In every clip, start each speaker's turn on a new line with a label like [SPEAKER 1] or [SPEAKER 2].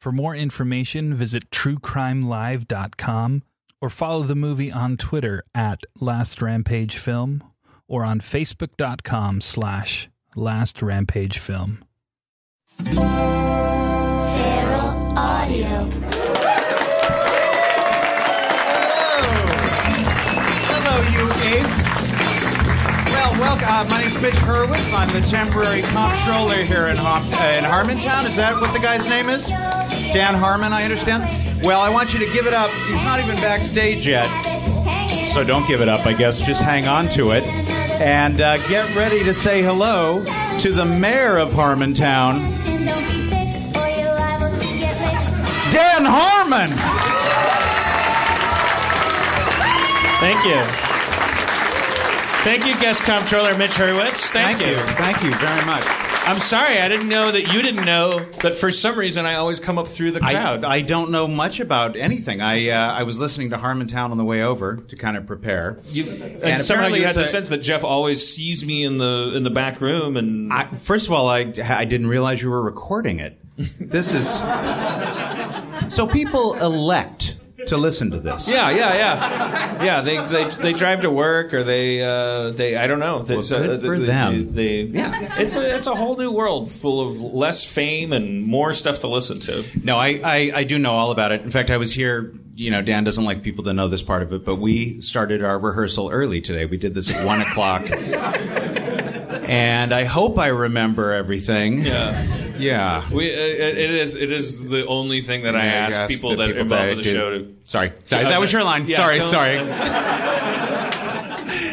[SPEAKER 1] For more information, visit truecrimelive.com or follow the movie on Twitter at Last Rampage Film or on facebook.com slash Last Rampage Film.
[SPEAKER 2] Feral Audio.
[SPEAKER 3] Hello, you apes. Well, welcome. Uh, my name's Mitch Hurwitz. I'm the temporary comptroller here in, Hop- uh, in Harmontown. Is that what the guy's name is? Dan Harmon, I understand. Well, I want you to give it up. He's not even backstage yet, so don't give it up, I guess. Just hang on to it. And uh, get ready to say hello to the mayor of Harmontown, Dan Harmon.
[SPEAKER 4] Thank you. Thank you, guest comptroller Mitch Hurwitz. Thank,
[SPEAKER 3] you. Thank you very much.
[SPEAKER 4] I'm sorry, I didn't know that you didn't know, but for some reason I always come up through the crowd.
[SPEAKER 3] I, I don't know much about anything. I uh, I was listening to Harmontown on the way over to kind of prepare.
[SPEAKER 4] You- and,
[SPEAKER 3] And
[SPEAKER 4] somehow
[SPEAKER 3] apparently
[SPEAKER 4] you had
[SPEAKER 3] it's
[SPEAKER 4] the
[SPEAKER 3] a-
[SPEAKER 4] sense that Jeff always sees me in the in the back room, and
[SPEAKER 3] I, first of all, I I didn't realize you were recording it. This is so people elect to listen to this.
[SPEAKER 5] Yeah, yeah, yeah, yeah. They they, they drive to work or they uh, they I don't know. They, uh,
[SPEAKER 3] Well, good for
[SPEAKER 5] they-
[SPEAKER 3] them.
[SPEAKER 5] They, they- yeah, it's a it's a whole new world full of less fame and more stuff to listen to.
[SPEAKER 3] No, I, I, I do know all about it. In fact, I was here. You know, Dan doesn't like people to know this part of it, but we started our rehearsal early today. We did this at one o'clock, and I hope I remember everything.
[SPEAKER 5] Yeah.
[SPEAKER 3] Yeah.
[SPEAKER 5] We, uh, it it is it is the only thing that I
[SPEAKER 3] Yeah,
[SPEAKER 5] ask
[SPEAKER 3] yes,
[SPEAKER 5] people
[SPEAKER 3] the
[SPEAKER 5] that
[SPEAKER 3] people
[SPEAKER 5] involved
[SPEAKER 3] that
[SPEAKER 5] in the
[SPEAKER 3] do-
[SPEAKER 5] show to
[SPEAKER 3] Sorry, sorry,
[SPEAKER 5] Okay.
[SPEAKER 3] that was your line.
[SPEAKER 5] Yeah,
[SPEAKER 3] sorry,
[SPEAKER 5] tell-
[SPEAKER 3] sorry,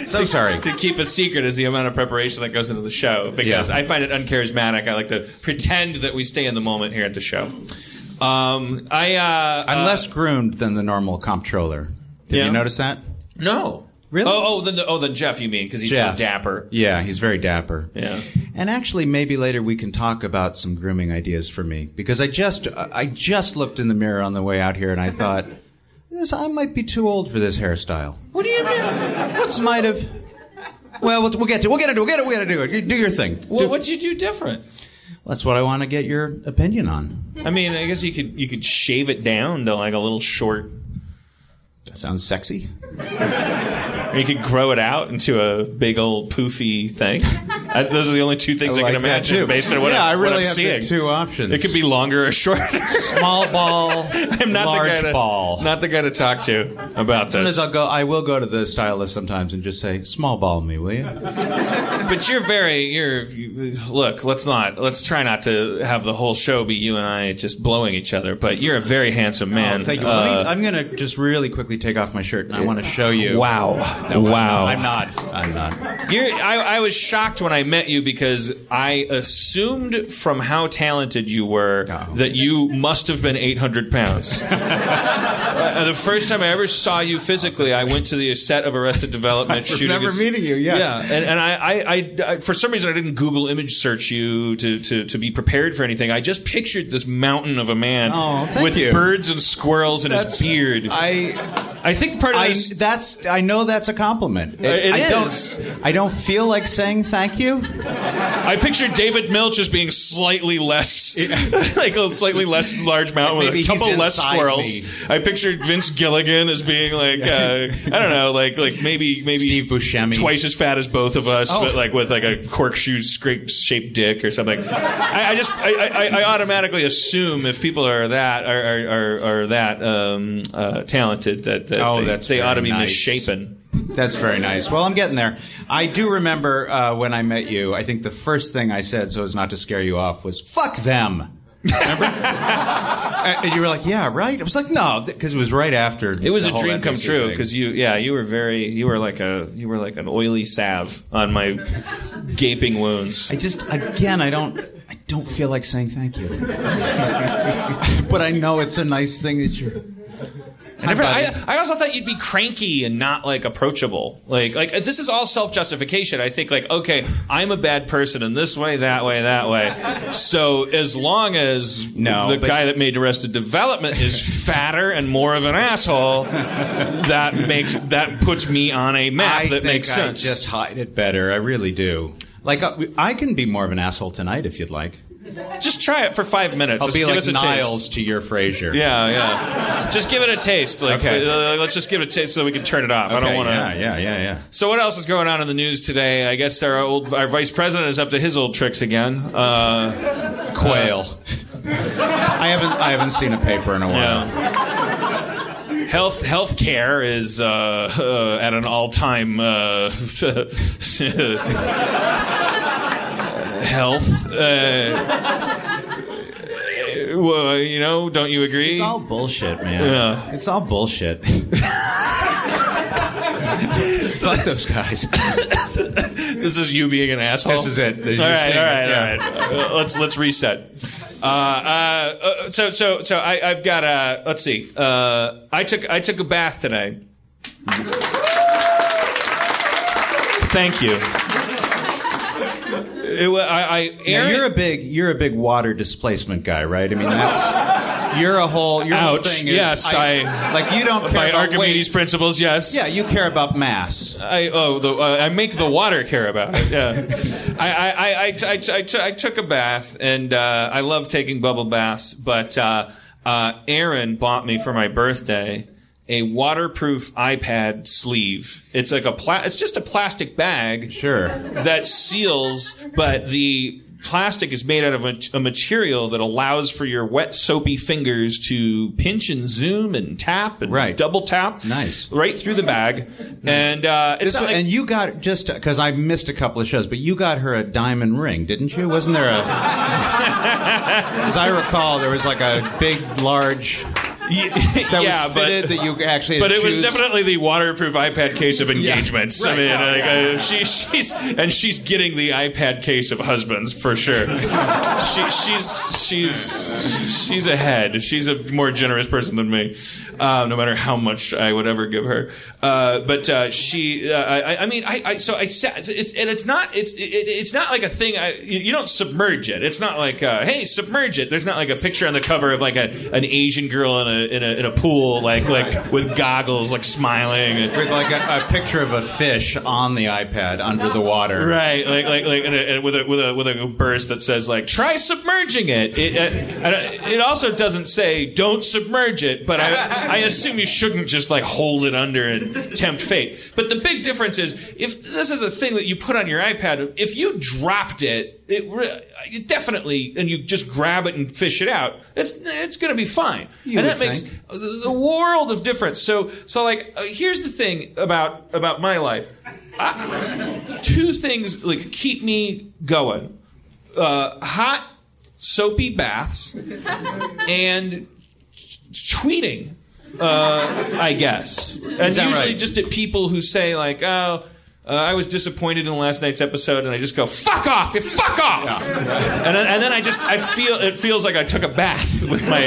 [SPEAKER 3] so sorry.
[SPEAKER 5] to keep a secret is the amount of preparation that goes into the show because
[SPEAKER 3] Yeah.
[SPEAKER 5] I find it uncharismatic. I like to pretend that we stay in the moment here at the show. Um, I uh,
[SPEAKER 3] I'm
[SPEAKER 5] uh,
[SPEAKER 3] less groomed than the normal comptroller. Did
[SPEAKER 5] Yeah.
[SPEAKER 3] you notice that?
[SPEAKER 5] no
[SPEAKER 3] Really?
[SPEAKER 5] Oh, oh, then the, oh, then Jeff, you mean because he's
[SPEAKER 3] Jeff.
[SPEAKER 5] so dapper.
[SPEAKER 3] Yeah, he's very dapper.
[SPEAKER 5] Yeah.
[SPEAKER 3] And actually, maybe later we can talk about some grooming ideas for me because I just I just looked in the mirror on the way out here and I thought, this I might be too old for this hairstyle.
[SPEAKER 5] What do you mean?
[SPEAKER 3] What's might have? Well, we'll we'll get to we'll get into it. We'll get to we'll get to it. You Do your thing.
[SPEAKER 5] What, what'd you do different?
[SPEAKER 3] That's what I want to get your opinion on.
[SPEAKER 5] I mean, I guess you could you could shave it down to like a little short.
[SPEAKER 3] That sounds sexy.
[SPEAKER 5] Or you could grow it out into a big old poofy thing. I, those are the only two things I,
[SPEAKER 3] like
[SPEAKER 5] can
[SPEAKER 3] that,
[SPEAKER 5] imagine
[SPEAKER 3] too.
[SPEAKER 5] based on what,
[SPEAKER 3] yeah, I
[SPEAKER 5] I,
[SPEAKER 3] really
[SPEAKER 5] what I'm
[SPEAKER 3] have
[SPEAKER 5] seeing.
[SPEAKER 3] The two options.
[SPEAKER 5] It could be longer or shorter.
[SPEAKER 3] small ball,
[SPEAKER 5] I'm not
[SPEAKER 3] large
[SPEAKER 5] the guy to,
[SPEAKER 3] ball.
[SPEAKER 5] Not the guy to talk to about
[SPEAKER 3] Sometimes
[SPEAKER 5] this.
[SPEAKER 3] I'll go. I will go to the stylist sometimes and just say, "Small ball me, will you?"
[SPEAKER 5] But you're very you're you, look. Let's not let's try not to have the whole show be you and I just blowing each other. But you're a very handsome man. Uh,
[SPEAKER 3] Oh, thank you. Let me- I'm going to just really quickly take off my shirt, and I want to show you.
[SPEAKER 5] wow,
[SPEAKER 3] No, I'm
[SPEAKER 5] wow.
[SPEAKER 3] not- I'm not. I'm not.
[SPEAKER 5] You're, I, I was shocked when I met you because I assumed from how talented you were
[SPEAKER 3] Oh.
[SPEAKER 5] that you must have been 800 pounds. Uh, the first time I ever saw you physically, I went to the set of Arrested Development shooting.
[SPEAKER 3] remember
[SPEAKER 5] its-
[SPEAKER 3] meeting you, yes.
[SPEAKER 5] Yeah, and, and I, I, I, I, for some reason, I didn't Google image search you to, to, to be prepared for anything. I just pictured this mountain of a man
[SPEAKER 3] Oh, thank
[SPEAKER 5] with
[SPEAKER 3] you.
[SPEAKER 5] birds and squirrels in his
[SPEAKER 3] That's-
[SPEAKER 5] beard.
[SPEAKER 3] I,
[SPEAKER 5] I think part of
[SPEAKER 3] I,
[SPEAKER 5] this. Uh,
[SPEAKER 3] that's. I know that's a compliment.
[SPEAKER 5] It
[SPEAKER 3] I
[SPEAKER 5] is.
[SPEAKER 3] Don't, I don't feel like saying thank you.
[SPEAKER 5] I pictured David Milch as being slightly less, like a slightly less large mountain with
[SPEAKER 3] Maybe
[SPEAKER 5] a
[SPEAKER 3] he's
[SPEAKER 5] couple less
[SPEAKER 3] inside
[SPEAKER 5] squirrels.
[SPEAKER 3] me.
[SPEAKER 5] I pictured Vince Gilligan as being like, uh, I don't know, like like maybe maybe
[SPEAKER 3] Steve Buscemi.
[SPEAKER 5] twice as fat as both of us,
[SPEAKER 3] Oh.
[SPEAKER 5] but like with like a corkscrew scrape shaped dick or something. I, I just I, I, I automatically assume if people are that are are, are, are that um, uh, talented that, that
[SPEAKER 3] Oh,
[SPEAKER 5] they,
[SPEAKER 3] that's
[SPEAKER 5] they ought to
[SPEAKER 3] very
[SPEAKER 5] be
[SPEAKER 3] nice.
[SPEAKER 5] misshapen.
[SPEAKER 3] That's very nice. Well, I'm getting there. I do remember uh, when I met you. I think the first thing I said, so as not to scare you off, was "fuck them." Remember? and you were like, "Yeah, right." I was like, "No," because it was right after.
[SPEAKER 5] It was a dream come true because you, yeah, you were very, you were like a, you were like an oily salve on my gaping wounds.
[SPEAKER 3] I just again I don't I don't feel like saying thank you. but I know it's a nice thing that you're
[SPEAKER 5] I, never,
[SPEAKER 3] buddy.
[SPEAKER 5] I, I also thought you'd be cranky and not like approachable. Like, like this is all self justification. I think like, okay, I'm a bad person in this way, that way, that way. So as long as
[SPEAKER 3] No,
[SPEAKER 5] the
[SPEAKER 3] but-
[SPEAKER 5] guy that made Arrested Development is fatter and more of an asshole, that makes that puts me on a map
[SPEAKER 3] I
[SPEAKER 5] that
[SPEAKER 3] think
[SPEAKER 5] makes
[SPEAKER 3] I
[SPEAKER 5] sense.
[SPEAKER 3] just hide it better. I really do. Like uh, I can be more of an asshole tonight if you'd like.
[SPEAKER 5] Just try it for five minutes.
[SPEAKER 3] I'll
[SPEAKER 5] Just
[SPEAKER 3] be
[SPEAKER 5] give
[SPEAKER 3] like
[SPEAKER 5] us a taste.
[SPEAKER 3] Niles to your Frasier.
[SPEAKER 5] Yeah, yeah. Just give it a taste. Like,
[SPEAKER 3] Okay.
[SPEAKER 5] uh, let's just give it a taste so we can turn it off. I
[SPEAKER 3] Okay,
[SPEAKER 5] don't want to.
[SPEAKER 3] Yeah, yeah, yeah, yeah.
[SPEAKER 5] So what else is going on in the news today? I guess our old our vice president is up to his old tricks again. Uh,
[SPEAKER 3] Quail. I haven't I haven't seen a paper in a while.
[SPEAKER 5] yeah. Health healthcare is uh, uh, at an all time uh, health. Uh, well, you know, don't you agree?
[SPEAKER 3] It's all bullshit, man.
[SPEAKER 5] Yeah.
[SPEAKER 3] It's all bullshit. Fuck those guys.
[SPEAKER 5] This is you being an asshole.
[SPEAKER 3] This is it.
[SPEAKER 5] All
[SPEAKER 3] You're
[SPEAKER 5] right, all right,
[SPEAKER 3] seeing it,
[SPEAKER 5] all right. Uh, let's let's reset. Uh, uh, uh, so so so I, I've got a. Let's see. Uh, I took I took a bath today. Thank you. It, wa- I, I
[SPEAKER 3] Now,
[SPEAKER 5] Aaron-
[SPEAKER 3] you're a big you're a big water displacement guy, right? I mean that's you're a whole your whole
[SPEAKER 5] Ouch.
[SPEAKER 3] thing is
[SPEAKER 5] Yes, I-
[SPEAKER 3] like you don't care
[SPEAKER 5] by
[SPEAKER 3] about
[SPEAKER 5] Archimedes
[SPEAKER 3] weight.
[SPEAKER 5] principles. Yes.
[SPEAKER 3] Yeah, you care about mass.
[SPEAKER 5] I oh the uh, I make the water care about it. Yeah, I I I, I, I, I, t- I took a bath and uh, I love taking bubble baths, but uh, uh, Aaron bought me for my birthday a waterproof iPad sleeve. It's like a pla- it's just a plastic bag.
[SPEAKER 3] Sure.
[SPEAKER 5] That seals, but the plastic is made out of a, a material that allows for your wet soapy fingers to pinch and zoom and tap and
[SPEAKER 3] Right.
[SPEAKER 5] double tap
[SPEAKER 3] Nice.
[SPEAKER 5] right through the bag and uh, it's
[SPEAKER 3] This
[SPEAKER 5] not
[SPEAKER 3] one-
[SPEAKER 5] like-
[SPEAKER 3] and you got just because I missed a couple of shows, but you got her a diamond ring, didn't you? Wasn't there a? as I recall, there was like a big, large that
[SPEAKER 5] yeah,
[SPEAKER 3] was
[SPEAKER 5] but-
[SPEAKER 3] fitted that you actually. had
[SPEAKER 5] But it was
[SPEAKER 3] choose-
[SPEAKER 5] definitely the waterproof iPad case of engagements. I
[SPEAKER 3] Right.
[SPEAKER 5] mean,
[SPEAKER 3] Oh,
[SPEAKER 5] like,
[SPEAKER 3] yeah.
[SPEAKER 5] uh, she, she's and she's getting the iPad case of husbands for sure. she, she's she's she's ahead. She's a more generous person than me, uh, no matter how much I would ever give her. Uh, but uh, she, uh, I, I mean, I, I so I sat, it's, and it's not it's it, it's not like a thing. I, you you don't submerge it. It's not like uh, hey, submerge it. There's not like a picture on the cover of like a an Asian girl in a in a, in a pool like like with goggles like smiling. And,
[SPEAKER 3] with like a, a picture of a fish on the iPad under the water.
[SPEAKER 5] Right, like like like and, and with a with a with a burst that says like try submerging it. It uh, and, uh, it also doesn't say don't submerge it, but I I assume you shouldn't just like hold it under and tempt fate. But the big difference is if this is a thing that you put on your iPad, if you dropped it, it re- you definitely and you just grab it and fish it out, it's it's going to be fine.
[SPEAKER 3] You
[SPEAKER 5] and
[SPEAKER 3] would
[SPEAKER 5] that makes
[SPEAKER 3] think.
[SPEAKER 5] the the world of difference. So so like uh, here's the thing about about my life two things like keep me going: uh, hot, soapy baths, and tweeting. Uh, I guess, and
[SPEAKER 3] that
[SPEAKER 5] usually
[SPEAKER 3] right?
[SPEAKER 5] just at people who say like, "Oh, uh, I was disappointed in last night's episode," and I just go, "Fuck off! You fuck off!" And, then, and then I just I feel it feels like I took a bath with my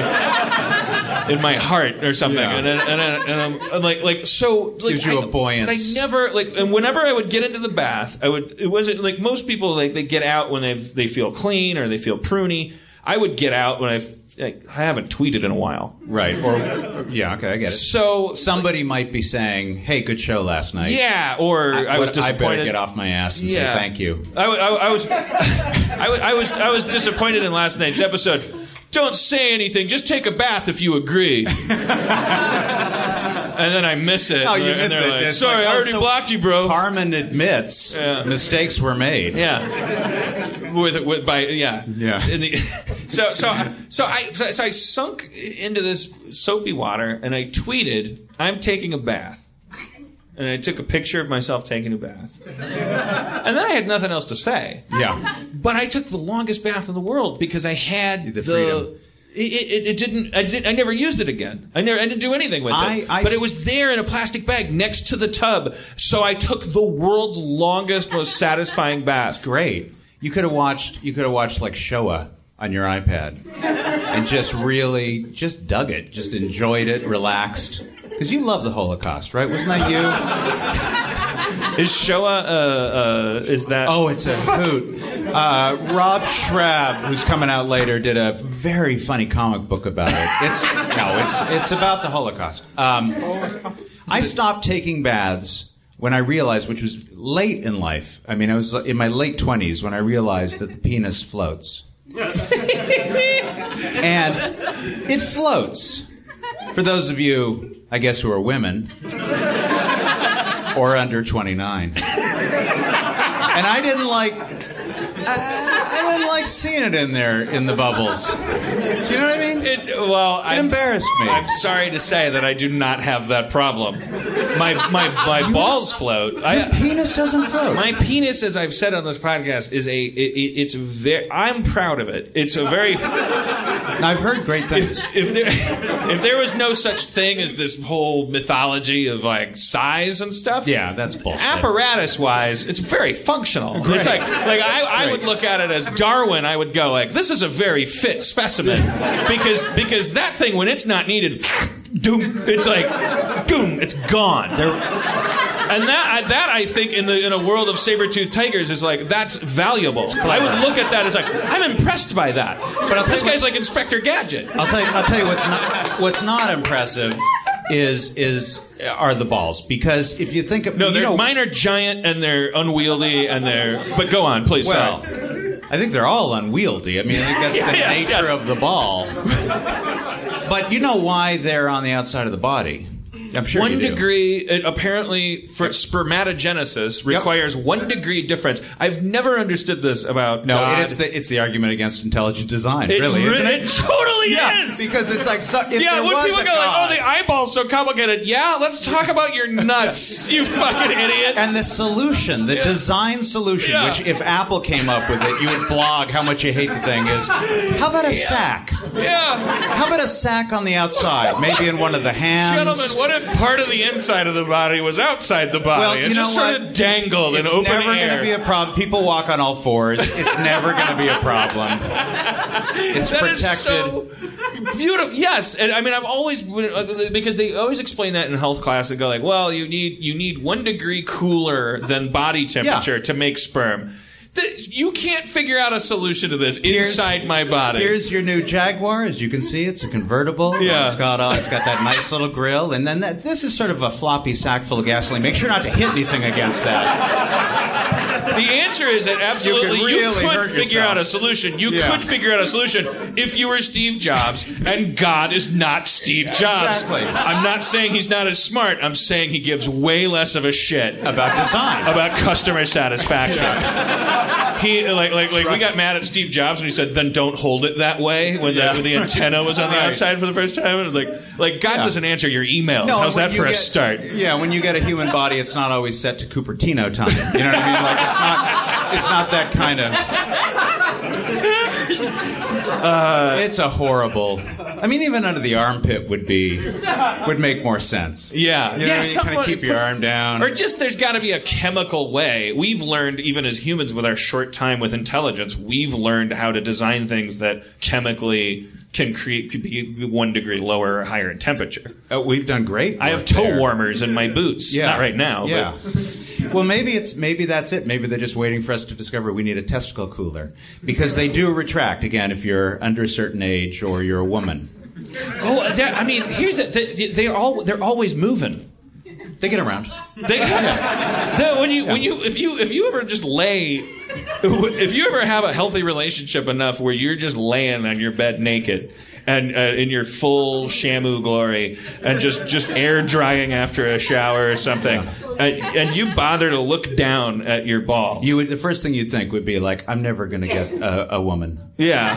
[SPEAKER 5] in my heart or something,
[SPEAKER 3] Yeah.
[SPEAKER 5] and then and, then, and I'm and like like so like
[SPEAKER 3] Gives you
[SPEAKER 5] I-
[SPEAKER 3] a buoyance.
[SPEAKER 5] and I never like and whenever I would get into the bath, I would it wasn't like most people like they get out when they they feel clean or they feel pruny. I would get out when I like, I haven't tweeted in a while.
[SPEAKER 3] Right. Or yeah. Okay, I get it.
[SPEAKER 5] So
[SPEAKER 3] Somebody might be saying, "Hey, good show last night."
[SPEAKER 5] yeah, or I, was
[SPEAKER 3] I
[SPEAKER 5] disappointed.
[SPEAKER 3] better get off my ass and say thank you.
[SPEAKER 5] I, wa- I, wa- I was, I, wa- I was, I was disappointed in last night's episode. Don't say anything. Just take a bath if you agree. and then I miss it.
[SPEAKER 3] Oh,
[SPEAKER 5] And
[SPEAKER 3] you
[SPEAKER 5] they're- and
[SPEAKER 3] miss
[SPEAKER 5] they're
[SPEAKER 3] it.
[SPEAKER 5] like,
[SPEAKER 3] It's
[SPEAKER 5] Sorry,
[SPEAKER 3] like,
[SPEAKER 5] I
[SPEAKER 3] oh,
[SPEAKER 5] already
[SPEAKER 3] so
[SPEAKER 5] blocked you, bro.
[SPEAKER 3] Harmon admits mistakes were made.
[SPEAKER 5] Yeah. With, with by yeah
[SPEAKER 3] Yeah.
[SPEAKER 5] In the, so so so I so, I sunk into this soapy water and I tweeted I'm taking a bath and I took a picture of myself taking a bath and then I had nothing else to say
[SPEAKER 3] Yeah.
[SPEAKER 5] but I took the longest bath in the world because I had
[SPEAKER 3] The
[SPEAKER 5] the.
[SPEAKER 3] freedom.
[SPEAKER 5] it, it, it didn't. I didn't. I never used it again. I never. I didn't do anything with
[SPEAKER 3] I-
[SPEAKER 5] it.
[SPEAKER 3] I-
[SPEAKER 5] but it was there in a plastic bag next to the tub. So I took the world's longest, most satisfying bath.
[SPEAKER 3] Great. You could have watched. You could have watched like Showa on your iPad, and just really just dug it, just enjoyed it, relaxed. Because you love the Holocaust, right? Wasn't that you?
[SPEAKER 5] Is Showa? Uh, uh, is that?
[SPEAKER 3] Oh, it's a hoot. Uh, Rob Schrab, who's coming out later, did a very funny comic book about it. It's no, it's it's about the Holocaust. Um, I stopped taking baths when I realized, which was late in life. I mean, I was in my late twenties when I realized that the penis floats, and it floats. For those of you, I guess, who are women or under twenty nine, and I didn't like. I, I didn't like seeing it in there in the bubbles. Do you know what I mean? It,
[SPEAKER 5] It, well, I'm,
[SPEAKER 3] embarrassed me.
[SPEAKER 5] I'm sorry to say that I do not have that problem. My my my balls float. I,
[SPEAKER 3] penis doesn't float.
[SPEAKER 5] My penis, as I've said on this podcast, is a. It, it, it's very. I'm proud of it. It's a very.
[SPEAKER 3] I've heard great things.
[SPEAKER 5] If, if there, if there was no such thing as this whole mythology of like size and stuff,
[SPEAKER 3] Yeah, that's bullshit.
[SPEAKER 5] apparatus wise, it's very functional. It's like like I, I would look at it as Darwin. I would go like, this is a very fit specimen because because that thing when it's not needed, doom, it's like doom, it's gone. There- and that I, that I think in the in a world of saber toothed tigers is like that's valuable. I would look at that as like I'm impressed by that.
[SPEAKER 3] But I'll
[SPEAKER 5] this
[SPEAKER 3] tell you
[SPEAKER 5] guy's like Inspector Gadget.
[SPEAKER 3] I'll tell you. I'll tell you what's not what's not impressive is is are the balls because if you think of
[SPEAKER 5] No,
[SPEAKER 3] you
[SPEAKER 5] they're,
[SPEAKER 3] know,
[SPEAKER 5] mine are giant and they're unwieldy and they're. But go on, please.
[SPEAKER 3] well.
[SPEAKER 5] sorry.
[SPEAKER 3] I think they're all unwieldy. I mean, I think that's the
[SPEAKER 5] yes,
[SPEAKER 3] nature
[SPEAKER 5] yes.
[SPEAKER 3] of the ball. But you know why they're on the outside of the body? I'm sure
[SPEAKER 5] one
[SPEAKER 3] you do.
[SPEAKER 5] degree it apparently for spermatogenesis requires one degree difference. I've never understood this about
[SPEAKER 3] No,
[SPEAKER 5] God.
[SPEAKER 3] and it's the it's the argument against intelligent design,
[SPEAKER 5] it
[SPEAKER 3] really. isn't
[SPEAKER 5] it totally
[SPEAKER 3] Yeah,
[SPEAKER 5] is.
[SPEAKER 3] because it's like so, if
[SPEAKER 5] yeah,
[SPEAKER 3] there
[SPEAKER 5] when
[SPEAKER 3] was
[SPEAKER 5] people
[SPEAKER 3] a
[SPEAKER 5] go
[SPEAKER 3] God,
[SPEAKER 5] like, "Oh, the eyeball's so complicated," yeah, let's talk about your nuts, you fucking idiot.
[SPEAKER 3] and the solution, the design solution,
[SPEAKER 5] Yeah.
[SPEAKER 3] which if Apple came up with it, you would blog how much you hate the thing. Is how about a sack?
[SPEAKER 5] yeah,
[SPEAKER 3] How about a sack on the outside, maybe in one of the hands?
[SPEAKER 5] gentlemen, what if part of the inside of the body was outside the body
[SPEAKER 3] Well,
[SPEAKER 5] and
[SPEAKER 3] you know
[SPEAKER 5] just sort
[SPEAKER 3] what?
[SPEAKER 5] of dangled
[SPEAKER 3] it's
[SPEAKER 5] in open
[SPEAKER 3] never
[SPEAKER 5] air?
[SPEAKER 3] to be a problem. People walk on all fours. It's never going to be a problem. It's
[SPEAKER 5] That is
[SPEAKER 3] protected.
[SPEAKER 5] so beautiful. Yes, and I mean I've always been uh, because they always explain that in health class. They go like, "Well, you need you need one degree cooler than body temperature to make sperm." Th- You can't figure out a solution to this
[SPEAKER 3] Here's-
[SPEAKER 5] inside my body.
[SPEAKER 3] Here's your new Jaguar. As you can see, it's a convertible.
[SPEAKER 5] Yeah.
[SPEAKER 3] It's got, uh, it's got that nice little grill. And then that, this is sort of a floppy sack full of gasoline. Make sure not to hit anything against that.
[SPEAKER 5] the answer is that absolutely you,
[SPEAKER 3] really
[SPEAKER 5] could
[SPEAKER 3] hurt
[SPEAKER 5] figure
[SPEAKER 3] yourself.
[SPEAKER 5] out a solution. You
[SPEAKER 3] Yeah.
[SPEAKER 5] could figure out a solution if you were Steve Jobs, and God is not Steve Jobs.
[SPEAKER 3] Exactly.
[SPEAKER 5] I'm not saying he's not as smart. I'm saying he gives way less of a shit
[SPEAKER 3] About design.
[SPEAKER 5] about customer satisfaction. He like like like we got mad at Steve Jobs when he said, "Then don't hold it that way." When the
[SPEAKER 3] Yeah.
[SPEAKER 5] when the antenna was on the
[SPEAKER 3] Right.
[SPEAKER 5] outside for the first time, and it was like like God
[SPEAKER 3] Yeah.
[SPEAKER 5] doesn't answer your emails. How's
[SPEAKER 3] when
[SPEAKER 5] that
[SPEAKER 3] you
[SPEAKER 5] for a
[SPEAKER 3] get-
[SPEAKER 5] start?
[SPEAKER 3] Yeah, when you get a human body, it's not always set to Cupertino time. You know what I mean? Like it's not, it's not that kind of.
[SPEAKER 5] Uh,
[SPEAKER 3] it's a horrible. I mean, even under the armpit would be, would make more sense.
[SPEAKER 5] Yeah,
[SPEAKER 3] You know what I
[SPEAKER 5] yeah.
[SPEAKER 3] mean? You kinda
[SPEAKER 5] someone-
[SPEAKER 3] keep your arm down.
[SPEAKER 5] or just there's got to be a chemical way. We've learned, even as humans, with our short time with intelligence, we've learned how to design things that chemically can create could be one degree lower or higher in temperature.
[SPEAKER 3] Uh, we've done great.
[SPEAKER 5] I have
[SPEAKER 3] work
[SPEAKER 5] toe
[SPEAKER 3] there.
[SPEAKER 5] warmers in my boots. Not right now. but-
[SPEAKER 3] Yeah. Well, maybe it's maybe that's it. Maybe they're just waiting for us to discover we need a testicle cooler because they do retract again if you're under a certain age or you're a woman.
[SPEAKER 5] Oh, they're- I mean, here's the, they, they're all they're always moving.
[SPEAKER 3] They get around.
[SPEAKER 5] They, they- when you when you if you if you ever just lay, if you ever have a healthy relationship enough where you're just laying on your bed naked and uh, in your full shamu glory and just just air drying after a shower or something, and, and you bother to look down at your balls,
[SPEAKER 3] You would the first thing you'd think would be like, I'm never going to get a, a woman.
[SPEAKER 5] yeah,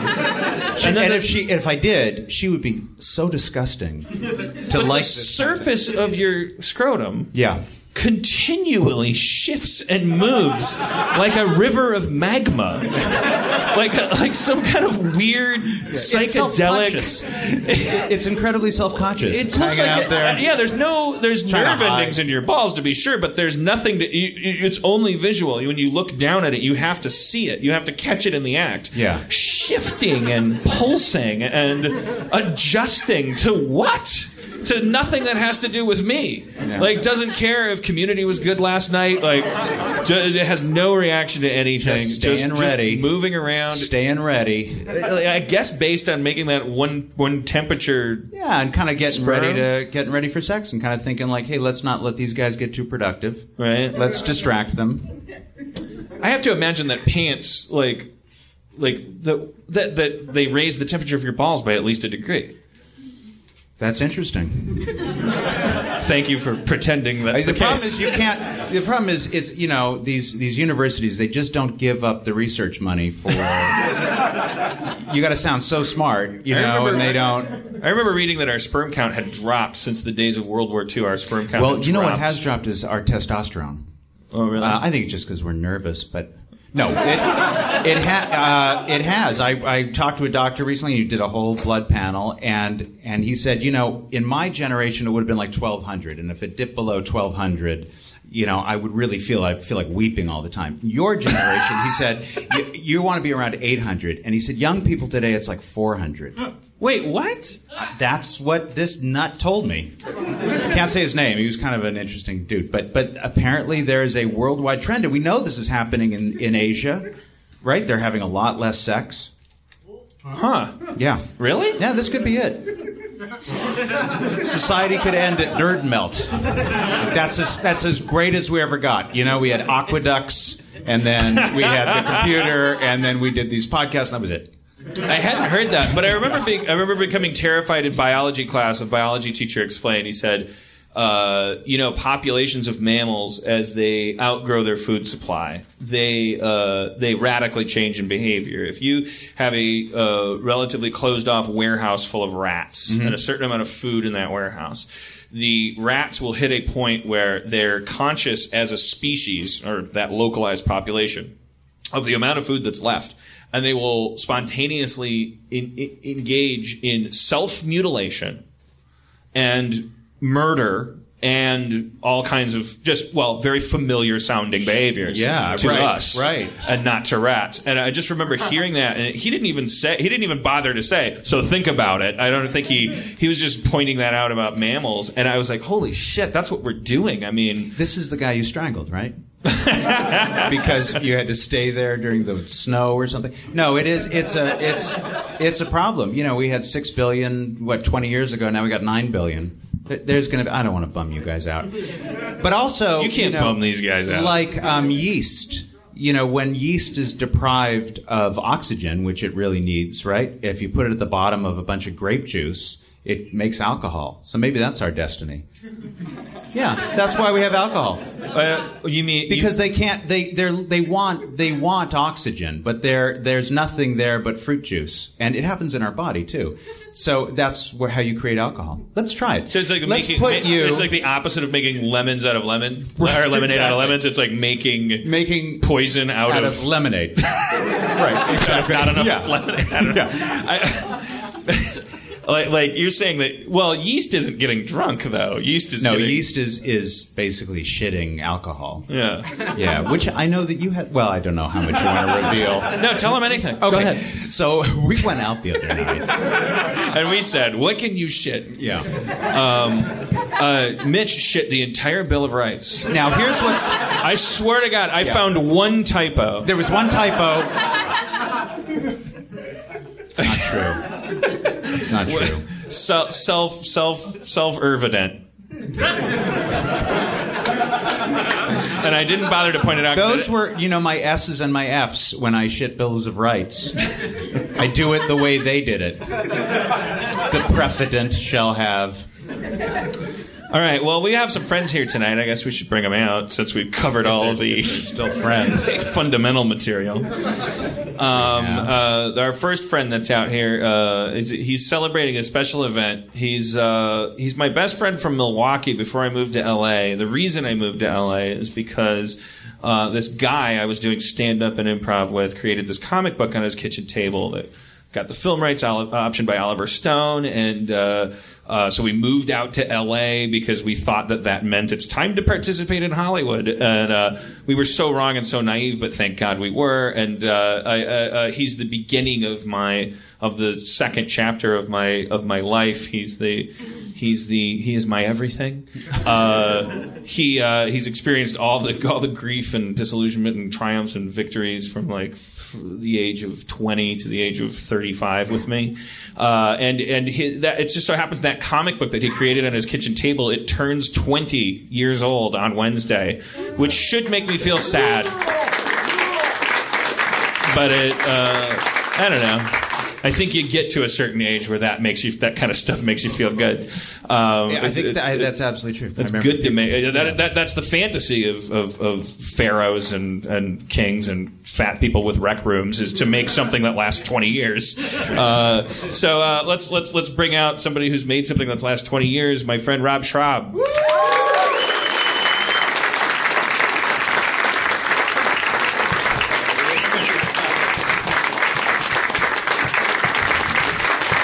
[SPEAKER 3] and
[SPEAKER 5] then the-
[SPEAKER 3] if she, if I did, she would be so disgusting to
[SPEAKER 5] the
[SPEAKER 3] like. this.
[SPEAKER 5] surface of your scrotum.
[SPEAKER 3] yeah.
[SPEAKER 5] continually shifts and moves like a river of magma, like a, like some kind of weird psychedelic.
[SPEAKER 3] self-conscious. It's incredibly self-conscious.
[SPEAKER 5] It
[SPEAKER 3] hanging
[SPEAKER 5] looks like
[SPEAKER 3] out
[SPEAKER 5] a-
[SPEAKER 3] there.
[SPEAKER 5] uh, yeah. There's no there's
[SPEAKER 3] Trying to
[SPEAKER 5] nerve
[SPEAKER 3] hide.
[SPEAKER 5] endings in your balls to be sure, but there's nothing to. You, you- it's only visual. When you look down at it, you have to see it. You have to catch it in the act.
[SPEAKER 3] Yeah.
[SPEAKER 5] Shifting and pulsing and adjusting to what? To nothing that has to do with me. Like doesn't care if community was good last night. Like ju- it has no reaction to anything.
[SPEAKER 3] Just staying ready.
[SPEAKER 5] moving around.
[SPEAKER 3] Staying ready.
[SPEAKER 5] I guess based on making that one one temperature
[SPEAKER 3] Yeah, and kind of getting
[SPEAKER 5] Sperm.
[SPEAKER 3] ready to uh, getting ready for sex, and kind of thinking like, hey, let's not let these guys get too productive.
[SPEAKER 5] right.
[SPEAKER 3] Let's distract them.
[SPEAKER 5] I have to imagine that pants like like the, that that they raise the temperature of your balls by at least a degree.
[SPEAKER 3] That's interesting.
[SPEAKER 5] Thank you for pretending that's
[SPEAKER 3] the
[SPEAKER 5] the,
[SPEAKER 3] problem
[SPEAKER 5] case.
[SPEAKER 3] is you can't. The problem is it's you know these these universities they just don't give up the research money for. you got to sound so smart, you
[SPEAKER 5] I
[SPEAKER 3] know,
[SPEAKER 5] remember-
[SPEAKER 3] and they don't.
[SPEAKER 5] I remember reading that our sperm count had dropped since the days of World War II. Our sperm count.
[SPEAKER 3] Well,
[SPEAKER 5] had
[SPEAKER 3] you know what
[SPEAKER 5] dropped.
[SPEAKER 3] has dropped is our testosterone.
[SPEAKER 5] Oh really?
[SPEAKER 3] Uh, I think it's just because we're nervous, but no, it it, ha- uh, it has. I, I talked to a doctor recently who did a whole blood panel, and and he said, you know, in my generation it would have been like twelve hundred, and if it dipped below twelve hundred, you know, I would really feel I feel like weeping all the time. Your generation, he said, you, you want to be around eight hundred, and he said, young people today it's like four hundred.
[SPEAKER 5] Wait, what?
[SPEAKER 3] That's what this nut told me. Can't say his name. He was kind of an interesting dude, but but apparently there is a worldwide trend, and we know this is happening in in Asia, right? They're having a lot less sex.
[SPEAKER 5] Huh?
[SPEAKER 3] Yeah,
[SPEAKER 5] Really?
[SPEAKER 3] yeah. This could be it. Society could end at Nerd Melt. That's as that's as great as we ever got. You know, we had aqueducts, and then we had the computer, and then we did these podcasts, and that was it.
[SPEAKER 5] I hadn't heard that, but I remember being I remember becoming terrified in biology class. A biology teacher explained. He said, uh, you know, populations of mammals as they outgrow their food supply, they uh, they radically change in behavior. If you have a uh, relatively closed off warehouse full of rats
[SPEAKER 6] Mhm.
[SPEAKER 5] and a certain amount of food in that warehouse, the rats will hit a point where they're conscious as a species or that localized population of the amount of food that's left. And they will spontaneously in, in, engage in self mutilation and murder and all kinds of just well very familiar sounding behaviors
[SPEAKER 3] Yeah,
[SPEAKER 5] to
[SPEAKER 3] right,
[SPEAKER 5] us
[SPEAKER 3] right.
[SPEAKER 5] and not to rats and i just remember hearing that and he didn't even say he didn't even bother to say so think about it i don't think he he was just pointing that out about mammals and i was like holy shit that's what we're doing i mean
[SPEAKER 3] this is the guy you strangled right because you had to stay there during the snow or something. No, it is. It's a. It's. It's a problem. You know, we had six billion what twenty years ago. Now we got nine billion. There- There's gonna. Be, I don't want to bum you guys out, but also
[SPEAKER 5] You can't
[SPEAKER 3] know,
[SPEAKER 5] bum these guys out.
[SPEAKER 3] Like um, yeast. You know, when yeast is deprived of oxygen, which it really needs, right? If you put it at the bottom of a bunch of grape juice, it makes alcohol. So maybe that's our destiny. Yeah, that's why we have alcohol.
[SPEAKER 5] Uh, you mean
[SPEAKER 3] because they can't they they they want they want oxygen, but there there's nothing there but fruit juice, and it happens in our body too. So that's where, how you create alcohol. Let's try it.
[SPEAKER 5] so it's like
[SPEAKER 3] Let's
[SPEAKER 5] making,
[SPEAKER 3] put
[SPEAKER 5] ma-
[SPEAKER 3] you
[SPEAKER 5] it's like the opposite of making lemons out of lemon or lemonade out of
[SPEAKER 3] exactly.
[SPEAKER 5] lemons it's like making
[SPEAKER 3] making
[SPEAKER 5] poison out,
[SPEAKER 3] out of lemonade. right, exactly.
[SPEAKER 5] not enough
[SPEAKER 3] Yeah.
[SPEAKER 5] lemonade. I don't know. I- like, like you're saying that. Well, yeast isn't getting drunk though. Yeast is
[SPEAKER 3] No,
[SPEAKER 5] getting-
[SPEAKER 3] yeast is is basically shitting alcohol.
[SPEAKER 5] Yeah.
[SPEAKER 3] Yeah, which I know that you had. Well, I don't know how much you want to reveal.
[SPEAKER 5] No, tell him anything. Go
[SPEAKER 3] Okay,
[SPEAKER 5] ahead.
[SPEAKER 3] so we went out the other night.
[SPEAKER 5] And we said, what can you shit?
[SPEAKER 3] Yeah.
[SPEAKER 5] Uh, Mitch shit the entire Bill of Rights.
[SPEAKER 3] Now here's what's
[SPEAKER 5] I swear to God, I found one typo.
[SPEAKER 3] there was one typo. It's not true. It's not true.
[SPEAKER 5] Self, self, self, self evident. and I didn't bother to point it out. 'cause
[SPEAKER 3] Those were, you know, my S's and my F's when I shit bills of rights. I do it the way they did it. The precedent shall have.
[SPEAKER 5] All right. Well, we have some friends here tonight. I guess we should bring them out since we've covered all of the still friends fundamental material. Um, uh, our first friend that's out here uh, is he's celebrating a special event. He's uh, he's my best friend from Milwaukee before I moved to LA. The reason I moved to LA is because. Uh, this guy I was doing stand up and improv with created this comic book on his kitchen table that got the film rights oli- uh, option by Oliver Stone, and uh, uh, so we moved out to L.A. because we thought that that meant it's time to participate in Hollywood, and uh, we were so wrong and so naive, but thank God we were. And uh, I, uh, uh, he's the beginning of my of the second chapter of my of my life. He's the He's the he is my everything. Uh, he uh, he's experienced all the all the grief and disillusionment and triumphs and victories from like f- the age of twenty to the age of thirty five with me, uh, and and he, that it just so happens that comic book that he created on his kitchen table it turns twenty years old on Wednesday, which should make me feel sad, but it uh, I don't know. I think you get to a certain age where that makes you that kind of stuff makes you feel good. Um,
[SPEAKER 3] Yeah, I
[SPEAKER 5] it-
[SPEAKER 3] think that, I, that's absolutely true.
[SPEAKER 5] it's good to make that, that, that's the fantasy of, of, of pharaohs and, and kings and fat people with rec rooms is to make something that lasts 20 years uh, so uh, let's let's let's bring out somebody who's made something that's last 20 years my friend Rob Schraub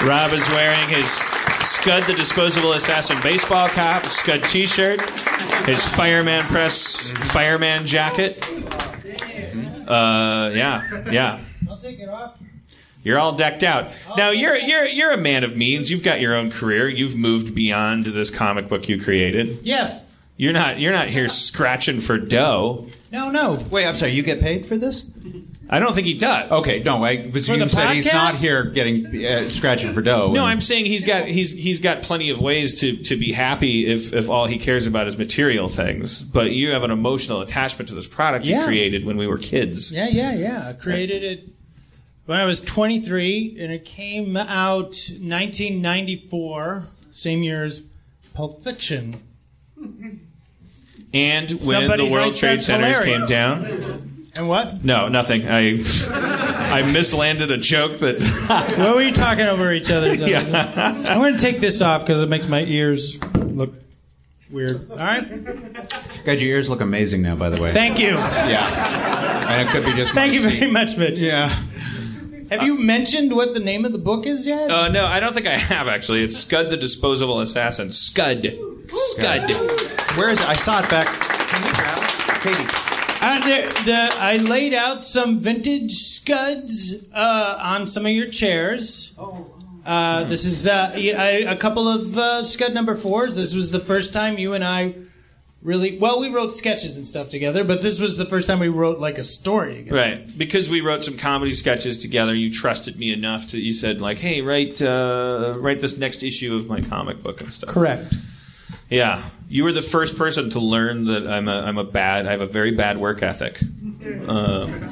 [SPEAKER 5] Rob is wearing his Scud the Disposable Assassin baseball cap, Scud t shirt, his Fireman Press Fireman jacket. Uh, yeah, yeah. You're all decked out. Now you're you're you're a man of means. You've got your own career. You've moved beyond this comic book you created.
[SPEAKER 3] Yes.
[SPEAKER 5] You're not you're not here scratching for dough.
[SPEAKER 3] No, no. Wait, I'm sorry. You get paid for this?
[SPEAKER 5] I don't think he does.
[SPEAKER 3] Okay, no. I was you
[SPEAKER 5] the
[SPEAKER 3] said he's
[SPEAKER 5] podcast?
[SPEAKER 3] not here getting uh, scratching for dough.
[SPEAKER 5] No,
[SPEAKER 3] and-
[SPEAKER 5] I'm saying he's got he's he's got plenty of ways to, to be happy if, if all he cares about is material things. But you have an emotional attachment to this product you
[SPEAKER 4] Yeah.
[SPEAKER 5] created when we were kids.
[SPEAKER 4] Yeah, yeah, yeah. I created it when I was 23, and it came out 1994, same year as Pulp Fiction.
[SPEAKER 5] And when
[SPEAKER 4] Somebody
[SPEAKER 5] the World
[SPEAKER 4] thinks
[SPEAKER 5] Trade
[SPEAKER 4] that's
[SPEAKER 5] Centers came
[SPEAKER 4] hilarious.
[SPEAKER 5] down,
[SPEAKER 4] And what?
[SPEAKER 5] no, nothing. I I mislanded a joke that
[SPEAKER 4] What were you talking over each other? I'm going to take this off because it makes my ears look weird. All right.
[SPEAKER 3] God, your ears look amazing now, by the way.
[SPEAKER 4] Thank you.
[SPEAKER 3] yeah. And it could be just. my
[SPEAKER 4] Thank you
[SPEAKER 3] seat.
[SPEAKER 4] very much, Mitch.
[SPEAKER 3] Yeah.
[SPEAKER 4] Have you mentioned what the name of the book is yet?
[SPEAKER 5] Uh, no, I don't think I have actually. It's Scud the Disposable Assassin. Scud. Scud.
[SPEAKER 3] Where is it? I saw it back. Katie.
[SPEAKER 4] Uh, the, the, I laid out some vintage scuds uh, on some of your chairs. Uh, this is uh, y- I- a couple of uh, scud number fours. This was the first time you and I really well. We wrote sketches and stuff together, but this was the first time we wrote like a story together.
[SPEAKER 5] Right. Because we wrote some comedy sketches together, you trusted me enough to you said like, "Hey, write uh, write this next issue of my comic book and stuff."
[SPEAKER 4] Correct.
[SPEAKER 5] Yeah. You were the first person to learn that I'm a I'm a bad I have a very bad work ethic. Um,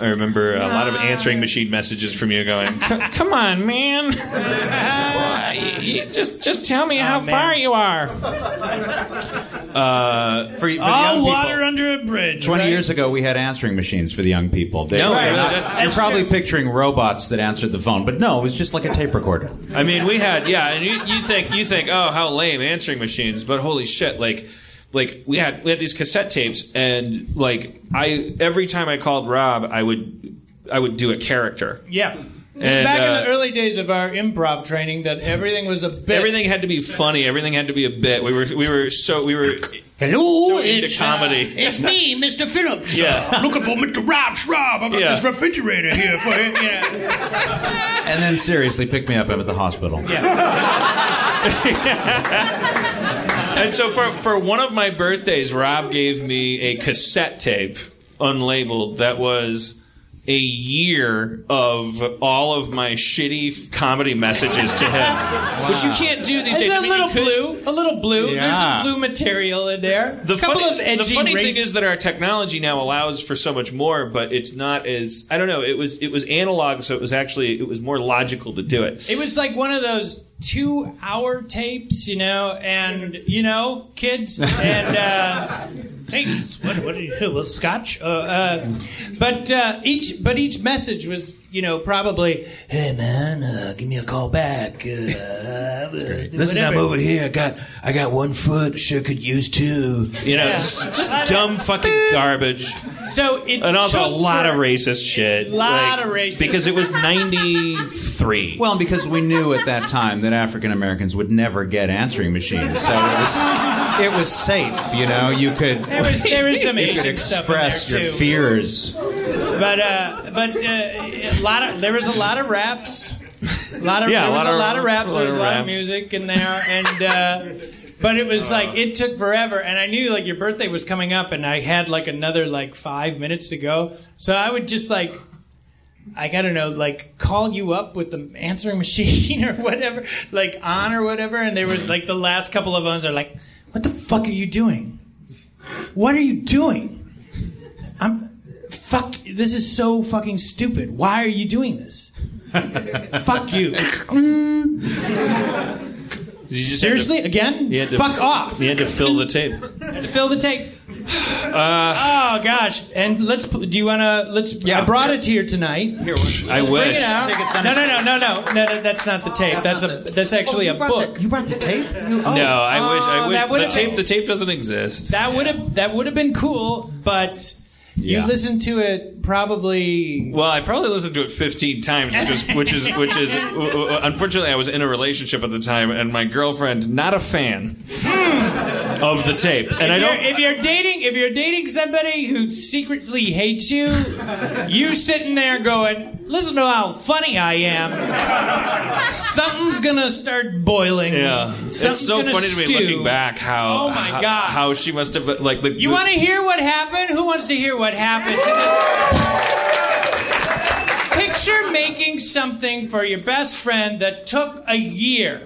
[SPEAKER 5] I remember a lot of answering machine messages from you going, "C- "Come on, man! Uh, y- y- just just tell
[SPEAKER 4] Oh,
[SPEAKER 5] me how far you are."
[SPEAKER 3] Uh, For, for the
[SPEAKER 4] All
[SPEAKER 3] young
[SPEAKER 4] Ah, water
[SPEAKER 3] people.
[SPEAKER 4] under a bridge.
[SPEAKER 3] 20
[SPEAKER 4] right?
[SPEAKER 3] years ago, we had answering machines for the young people. They,
[SPEAKER 5] No,
[SPEAKER 3] they're
[SPEAKER 5] right.
[SPEAKER 3] not-
[SPEAKER 5] That-
[SPEAKER 3] you're probably picturing robots that answered the phone, but no, it was just like a tape recorder.
[SPEAKER 5] I mean, we had yeah, and you, you think you think oh how lame answering machines, but holy shit, like like we had we had these cassette tapes, and like I every time I called Rob, I would I would do a character.
[SPEAKER 4] Yeah.
[SPEAKER 5] And,
[SPEAKER 4] Back in the
[SPEAKER 5] uh,
[SPEAKER 4] early days of our improv training, that everything was a bit.
[SPEAKER 5] Everything had to be funny. Everything had to be a bit. We were we were so we were
[SPEAKER 6] Hello,
[SPEAKER 5] So into
[SPEAKER 6] it's
[SPEAKER 5] comedy.
[SPEAKER 6] uh, it's me, Mr. Phillips.
[SPEAKER 5] Yeah.
[SPEAKER 6] looking for Mr. Rob's Rob. I got
[SPEAKER 5] Yeah.
[SPEAKER 6] this refrigerator here for him. Yeah.
[SPEAKER 3] And then seriously picked me up at the hospital. Yeah.
[SPEAKER 5] and so for for one of my birthdays, Rob gave me a cassette tape, unlabeled, that was a year of all of my shitty comedy messages to him, which you can't do these days.
[SPEAKER 4] There's
[SPEAKER 5] I
[SPEAKER 4] a
[SPEAKER 5] mean, you
[SPEAKER 4] little
[SPEAKER 5] could-
[SPEAKER 4] blue, a little blue. There's
[SPEAKER 3] Yeah.
[SPEAKER 4] some blue material in there.
[SPEAKER 5] The
[SPEAKER 4] a couple
[SPEAKER 5] funny,
[SPEAKER 4] of edgy
[SPEAKER 5] the funny
[SPEAKER 4] race-
[SPEAKER 5] thing is that our technology now allows for so much more, but it's not as I don't know. It was it was analog, so it was actually it was more logical to do it.
[SPEAKER 4] It was like one of those two-hour tapes, you know, and you know, kids and uh, tapes. What, what do you feel? Well, scotch. Uh, uh, but uh, each, but each message was, you know, probably, "Hey man, uh, give me a call back." Uh, uh,
[SPEAKER 6] Listen,
[SPEAKER 4] whatever.
[SPEAKER 6] I'm over here. I got I got one foot. Sure could use two.
[SPEAKER 5] You know, just, just dumb fucking garbage,
[SPEAKER 4] So it
[SPEAKER 5] and also a
[SPEAKER 4] took
[SPEAKER 5] lot of
[SPEAKER 4] for-
[SPEAKER 5] racist shit.
[SPEAKER 4] Lot of racist-
[SPEAKER 5] because it was ninety three.
[SPEAKER 3] Well, because we knew at that time that African Americans would never get answering machines, so it was it was safe. You know, you could
[SPEAKER 4] There was, there was some
[SPEAKER 3] you could
[SPEAKER 4] Asian stuff in there
[SPEAKER 3] express your
[SPEAKER 4] too.
[SPEAKER 3] fears.
[SPEAKER 4] But uh, but uh, a lot of there was a lot of raps. A lot of
[SPEAKER 5] Yeah,
[SPEAKER 4] there
[SPEAKER 5] a
[SPEAKER 4] was
[SPEAKER 5] lot
[SPEAKER 4] a
[SPEAKER 5] of
[SPEAKER 4] lot of
[SPEAKER 5] raps,
[SPEAKER 4] raps.
[SPEAKER 5] a lot
[SPEAKER 4] There was a
[SPEAKER 5] of
[SPEAKER 4] lot of
[SPEAKER 5] raps.
[SPEAKER 4] music in there, and uh, but it was like it took forever. And I knew like your birthday was coming up, and I had like another like five minutes to go, so I would just like. I gotta know, like, call you up with the answering machine or whatever, like on or whatever. And there was like the last couple of ones are like, "What the fuck are you doing? What are you doing?" I'm fuck this is so fucking stupid. Why are you doing this? fuck you.
[SPEAKER 5] You just had to-
[SPEAKER 4] Seriously? Again?
[SPEAKER 5] had to-
[SPEAKER 4] fuck off.
[SPEAKER 5] you had to fill the tape. Uh,
[SPEAKER 4] Fill the tape. oh gosh. And let's pl- do you wanna let's
[SPEAKER 3] Yeah.
[SPEAKER 4] I brought it here tonight.
[SPEAKER 5] I wish.
[SPEAKER 4] Bring it out.
[SPEAKER 3] Take it, son.
[SPEAKER 4] no, no, no, no, no, no, no. That's not the tape. That's, a. That's actually a book.
[SPEAKER 3] Oh, you brought the tape.
[SPEAKER 5] No, I wish.
[SPEAKER 4] Oh,
[SPEAKER 5] I wish.
[SPEAKER 4] that
[SPEAKER 5] the
[SPEAKER 4] would've
[SPEAKER 5] tape.
[SPEAKER 4] been-
[SPEAKER 5] The tape doesn't exist.
[SPEAKER 4] That would have. That would have been cool, but
[SPEAKER 3] Yeah.
[SPEAKER 4] you listened to it probably.
[SPEAKER 5] Well, I probably listened to it 15 times, which is which is which is w- w- unfortunately I was in a relationship at the time and my girlfriend not a fan Hmm. of the tape. And I
[SPEAKER 4] If you're-
[SPEAKER 5] don't
[SPEAKER 4] if you're dating, if you're dating somebody who secretly hates you, you sitting there going, "Listen to how funny I am." Something's gonna start boiling.
[SPEAKER 5] yeah, it's
[SPEAKER 4] Something's
[SPEAKER 5] so
[SPEAKER 4] gonna
[SPEAKER 5] funny to me
[SPEAKER 4] stew.
[SPEAKER 5] looking back how
[SPEAKER 4] Oh my
[SPEAKER 5] how,
[SPEAKER 4] God.
[SPEAKER 5] how she must have like the,
[SPEAKER 4] You want to hear what happened? Who wants to hear what happened to this? Picture making something for your best friend that took a year.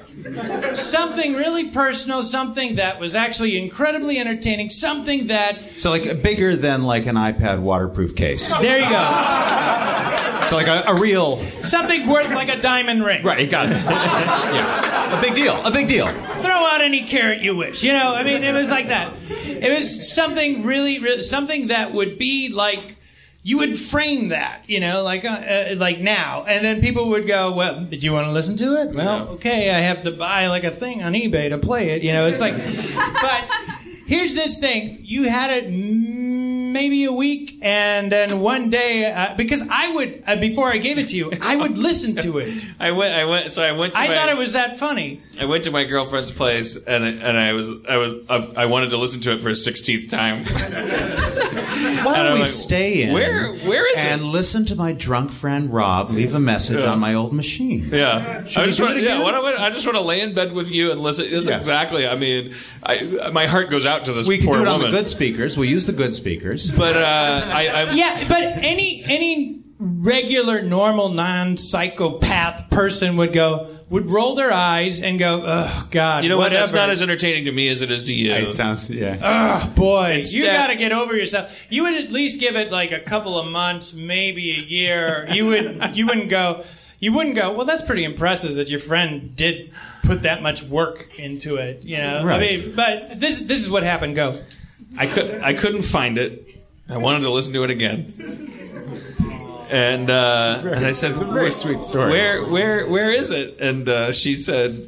[SPEAKER 4] Something really personal, something that was actually incredibly entertaining, something that.
[SPEAKER 3] So like bigger than like an iPad waterproof case.
[SPEAKER 4] There you go.
[SPEAKER 3] So like a, a real
[SPEAKER 4] something worth like a diamond ring.
[SPEAKER 3] Right, got it. yeah, a big deal. A big deal.
[SPEAKER 4] Throw out any carrot you wish. You know, I mean, it was like that. It was something really, really something that would be like you would frame that. You know, like uh, uh, like now, and then people would go, "Well, do you want to listen to it? Well, okay, I have to buy like a thing on eBay to play it." You know, it's like, but here's this thing: you had it maybe a week, and then one day, uh, because I would uh, before I gave it to you, I would listen to it.
[SPEAKER 5] I went. I went. So I went. To
[SPEAKER 4] I
[SPEAKER 5] my-
[SPEAKER 4] thought it was that funny.
[SPEAKER 5] I went to my girlfriend's place and I- and I was I was I wanted to listen to it for a sixteenth time.
[SPEAKER 3] Why
[SPEAKER 5] And
[SPEAKER 3] don't
[SPEAKER 5] I'm
[SPEAKER 3] we
[SPEAKER 5] like,
[SPEAKER 3] stay in?
[SPEAKER 5] where- where is it?
[SPEAKER 3] And listen to my drunk friend Rob leave a message
[SPEAKER 5] Yeah.
[SPEAKER 3] on my old machine.
[SPEAKER 5] Yeah,
[SPEAKER 3] Should
[SPEAKER 5] I
[SPEAKER 3] we
[SPEAKER 5] just
[SPEAKER 3] do
[SPEAKER 5] want
[SPEAKER 3] it
[SPEAKER 5] to. Yeah,
[SPEAKER 3] again?
[SPEAKER 5] what I, want- I just want to lay in bed with you and listen. That's exactly. I mean, I, my heart goes out to this
[SPEAKER 3] We can
[SPEAKER 5] poor
[SPEAKER 3] do it on
[SPEAKER 5] woman.
[SPEAKER 3] the good speakers. We'll use the good speakers.
[SPEAKER 5] but uh, I, I
[SPEAKER 4] Yeah, but any any regular, normal, non psychopath person would go would roll their eyes and go, "Oh God,
[SPEAKER 5] You know what?
[SPEAKER 4] whatever.
[SPEAKER 5] That's not as entertaining to me as it is to you. Ah!
[SPEAKER 3] It sounds yeah.
[SPEAKER 5] uh,
[SPEAKER 4] Oh boy, you
[SPEAKER 5] def-
[SPEAKER 4] got to get over yourself. You would at least give it like a couple of months, maybe a year. You would you wouldn't go you wouldn't go, well that's pretty impressive that your friend did put that much work into it, you know. I
[SPEAKER 3] Right.
[SPEAKER 4] mean, but this this is what happened, go.
[SPEAKER 5] I could. I couldn't find it. I wanted to listen to it again. And uh, and I said,
[SPEAKER 3] it's a very
[SPEAKER 5] "Where-
[SPEAKER 3] sweet story."
[SPEAKER 5] Where where where is it? And uh, she said,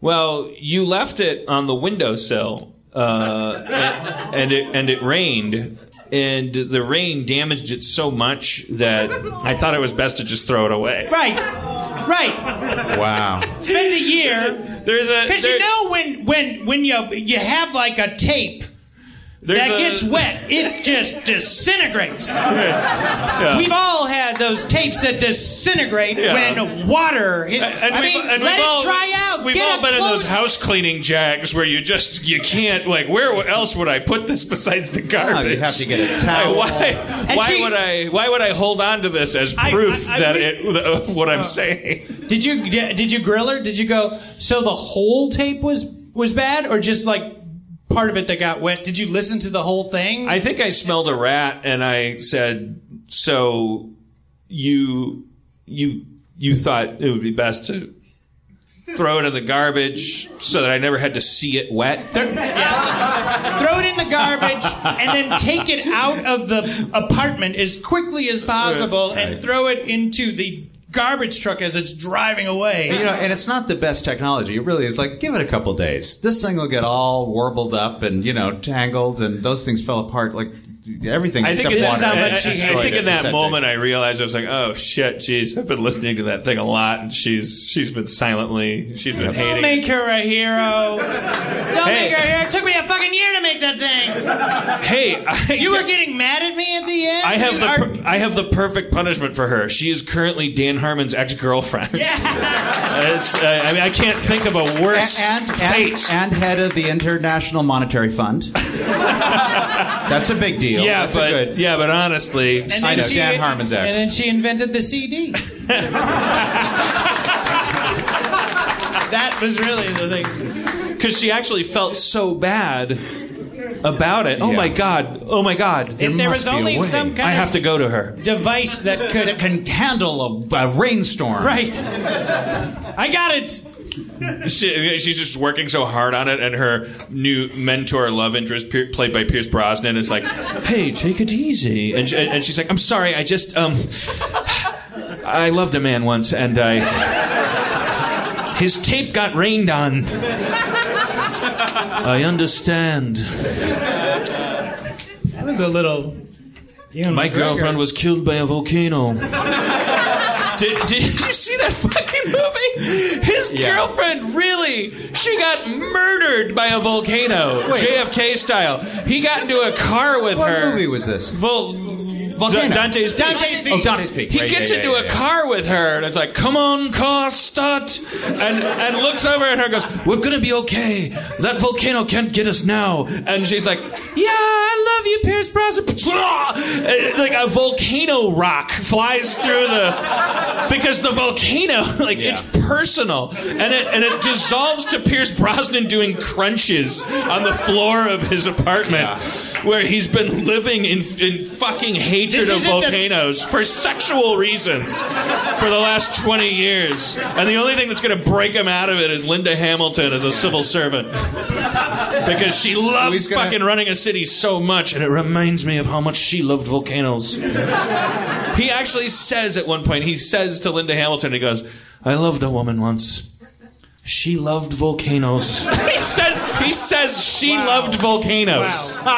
[SPEAKER 5] "Well, you left it on the windowsill, uh, and, and it and it rained." And the rain damaged it so much that I thought it was best to just throw it away.
[SPEAKER 4] Right. Right.
[SPEAKER 3] wow.
[SPEAKER 4] Spends a year
[SPEAKER 5] There's a
[SPEAKER 4] cuz
[SPEAKER 5] there-
[SPEAKER 4] you know when when when you you have like a tape
[SPEAKER 5] there's
[SPEAKER 4] that
[SPEAKER 5] a-
[SPEAKER 4] gets wet, it just disintegrates. We've all had those tapes that disintegrate
[SPEAKER 5] Yeah.
[SPEAKER 4] when water. Hit.
[SPEAKER 5] And
[SPEAKER 4] I
[SPEAKER 5] we've-
[SPEAKER 4] mean,
[SPEAKER 5] and
[SPEAKER 4] let
[SPEAKER 5] we've
[SPEAKER 4] it
[SPEAKER 5] all-
[SPEAKER 4] dry out.
[SPEAKER 5] We've
[SPEAKER 4] Get
[SPEAKER 5] all
[SPEAKER 4] up
[SPEAKER 5] been in
[SPEAKER 4] close.
[SPEAKER 5] those house cleaning jags where you just you can't like. Where else would I put this besides the garbage?
[SPEAKER 3] you'd have to get a
[SPEAKER 5] I-
[SPEAKER 3] towel.
[SPEAKER 5] Why? Why
[SPEAKER 4] she-
[SPEAKER 5] would I? Why would I hold on to this as
[SPEAKER 4] I-
[SPEAKER 5] proof
[SPEAKER 4] I- I
[SPEAKER 5] that
[SPEAKER 4] wish-
[SPEAKER 5] it of what I'm saying?
[SPEAKER 4] Uh, Did you did you grill her? Did you go? So the whole tape was was bad, or just like part of it that got wet? Did you listen to the whole thing?
[SPEAKER 5] I think I smelled a rat, and I said, "So you you you thought it would be best to." Throw it in the garbage so that I never had to see it wet.
[SPEAKER 4] Throw it in the garbage and then take it out of the apartment as quickly as possible and throw it into the garbage truck as it's driving away.
[SPEAKER 3] You know, and it's not the best technology. It really is like give it a couple days. This thing will get all warbled up and you know tangled, and those things fell apart like everything.
[SPEAKER 5] I think,
[SPEAKER 3] except water.
[SPEAKER 5] in that, I,
[SPEAKER 4] much she
[SPEAKER 5] I- I
[SPEAKER 4] hated
[SPEAKER 5] think
[SPEAKER 3] it.
[SPEAKER 5] in that
[SPEAKER 3] Septic.
[SPEAKER 5] moment I realized I was like, oh shit, jeez, I've been listening to that thing a lot, and she's she's been silently, she's been
[SPEAKER 4] Don't
[SPEAKER 5] hating.
[SPEAKER 4] make her a hero. Don't
[SPEAKER 5] Hey.
[SPEAKER 4] make her a hero. It took me a fucking year to make that thing.
[SPEAKER 5] hey, I,
[SPEAKER 4] You were getting mad at me at the end.
[SPEAKER 5] I have
[SPEAKER 4] You
[SPEAKER 5] the
[SPEAKER 4] are-
[SPEAKER 5] per- I have the perfect punishment for her. She is currently Dan Harmon's ex girlfriend. it's, uh, I mean, I can't think of a
[SPEAKER 3] A-
[SPEAKER 5] worse
[SPEAKER 3] and, and,
[SPEAKER 5] fate.
[SPEAKER 3] and head of the International Monetary Fund. That's a big deal.
[SPEAKER 5] yeah,
[SPEAKER 3] That's a
[SPEAKER 5] but
[SPEAKER 3] good-
[SPEAKER 5] yeah, but honestly,
[SPEAKER 4] And
[SPEAKER 3] I
[SPEAKER 4] then
[SPEAKER 3] know,
[SPEAKER 4] she-
[SPEAKER 3] Dan Harmon's ex.
[SPEAKER 4] And then she invented the CD. that was really the thing.
[SPEAKER 5] because she actually felt so bad about it. Oh my god! Oh my god!
[SPEAKER 4] If there was
[SPEAKER 3] must be a
[SPEAKER 4] only
[SPEAKER 3] way.
[SPEAKER 4] some kind
[SPEAKER 5] I have
[SPEAKER 4] of
[SPEAKER 5] to go to her.
[SPEAKER 4] device that could.
[SPEAKER 3] that can handle a, a rainstorm.
[SPEAKER 4] right. I got it.
[SPEAKER 5] She, she's just working so hard on it, and her new mentor love interest, Pier, played by Pierce Brosnan, is like, "Hey, take it easy," and, she, and she's like, "I'm sorry, I just um, I loved a man once, and I his tape got rained on. I understand.
[SPEAKER 4] That was a little.
[SPEAKER 5] My girlfriend was killed by a volcano." Did, did you see that fucking movie? His
[SPEAKER 3] Yeah.
[SPEAKER 5] girlfriend really, she got murdered by a volcano, JFK style. He got into a car with
[SPEAKER 3] What
[SPEAKER 5] her.
[SPEAKER 3] movie was this?
[SPEAKER 5] Vol-
[SPEAKER 3] Volcano.
[SPEAKER 5] Da- Dante's Peak.
[SPEAKER 4] Dante's Peak.
[SPEAKER 3] Oh, Dante's Peak.
[SPEAKER 5] He
[SPEAKER 3] Right,
[SPEAKER 5] gets
[SPEAKER 3] yeah,
[SPEAKER 5] into
[SPEAKER 3] yeah,
[SPEAKER 5] a
[SPEAKER 3] yeah.
[SPEAKER 5] car with her, and it's like, "Come on, car, start," and and looks over at her, and goes, "We're gonna be okay. That volcano can't get us now." And she's like, "Yeah, I love you, Hey, Pierce Brosnan. Uh, Like a volcano rock flies through the because the volcano, like it's personal, and it and it dissolves to Pierce Brosnan doing crunches on the floor of his apartment, where he's been living in in fucking hatred
[SPEAKER 4] This
[SPEAKER 5] of
[SPEAKER 4] isn't the-
[SPEAKER 5] volcanoes for sexual reasons for the last twenty years, and the only thing that's going to break him out of it is Linda Hamilton as a civil servant because she loves
[SPEAKER 3] gonna-
[SPEAKER 5] fucking running a city so much, and it reminds me of how much she loved volcanoes. he actually says at one point, he says to Linda Hamilton, he goes, "I loved a woman once. She loved volcanoes." he says, he says she loved volcanoes.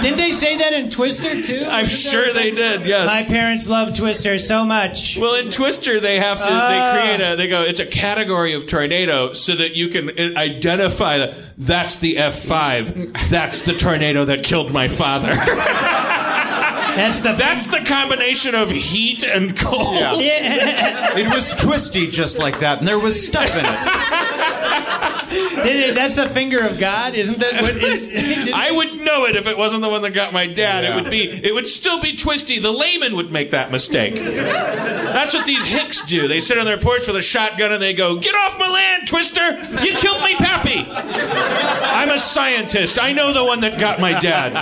[SPEAKER 4] Didn't they say that in Twister too?
[SPEAKER 5] I'm sure they did. Yes.
[SPEAKER 4] My parents love Twister so much.
[SPEAKER 5] Well, in Twister, they have to
[SPEAKER 4] Ah.
[SPEAKER 5] they create a they go it's a category of tornado so that you can i- identify that that's the F five that's the tornado that killed my father.
[SPEAKER 4] That's the
[SPEAKER 5] that's the combination of heat and cold.
[SPEAKER 3] It was twisty just like that, and there was stuff in it.
[SPEAKER 4] Did it- that's the finger of God, isn't that? What, is,
[SPEAKER 5] I would know it if it wasn't the one that got my dad. It would be. It would still be twisty. The layman would make that mistake. That's what these hicks do. They sit on their porch with a shotgun and they go, "Get off my land, Twister! You killed my pappy. I'm a scientist. I know the one that got my dad.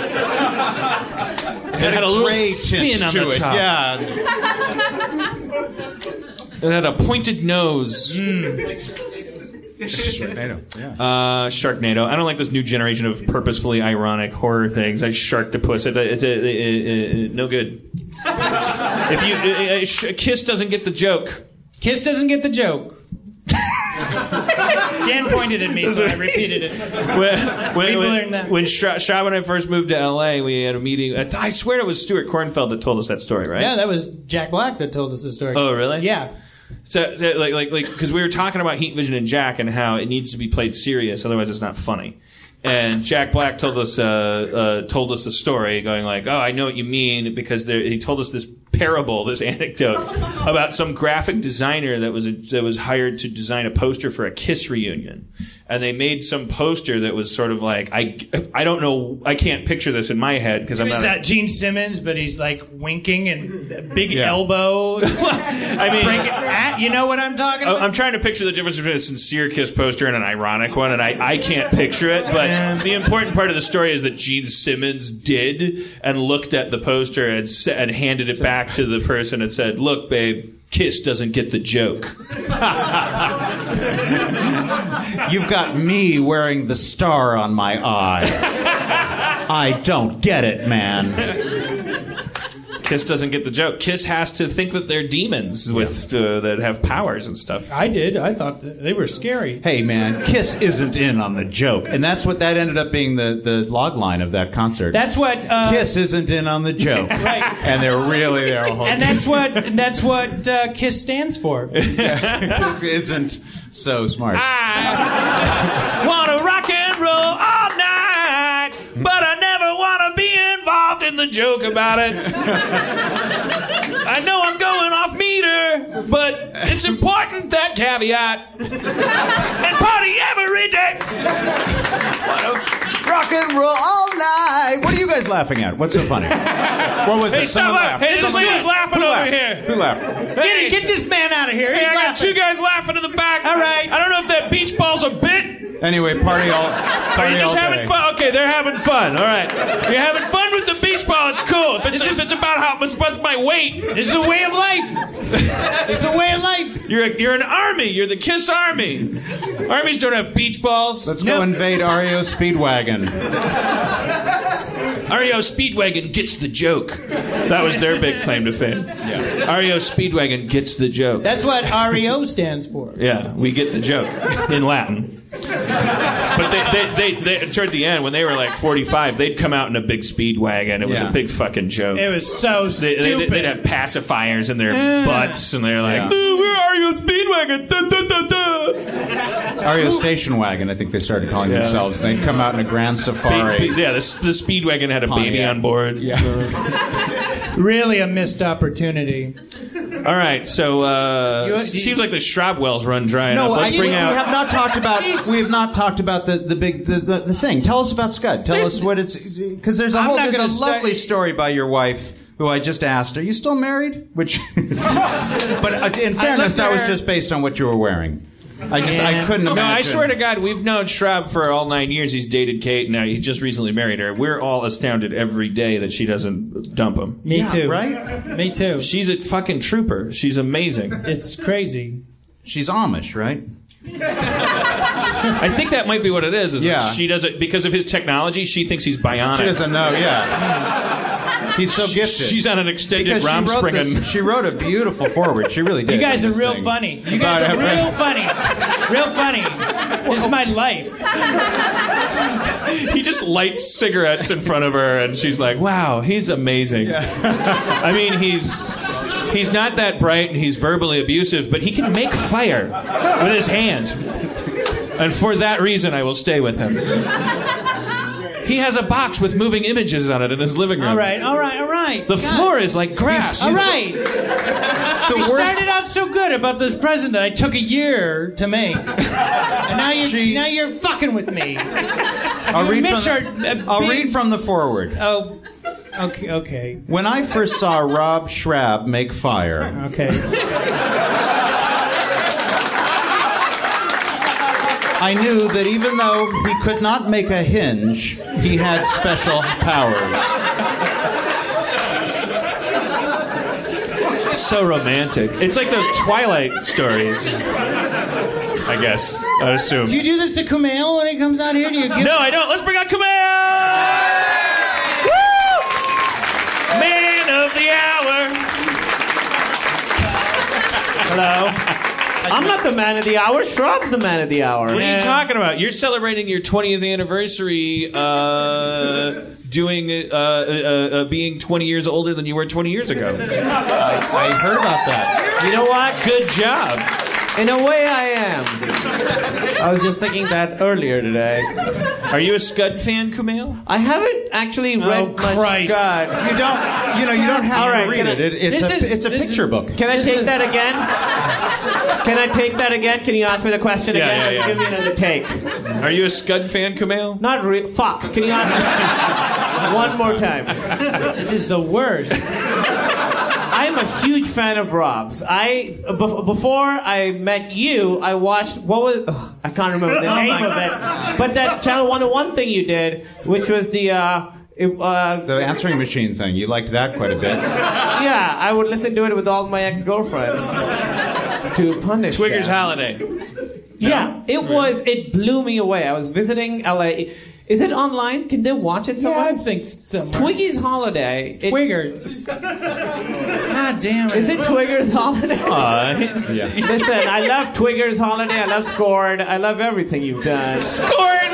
[SPEAKER 5] It had a little
[SPEAKER 3] Gray
[SPEAKER 5] fin
[SPEAKER 3] tint
[SPEAKER 5] on
[SPEAKER 3] to
[SPEAKER 5] the
[SPEAKER 3] it.
[SPEAKER 5] top.
[SPEAKER 3] Yeah.
[SPEAKER 5] It had a pointed nose.
[SPEAKER 3] Hmm. Tornado. Yeah.
[SPEAKER 5] Uh, Sharknado. I don't like this new generation of purposefully ironic horror things. I shark to puss. It's, a, it's a, a- a- a- no good. if you a, a- a sh- a kiss doesn't get the joke.
[SPEAKER 4] Kiss doesn't get the joke. Dan pointed at me, so I repeated it.
[SPEAKER 5] When, when,
[SPEAKER 4] We've
[SPEAKER 5] when,
[SPEAKER 4] learned that.
[SPEAKER 5] when Sha Sha and I first moved to LA, we had a meeting. I, th- I swear it was Stuart Kornfeld that told us that story, right?
[SPEAKER 4] Yeah, that was Jack Black that told us the story.
[SPEAKER 5] Oh, really?
[SPEAKER 4] Yeah.
[SPEAKER 5] So, so like, like, like, because we were talking about Heat Vision and Jack and how it needs to be played serious, otherwise it's not funny. And Jack Black told us, uh, uh, told us a story, going like, "Oh, I know what you mean," because there, he told us this parable, this anecdote about some graphic designer that was that was hired to design a poster for a Kiss reunion, and they made some poster that was sort of like, I, I don't know, I can't picture this in my head because I'm not.
[SPEAKER 4] Is
[SPEAKER 5] a-
[SPEAKER 4] that Gene Simmons, but he's like winking and a big elbow. I
[SPEAKER 5] mean-
[SPEAKER 4] Ah,
[SPEAKER 5] Oh,
[SPEAKER 4] you know what I'm talking
[SPEAKER 5] I-
[SPEAKER 4] about?
[SPEAKER 5] I'm trying to picture the difference between a sincere kiss poster and an ironic one, and I, I can't picture it. But the important part of the story is that Gene Simmons did and looked at the poster and, sa- and handed it back to the person and said, Look, babe, kiss doesn't get the joke.
[SPEAKER 3] You've got me wearing the star on my eye. I don't get it, man.
[SPEAKER 5] Kiss doesn't get the joke. Kiss has to think that they're demons with uh, that have powers and stuff.
[SPEAKER 4] I did. I thought that they were scary.
[SPEAKER 3] Hey, man, Kiss isn't in on the joke. And that's what that ended up being the, the log line of that concert.
[SPEAKER 4] That's what. Uh,
[SPEAKER 3] Kiss isn't in on the joke. right. And they're really there.
[SPEAKER 5] oh.
[SPEAKER 4] And that's what. and that's what uh, Kiss stands for.
[SPEAKER 3] Kiss isn't so smart.
[SPEAKER 5] Ah. wanna rock and roll all night, but I never wanna be involved in the joke about it. I know I'm going off meter, but it's important that caveat. And party every day.
[SPEAKER 3] Rock and roll all night. What are you guys laughing at? What's so funny? What was
[SPEAKER 5] Hey,
[SPEAKER 3] it?
[SPEAKER 5] stop
[SPEAKER 3] Someone
[SPEAKER 5] it.
[SPEAKER 3] laughed.
[SPEAKER 5] Hey, this
[SPEAKER 3] Someone
[SPEAKER 5] lady's
[SPEAKER 3] laughed. Who
[SPEAKER 5] laughing over
[SPEAKER 3] laughed?
[SPEAKER 5] here.
[SPEAKER 3] Who laughed?
[SPEAKER 4] Get, get this man out of here.
[SPEAKER 5] Hey,
[SPEAKER 4] He's
[SPEAKER 5] I got
[SPEAKER 4] laughing.
[SPEAKER 5] two guys laughing in the back.
[SPEAKER 4] All right.
[SPEAKER 5] I don't know if that beach ball's a bit.
[SPEAKER 3] Anyway, party all.
[SPEAKER 5] Are
[SPEAKER 3] Party
[SPEAKER 5] you just
[SPEAKER 3] all
[SPEAKER 5] having
[SPEAKER 3] day.
[SPEAKER 5] fun? Okay, they're having fun. All right. You're having fun with the beach ball. It's cool. If it's, if it's about how much what's my weight,
[SPEAKER 4] This is a way of life. It's a way of life.
[SPEAKER 5] You're a, you're an army. You're the Kiss Army. Armies don't have beach balls.
[SPEAKER 3] Let's go invade Ario Speedwagon.
[SPEAKER 5] REO E Speedwagon gets the joke. That was their big claim to fame. Yeah. REO Speedwagon gets the joke.
[SPEAKER 4] That's what REO stands for.
[SPEAKER 5] yeah, we get the joke in Latin. But they, they, they, they, toward the end, when they were like 45, they'd come out in a big Speedwagon. It was
[SPEAKER 3] Yeah.
[SPEAKER 5] a big fucking joke.
[SPEAKER 4] It was so
[SPEAKER 5] They,
[SPEAKER 4] stupid.
[SPEAKER 5] they, would have pacifiers in their butts, and they're like,
[SPEAKER 3] Yeah.
[SPEAKER 5] "Ooh, "Where are you, Speedwagon?" Da, da, da, da."
[SPEAKER 3] Ario Station Wagon, I think they started calling themselves. They come out in a grand
[SPEAKER 5] They-
[SPEAKER 3] safari.
[SPEAKER 5] yeah, the, the Speedwagon had a baby
[SPEAKER 3] Pontiac.
[SPEAKER 5] on board.
[SPEAKER 3] Yeah.
[SPEAKER 4] really a missed opportunity.
[SPEAKER 5] All right, so uh,
[SPEAKER 3] You-
[SPEAKER 5] it seems like the Schraub wells run dry enough. Let's
[SPEAKER 3] I-
[SPEAKER 5] bring
[SPEAKER 3] we
[SPEAKER 5] out.
[SPEAKER 3] have not talked about we have not talked about the the big the, the, the thing. Tell us about Scud. Tell us what it's because there's a
[SPEAKER 4] I'm
[SPEAKER 3] whole
[SPEAKER 4] not
[SPEAKER 3] there's a
[SPEAKER 4] gonna start-
[SPEAKER 3] lovely story by your wife who I just asked. Are you still married? Which, but uh, in
[SPEAKER 5] I
[SPEAKER 3] fairness,
[SPEAKER 5] looked
[SPEAKER 3] that was
[SPEAKER 5] her-
[SPEAKER 3] just based on what you were wearing. I just I couldn't imagine.
[SPEAKER 5] No, I swear to God, we've known Schraub for all nine years. He's dated Kate. Now he just recently married her. We're all astounded every day that she doesn't dump him.
[SPEAKER 4] Me
[SPEAKER 3] Yeah,
[SPEAKER 4] too.
[SPEAKER 3] right?
[SPEAKER 4] Me too.
[SPEAKER 5] She's a fucking trooper. She's amazing.
[SPEAKER 4] It's crazy.
[SPEAKER 3] She's Amish, right?
[SPEAKER 5] I think that might be what it is. is
[SPEAKER 3] Yeah.
[SPEAKER 5] that she doesn't because of his technology. She thinks he's bionic.
[SPEAKER 3] She doesn't know. Yeah, he's so
[SPEAKER 5] She-
[SPEAKER 3] gifted.
[SPEAKER 5] She's on an extended
[SPEAKER 3] because she
[SPEAKER 5] Rom
[SPEAKER 3] wrote, this, she wrote a beautiful forward. She really did.
[SPEAKER 4] You guys
[SPEAKER 3] in
[SPEAKER 4] are
[SPEAKER 3] this
[SPEAKER 4] real
[SPEAKER 3] thing.
[SPEAKER 4] funny. You
[SPEAKER 3] About
[SPEAKER 4] guys are
[SPEAKER 3] every-
[SPEAKER 4] real funny. Real funny. This is my life.
[SPEAKER 5] he just lights cigarettes in front of her, and she's like, "Wow, he's amazing." I mean, he's he's not that bright, and he's verbally abusive, but he can make fire with his hand. And for that reason, I will stay with him. He has a box with moving images on it in his living room.
[SPEAKER 4] All right, all right, all right.
[SPEAKER 5] The
[SPEAKER 4] God.
[SPEAKER 5] floor is like grass.
[SPEAKER 4] All right. You
[SPEAKER 3] It's the worst
[SPEAKER 4] started out so good about this present that I took a year to make. And now you're,
[SPEAKER 3] She-
[SPEAKER 4] now you're fucking with me.
[SPEAKER 3] I'll read,
[SPEAKER 4] Mitch
[SPEAKER 3] from the,
[SPEAKER 4] are a
[SPEAKER 3] I'll
[SPEAKER 4] uh, big-
[SPEAKER 3] read from the forward.
[SPEAKER 4] Oh, okay, okay,
[SPEAKER 3] When I first saw Rob Schrab make fire,
[SPEAKER 4] okay.
[SPEAKER 3] I knew that even though he could not make a hinge, he had special powers.
[SPEAKER 5] so romantic. It's like those Twilight stories. I guess. I'd assume.
[SPEAKER 4] Do you do this to Kumail when he comes out here? Do you give
[SPEAKER 5] No, I don't. Let's bring out Kumail! Woo! Man of the hour.
[SPEAKER 7] Hello. I'm not the man of the hour. Straub's the man of the hour.
[SPEAKER 5] What are you talking about? You're celebrating your 20th anniversary, uh, doing, uh, uh, uh, being 20 years older than you were 20 years ago.
[SPEAKER 3] I heard about that.
[SPEAKER 7] You know what?
[SPEAKER 5] Good job.
[SPEAKER 7] In a way, I am. I was just thinking that earlier today.
[SPEAKER 5] Are you a Scud fan, Kumail? Oh,
[SPEAKER 7] I haven't actually read
[SPEAKER 4] Christ.
[SPEAKER 7] much Scott.
[SPEAKER 3] You don't, you know, you don't have
[SPEAKER 7] All right,
[SPEAKER 3] to read
[SPEAKER 7] can I-
[SPEAKER 3] it. it. It's
[SPEAKER 4] this
[SPEAKER 3] a,
[SPEAKER 4] is-
[SPEAKER 3] it's a
[SPEAKER 4] this
[SPEAKER 3] picture
[SPEAKER 4] is-
[SPEAKER 3] book.
[SPEAKER 7] Can I
[SPEAKER 4] This
[SPEAKER 7] take
[SPEAKER 4] is-
[SPEAKER 7] that again? Can I take that again? Can you ask me the question
[SPEAKER 5] Yeah,
[SPEAKER 7] again?
[SPEAKER 5] yeah, yeah.
[SPEAKER 7] Give me another take.
[SPEAKER 5] Are you a Scud fan, Kumail?
[SPEAKER 7] Not re- fuck. Can you ask me one more time?
[SPEAKER 4] This is the worst.
[SPEAKER 7] I am a huge fan of Rob's. I bef- before I met you, I watched what was ugh, I can't remember the name of it, but that Channel 101 thing you did, which was the uh, it, uh,
[SPEAKER 3] The answering machine thing. You liked that quite a bit.
[SPEAKER 7] yeah, I would listen to it with all my ex girlfriends to punish
[SPEAKER 5] Twigger's
[SPEAKER 7] them.
[SPEAKER 5] Holiday.
[SPEAKER 7] Yeah, it was. It blew me away. I was visiting LA. Is it online? Can they watch it
[SPEAKER 4] Yeah,
[SPEAKER 7] somewhere?
[SPEAKER 4] I think somewhere.
[SPEAKER 7] Twiggy's holiday. It-
[SPEAKER 4] Twiggers. God damn it.
[SPEAKER 7] Is it Twigger's holiday?
[SPEAKER 3] Yeah.
[SPEAKER 7] Listen, I love Twigger's holiday. I love Scorn. I love everything you've done. Scorn.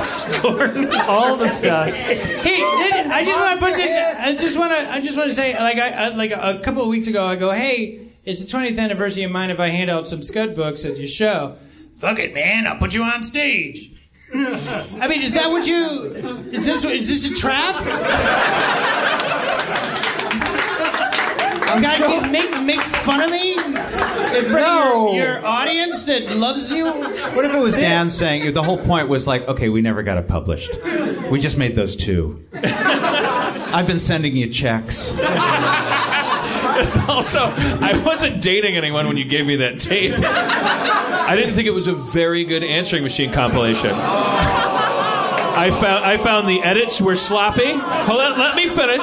[SPEAKER 7] Scorn. All the stuff.
[SPEAKER 4] Hey, did- I just want to put this. I just want to. I just want to say, like, I, I like a couple of weeks ago, I go, "Hey, it's the 20th anniversary of mine. If I hand out some Scud books at your show, fuck it, man, I'll put you on stage." I mean, is that what you? Is this is this a trap? God, you make make fun of me in front
[SPEAKER 7] No.
[SPEAKER 4] of your, your audience that loves you.
[SPEAKER 3] What if it was Dan saying the whole point was like, okay, we never got it published. We just made those two. I've been sending you checks.
[SPEAKER 5] It's also, I wasn't dating anyone when you gave me that tape. I didn't think it was a very good answering machine compilation. I found I found the edits were sloppy. Hold on, let me finish.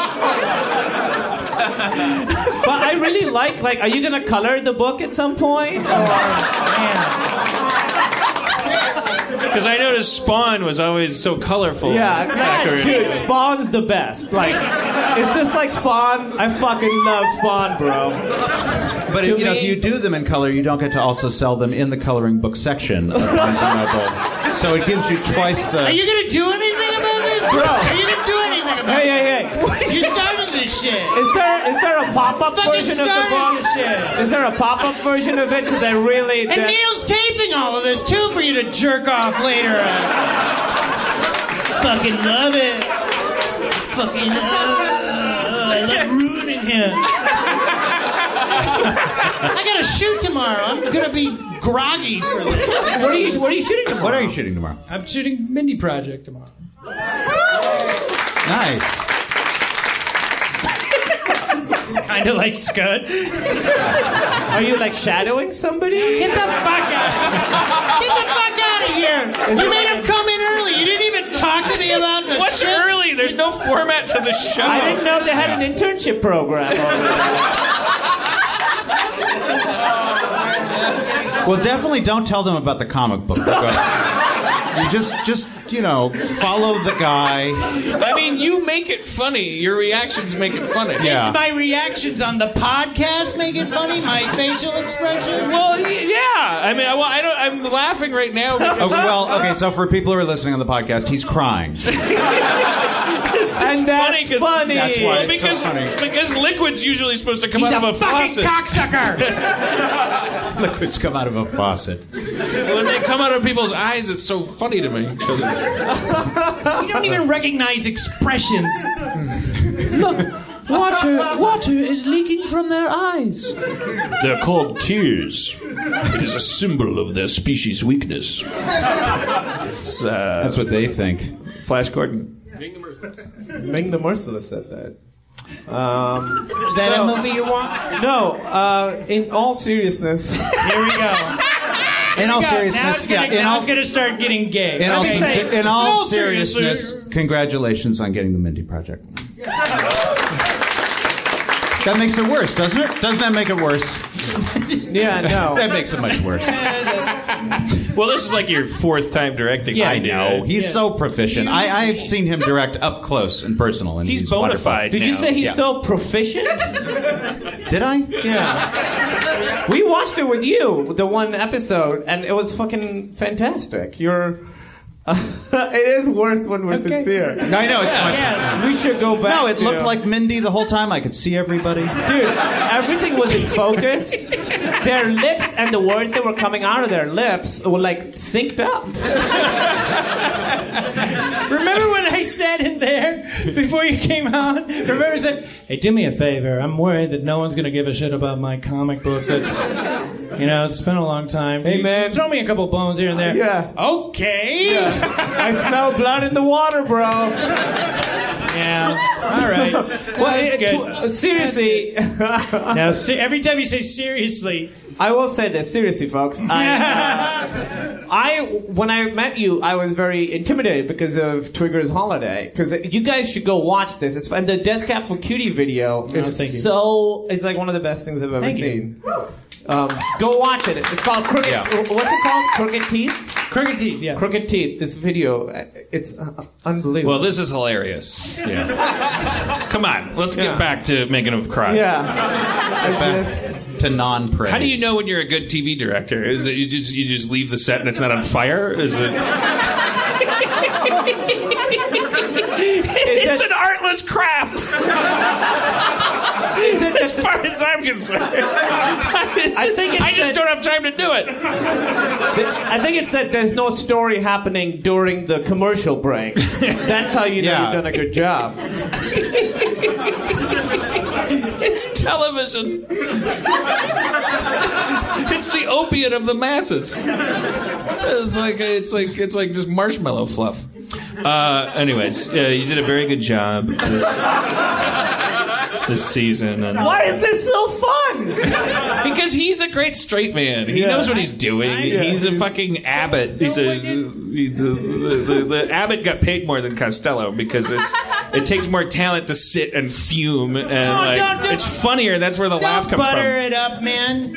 [SPEAKER 7] But I really like. Like, are you gonna color the book at some point?
[SPEAKER 3] Oh.
[SPEAKER 5] Because I noticed Spawn was always so colorful.
[SPEAKER 7] Yeah,
[SPEAKER 5] Accurate.
[SPEAKER 7] dude, Spawn's the best. Like, it's just like Spawn. I fucking love Spawn, bro.
[SPEAKER 3] But if,
[SPEAKER 7] To
[SPEAKER 3] you know, if
[SPEAKER 7] me-
[SPEAKER 3] you do them in color, you don't get to also sell them in the coloring book section of Barnes and Noble. So it gives you twice
[SPEAKER 4] Are
[SPEAKER 3] the.
[SPEAKER 4] you gonna do anything about this, bro? Are you gonna do anything about
[SPEAKER 7] Hey, hey,
[SPEAKER 4] it?
[SPEAKER 7] hey.
[SPEAKER 4] You started this shit.
[SPEAKER 7] Is there is there a pop up
[SPEAKER 4] Fucking
[SPEAKER 7] version of the
[SPEAKER 4] started
[SPEAKER 7] book?
[SPEAKER 4] this shit.
[SPEAKER 7] Is there a pop up version of it? Because I really.
[SPEAKER 4] And
[SPEAKER 7] that-
[SPEAKER 4] Neil's taping all of this too for you to jerk off later. On. Fucking love it. Fucking love. I love ruining him.
[SPEAKER 7] I gotta shoot tomorrow. I'm gonna be groggy. For what are you? What are you shooting tomorrow?
[SPEAKER 3] What are you shooting tomorrow?
[SPEAKER 4] I'm shooting Mindy Project tomorrow.
[SPEAKER 3] Nice.
[SPEAKER 4] kind of like Scud.
[SPEAKER 7] Are you like shadowing somebody?
[SPEAKER 4] Get the fuck out! Get the fuck out of here! you made him come in early. You didn't even talk to me about the
[SPEAKER 5] What's
[SPEAKER 4] shit.
[SPEAKER 5] early? There's no format to the show.
[SPEAKER 7] I didn't know they had an internship program.
[SPEAKER 3] Well, definitely don't tell them about the comic book. you just, just you know, follow the guy.
[SPEAKER 5] I mean, you make it funny. Your reactions make it funny.
[SPEAKER 3] Yeah.
[SPEAKER 4] My reactions on the podcast make it funny. My facial expression.
[SPEAKER 5] Well, y- yeah. I mean, I, well, I don't. I'm laughing right now.
[SPEAKER 3] Oh,
[SPEAKER 5] Because
[SPEAKER 3] well, okay. So for people who are listening on the podcast, he's crying.
[SPEAKER 7] and that's funny.
[SPEAKER 5] 'cause-
[SPEAKER 3] That's why
[SPEAKER 5] Well,
[SPEAKER 3] it's so
[SPEAKER 5] because
[SPEAKER 3] funny.
[SPEAKER 5] because liquid's usually supposed to come
[SPEAKER 4] He's
[SPEAKER 5] out
[SPEAKER 4] a,
[SPEAKER 5] of a
[SPEAKER 4] fucking
[SPEAKER 5] faucet.
[SPEAKER 4] cocksucker.
[SPEAKER 3] Liquids come out of a faucet.
[SPEAKER 5] when they come out of people's eyes, it's so funny to me. 'Cause it-
[SPEAKER 4] you don't even recognize expressions.
[SPEAKER 7] Water, water is leaking from their eyes.
[SPEAKER 5] They're called tears. It is a symbol of their species' weakness. It's, uh,
[SPEAKER 3] That's what they think.
[SPEAKER 5] Flash Gordon.
[SPEAKER 7] Ming the Merciless said that. Um,
[SPEAKER 4] Is that a movie you want?
[SPEAKER 7] No, uh, in all seriousness,
[SPEAKER 4] Here we go.
[SPEAKER 3] In all
[SPEAKER 4] now
[SPEAKER 3] seriousness,
[SPEAKER 4] it's gonna,
[SPEAKER 3] yeah. In
[SPEAKER 4] now
[SPEAKER 3] all,
[SPEAKER 4] it's gonna start getting gay.
[SPEAKER 3] in
[SPEAKER 4] Let
[SPEAKER 3] all,
[SPEAKER 4] me
[SPEAKER 3] sin-
[SPEAKER 4] say-
[SPEAKER 3] in all
[SPEAKER 4] no, seriously.
[SPEAKER 3] seriousness, congratulations on getting the Mindy Project. That makes it worse, doesn't it? Doesn't that make it worse?
[SPEAKER 7] yeah, no.
[SPEAKER 3] That makes it much worse.
[SPEAKER 5] Well, this is like your fourth time directing.
[SPEAKER 4] Yeah,
[SPEAKER 3] I
[SPEAKER 5] did,
[SPEAKER 3] know.
[SPEAKER 5] right?
[SPEAKER 3] He's so proficient. I, I've seen him direct up close and personal, and
[SPEAKER 5] He's
[SPEAKER 3] he's,
[SPEAKER 5] bona
[SPEAKER 3] wonderful.
[SPEAKER 5] fide.
[SPEAKER 7] Did you
[SPEAKER 5] now.
[SPEAKER 7] say he's
[SPEAKER 3] Yeah.
[SPEAKER 7] so proficient?
[SPEAKER 3] Did I?
[SPEAKER 7] Yeah. We watched it with you, the one episode, and it was fucking fantastic. You're. it is worse when we're sincere.
[SPEAKER 3] I know it's much.
[SPEAKER 7] We should go back.
[SPEAKER 3] No, it
[SPEAKER 7] to-
[SPEAKER 3] looked like Mindy the whole time. I could see everybody.
[SPEAKER 7] Dude, everything was in focus. Their lips and the words that were coming out of their lips were like synced up.
[SPEAKER 4] Remember when I said in there before you came out? Remember I said, "Hey, do me a favor. I'm worried that no one's gonna give a shit about my comic book. That's you know, it's been a long time.
[SPEAKER 7] Hey,
[SPEAKER 4] You-
[SPEAKER 7] man.
[SPEAKER 4] throw me a couple bones here and there.
[SPEAKER 7] Yeah.
[SPEAKER 4] Okay. Yeah.
[SPEAKER 7] I smell blood in the water, bro.
[SPEAKER 4] All right.
[SPEAKER 7] Well,
[SPEAKER 4] That's
[SPEAKER 7] it-
[SPEAKER 4] good.
[SPEAKER 7] to- uh, seriously,
[SPEAKER 4] now, se- every time you say seriously,
[SPEAKER 7] I will say this seriously, folks. I, uh, I when I met you, I was very intimidated because of Twigger's holiday. Because you guys should go watch this. It's and the Death Cap for Cutie video is
[SPEAKER 4] Oh, thank you.
[SPEAKER 7] so it's like one of the best things I've ever
[SPEAKER 4] Thank you.
[SPEAKER 7] seen. Um, go watch it. It's called Crooked.
[SPEAKER 3] Yeah.
[SPEAKER 7] What's it called? Crooked Teeth.
[SPEAKER 4] crooked teeth. Yeah.
[SPEAKER 7] Crooked Teeth. This video, uh, it's uh, unbelievable.
[SPEAKER 5] Well, this is hilarious. Yeah. Come on, let's get
[SPEAKER 7] Yeah.
[SPEAKER 5] back to making him cry.
[SPEAKER 7] yeah. I just-
[SPEAKER 3] Back to non-praise.
[SPEAKER 5] How do you know when you're a good TV director? Is it you just you just leave the set and it's not on fire? Is it? it's an artless craft,
[SPEAKER 7] Is it-
[SPEAKER 5] as far as I'm concerned. It's
[SPEAKER 7] I
[SPEAKER 5] just-
[SPEAKER 7] think it's
[SPEAKER 5] I just
[SPEAKER 7] that-
[SPEAKER 5] don't have time to do it.
[SPEAKER 7] I think it's that there's no story happening during the commercial break. That's how you know
[SPEAKER 3] Yeah.
[SPEAKER 7] you've done a good job.
[SPEAKER 5] It's television. it's the opiate of the masses. It's like it's like it's like just marshmallow fluff. Uh, anyways, uh, you did a very good job this, this season. And
[SPEAKER 7] Why is this so fun?
[SPEAKER 5] Because he's a great straight man. He knows what he's doing. he's a fucking abbot. He's a, he's a- the, the, the abbot got paid more than Costello because it's it takes more talent to sit and fume and like,
[SPEAKER 4] don't do-
[SPEAKER 5] it's funnier. That's where the laugh
[SPEAKER 4] Don't
[SPEAKER 5] comes
[SPEAKER 4] butter
[SPEAKER 5] from.
[SPEAKER 4] it up, man.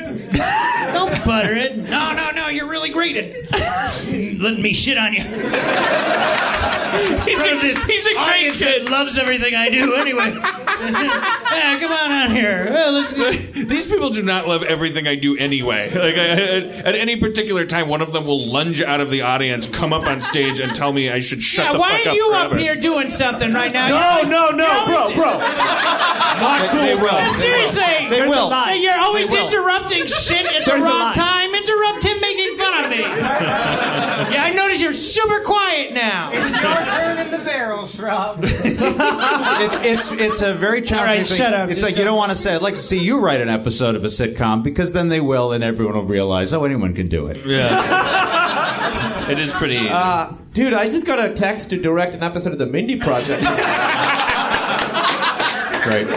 [SPEAKER 4] Don't butter it. No, no, no. You're really great at letting me shit on you.
[SPEAKER 5] He's a, he's a great
[SPEAKER 4] Audience that
[SPEAKER 5] kid.
[SPEAKER 4] loves everything I do anyway. yeah, come on out here. Well, let's go.
[SPEAKER 5] These people do not love everything I do anyway. Like I, at, at any particular time, one of them will lunge out of the audience, come up on stage, and tell me I should shut
[SPEAKER 4] Yeah,
[SPEAKER 5] the
[SPEAKER 4] why
[SPEAKER 5] fuck
[SPEAKER 4] are
[SPEAKER 5] up.
[SPEAKER 4] you
[SPEAKER 5] forever.
[SPEAKER 4] up here doing something right now?
[SPEAKER 7] No, no, no, bro, bro.
[SPEAKER 3] They, they will.
[SPEAKER 4] No, seriously.
[SPEAKER 3] They will.
[SPEAKER 4] Hey, You're always
[SPEAKER 3] They will.
[SPEAKER 4] interrupting shit at
[SPEAKER 7] There's a
[SPEAKER 4] the wrong
[SPEAKER 7] line.
[SPEAKER 4] time. Interrupt him making fun of me. yeah, I notice you're super quiet now.
[SPEAKER 8] Your turn in the barrel, sir.
[SPEAKER 3] drop. it's it's it's a very challenging
[SPEAKER 4] All right,
[SPEAKER 3] thing.
[SPEAKER 4] shut up.
[SPEAKER 3] It's
[SPEAKER 4] Just
[SPEAKER 3] like you
[SPEAKER 4] shut
[SPEAKER 3] don't want to say. I'd like to see you write an episode of a sitcom because then they will, and everyone will realize, oh, anyone can do it.
[SPEAKER 5] Yeah. it is pretty easy.
[SPEAKER 7] Uh, dude, I just got a text to direct an episode of the Mindy Project.
[SPEAKER 4] uh,
[SPEAKER 3] Great.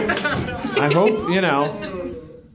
[SPEAKER 7] I hope you know.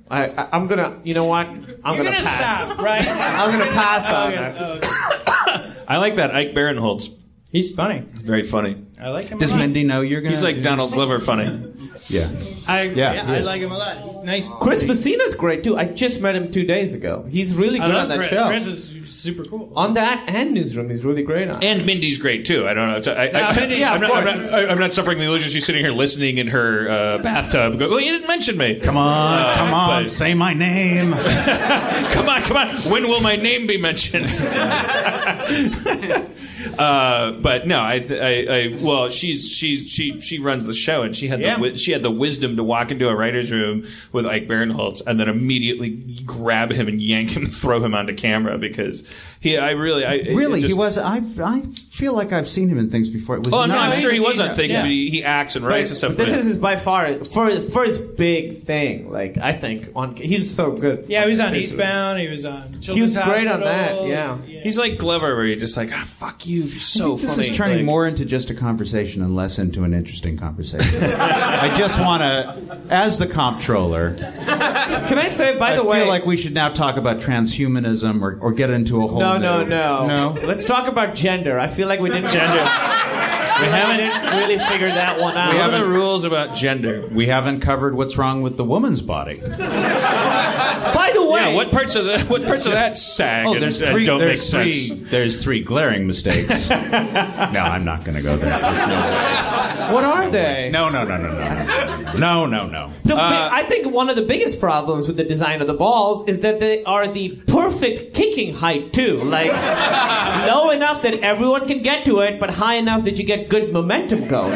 [SPEAKER 7] I, I I'm gonna. You know what? I'm
[SPEAKER 4] You're gonna
[SPEAKER 7] pass.
[SPEAKER 4] stop, right?
[SPEAKER 7] I'm gonna pass on that.
[SPEAKER 5] I like that Ike Barinholtz.
[SPEAKER 4] He's funny.
[SPEAKER 5] Very funny.
[SPEAKER 4] I like him.
[SPEAKER 3] Does
[SPEAKER 4] a lot.
[SPEAKER 3] Mindy know you're gonna?
[SPEAKER 5] He's like Donald Glover funny.
[SPEAKER 3] Yeah.
[SPEAKER 4] I,
[SPEAKER 3] Yeah,
[SPEAKER 4] yeah,
[SPEAKER 3] he
[SPEAKER 4] I
[SPEAKER 3] is.
[SPEAKER 4] like him a lot. He's nice.
[SPEAKER 7] Chris Messina's great too. I just met him two days ago. He's really
[SPEAKER 4] I
[SPEAKER 7] good
[SPEAKER 4] love
[SPEAKER 7] on that
[SPEAKER 4] Chris.
[SPEAKER 7] show.
[SPEAKER 4] Chris is super cool.
[SPEAKER 7] on that and Newsroom, he's really great on.
[SPEAKER 5] And Mindy's great too. I don't know. I, I, I,
[SPEAKER 7] Mindy, yeah,
[SPEAKER 5] I'm,
[SPEAKER 7] of
[SPEAKER 5] not, I'm,
[SPEAKER 7] course.
[SPEAKER 5] not, I- I'm not suffering the illusion. She's sitting here listening in her uh, bathtub. Go, well, you didn't mention me. Uh,
[SPEAKER 3] Come on, come on, say my name.
[SPEAKER 5] come on, come on. When will my name be mentioned? uh, but no, I, I, I, well, she's she's she she runs the show, and she had
[SPEAKER 4] Yeah.
[SPEAKER 5] the wi- she had the wisdom to walk into a writer's room with Ike Barinholtz and then immediately grab him and yank him, throw him onto camera because he, I really, I it
[SPEAKER 3] Really, he
[SPEAKER 5] just-
[SPEAKER 3] was. I I feel like I've seen him in things before. It was
[SPEAKER 5] Oh, I'm not
[SPEAKER 3] not-
[SPEAKER 5] sure he was on
[SPEAKER 7] Yeah.
[SPEAKER 5] things, but he, he acts and writes and stuff.
[SPEAKER 7] But this is his by far first, first big thing. Like I think on he's so good.
[SPEAKER 4] Yeah, he was on
[SPEAKER 7] Chris.
[SPEAKER 4] Eastbound. He was on. Children's
[SPEAKER 7] He was great on that.
[SPEAKER 4] Hospital.
[SPEAKER 7] Yeah.
[SPEAKER 5] He's like Glover, where you're just like, ah, fuck you, you're
[SPEAKER 3] I
[SPEAKER 5] so
[SPEAKER 3] think this
[SPEAKER 5] funny.
[SPEAKER 3] is turning
[SPEAKER 5] Like-
[SPEAKER 3] more into just a conversation and less into an interesting conversation. I just want to, as the comptroller,
[SPEAKER 7] Can I say by
[SPEAKER 3] I
[SPEAKER 7] the way?
[SPEAKER 3] feel like we should now talk about transhumanism or, or get into a whole.
[SPEAKER 7] no, no,
[SPEAKER 3] new-
[SPEAKER 7] no,
[SPEAKER 3] no.
[SPEAKER 7] Let's talk about gender. I feel like we didn't gender. we haven't really figured that one out.
[SPEAKER 3] We
[SPEAKER 5] What are the
[SPEAKER 3] haven't-
[SPEAKER 5] rules about gender?
[SPEAKER 3] We haven't covered what's wrong with the woman's body.
[SPEAKER 7] By the way,
[SPEAKER 5] Yeah, what parts of the what parts of that sag?
[SPEAKER 3] Oh,
[SPEAKER 5] and-
[SPEAKER 3] there's
[SPEAKER 5] and
[SPEAKER 3] three.
[SPEAKER 5] don't
[SPEAKER 3] there's
[SPEAKER 5] make
[SPEAKER 3] three.
[SPEAKER 5] sense.
[SPEAKER 3] There's three glaring mistakes. no, I'm not going to go there. There's no way.
[SPEAKER 7] what are they?
[SPEAKER 3] No, no, no, no, no, no, no, no, no.
[SPEAKER 5] Uh,
[SPEAKER 7] The bi- I think one of the biggest problems with the design of the balls is that they are the perfect kicking height too. Like low enough that everyone can get to it, but high enough that you get good momentum going.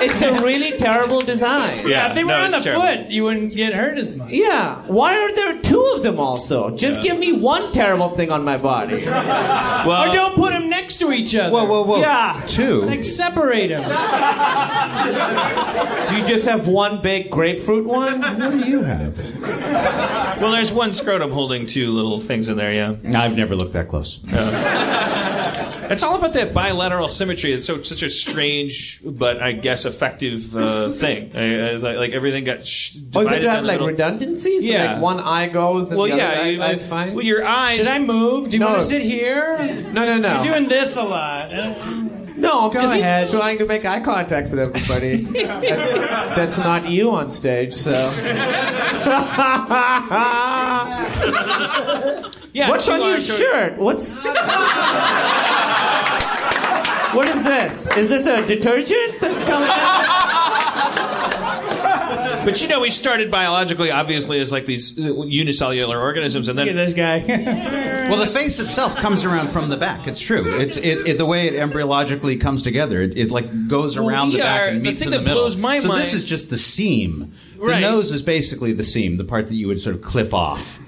[SPEAKER 7] it's a really terrible design.
[SPEAKER 5] Yeah,
[SPEAKER 4] Yeah, if they were
[SPEAKER 5] no,
[SPEAKER 4] on
[SPEAKER 5] it's
[SPEAKER 4] the
[SPEAKER 5] terrible.
[SPEAKER 4] foot, you wouldn't get hurt as much.
[SPEAKER 7] Yeah. Why are there two of them also? Just give me one terrible thing on my body.
[SPEAKER 4] Or don't put them next to each other.
[SPEAKER 3] Whoa, whoa, whoa.
[SPEAKER 7] Yeah.
[SPEAKER 3] Two.
[SPEAKER 4] Like separate them.
[SPEAKER 7] Do you just have one big grapefruit one?
[SPEAKER 3] What do you have?
[SPEAKER 5] Well, there's one scrotum holding two little things in there. Yeah,
[SPEAKER 3] I've never looked that close.
[SPEAKER 5] it's all about that bilateral symmetry. It's so such a strange, but I guess effective uh, thing. I, I, like, like everything got sh-
[SPEAKER 3] Oh,
[SPEAKER 7] Or Oh, is it
[SPEAKER 5] divided
[SPEAKER 7] to have
[SPEAKER 5] down the
[SPEAKER 7] like
[SPEAKER 5] middle.
[SPEAKER 7] redundancy? So
[SPEAKER 5] Yeah.
[SPEAKER 7] like one eye goes and
[SPEAKER 5] Well,
[SPEAKER 7] the
[SPEAKER 5] yeah,
[SPEAKER 7] other
[SPEAKER 5] you-
[SPEAKER 7] eye, eye's fine?
[SPEAKER 5] Well, your eyes.
[SPEAKER 4] Should I move? Do you
[SPEAKER 7] No.
[SPEAKER 4] want to sit here?
[SPEAKER 7] no, no, no.
[SPEAKER 4] You're doing this a lot. Uh,
[SPEAKER 7] No, I'm just
[SPEAKER 4] ahead.
[SPEAKER 7] trying to make eye contact with everybody. That's not you on stage, so.
[SPEAKER 5] yeah,
[SPEAKER 7] Uh, What's
[SPEAKER 5] two
[SPEAKER 7] on your
[SPEAKER 5] eyes showing-
[SPEAKER 7] shirt? What's. What is this? Is this a detergent that's coming out?
[SPEAKER 5] But you know, we started biologically, obviously, as like these uh, unicellular organisms, and
[SPEAKER 4] Look
[SPEAKER 5] then
[SPEAKER 4] at this guy.
[SPEAKER 3] Well, the face itself comes around from the back. It's true. It's it, it the way it embryologically comes together. It, it like goes
[SPEAKER 5] Well,
[SPEAKER 3] around
[SPEAKER 5] we
[SPEAKER 3] the back
[SPEAKER 5] are-
[SPEAKER 3] and
[SPEAKER 5] the
[SPEAKER 3] meets
[SPEAKER 5] thing
[SPEAKER 3] in the
[SPEAKER 5] that
[SPEAKER 3] middle.
[SPEAKER 5] blows my
[SPEAKER 3] so this
[SPEAKER 5] mind-
[SPEAKER 3] is just the seam. The
[SPEAKER 5] Right.
[SPEAKER 3] nose is basically the seam, the part that you would sort of clip off.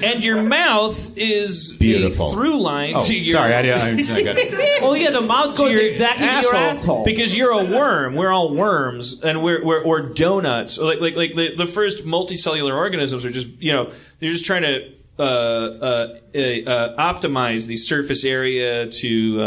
[SPEAKER 5] and your mouth is
[SPEAKER 3] Beautiful.
[SPEAKER 5] a through line
[SPEAKER 3] Oh,
[SPEAKER 5] to your.
[SPEAKER 3] sorry, I, didn't- I, didn't- I got
[SPEAKER 7] Oh, yeah, the mouth
[SPEAKER 5] to
[SPEAKER 7] goes exactly to your asshole.
[SPEAKER 5] because you're a worm. We're all worms, and we're, we're or donuts. Or Like like like the, the first multicellular organisms are just you know they're just trying to. Uh, uh, uh, uh, optimize the surface area to uh,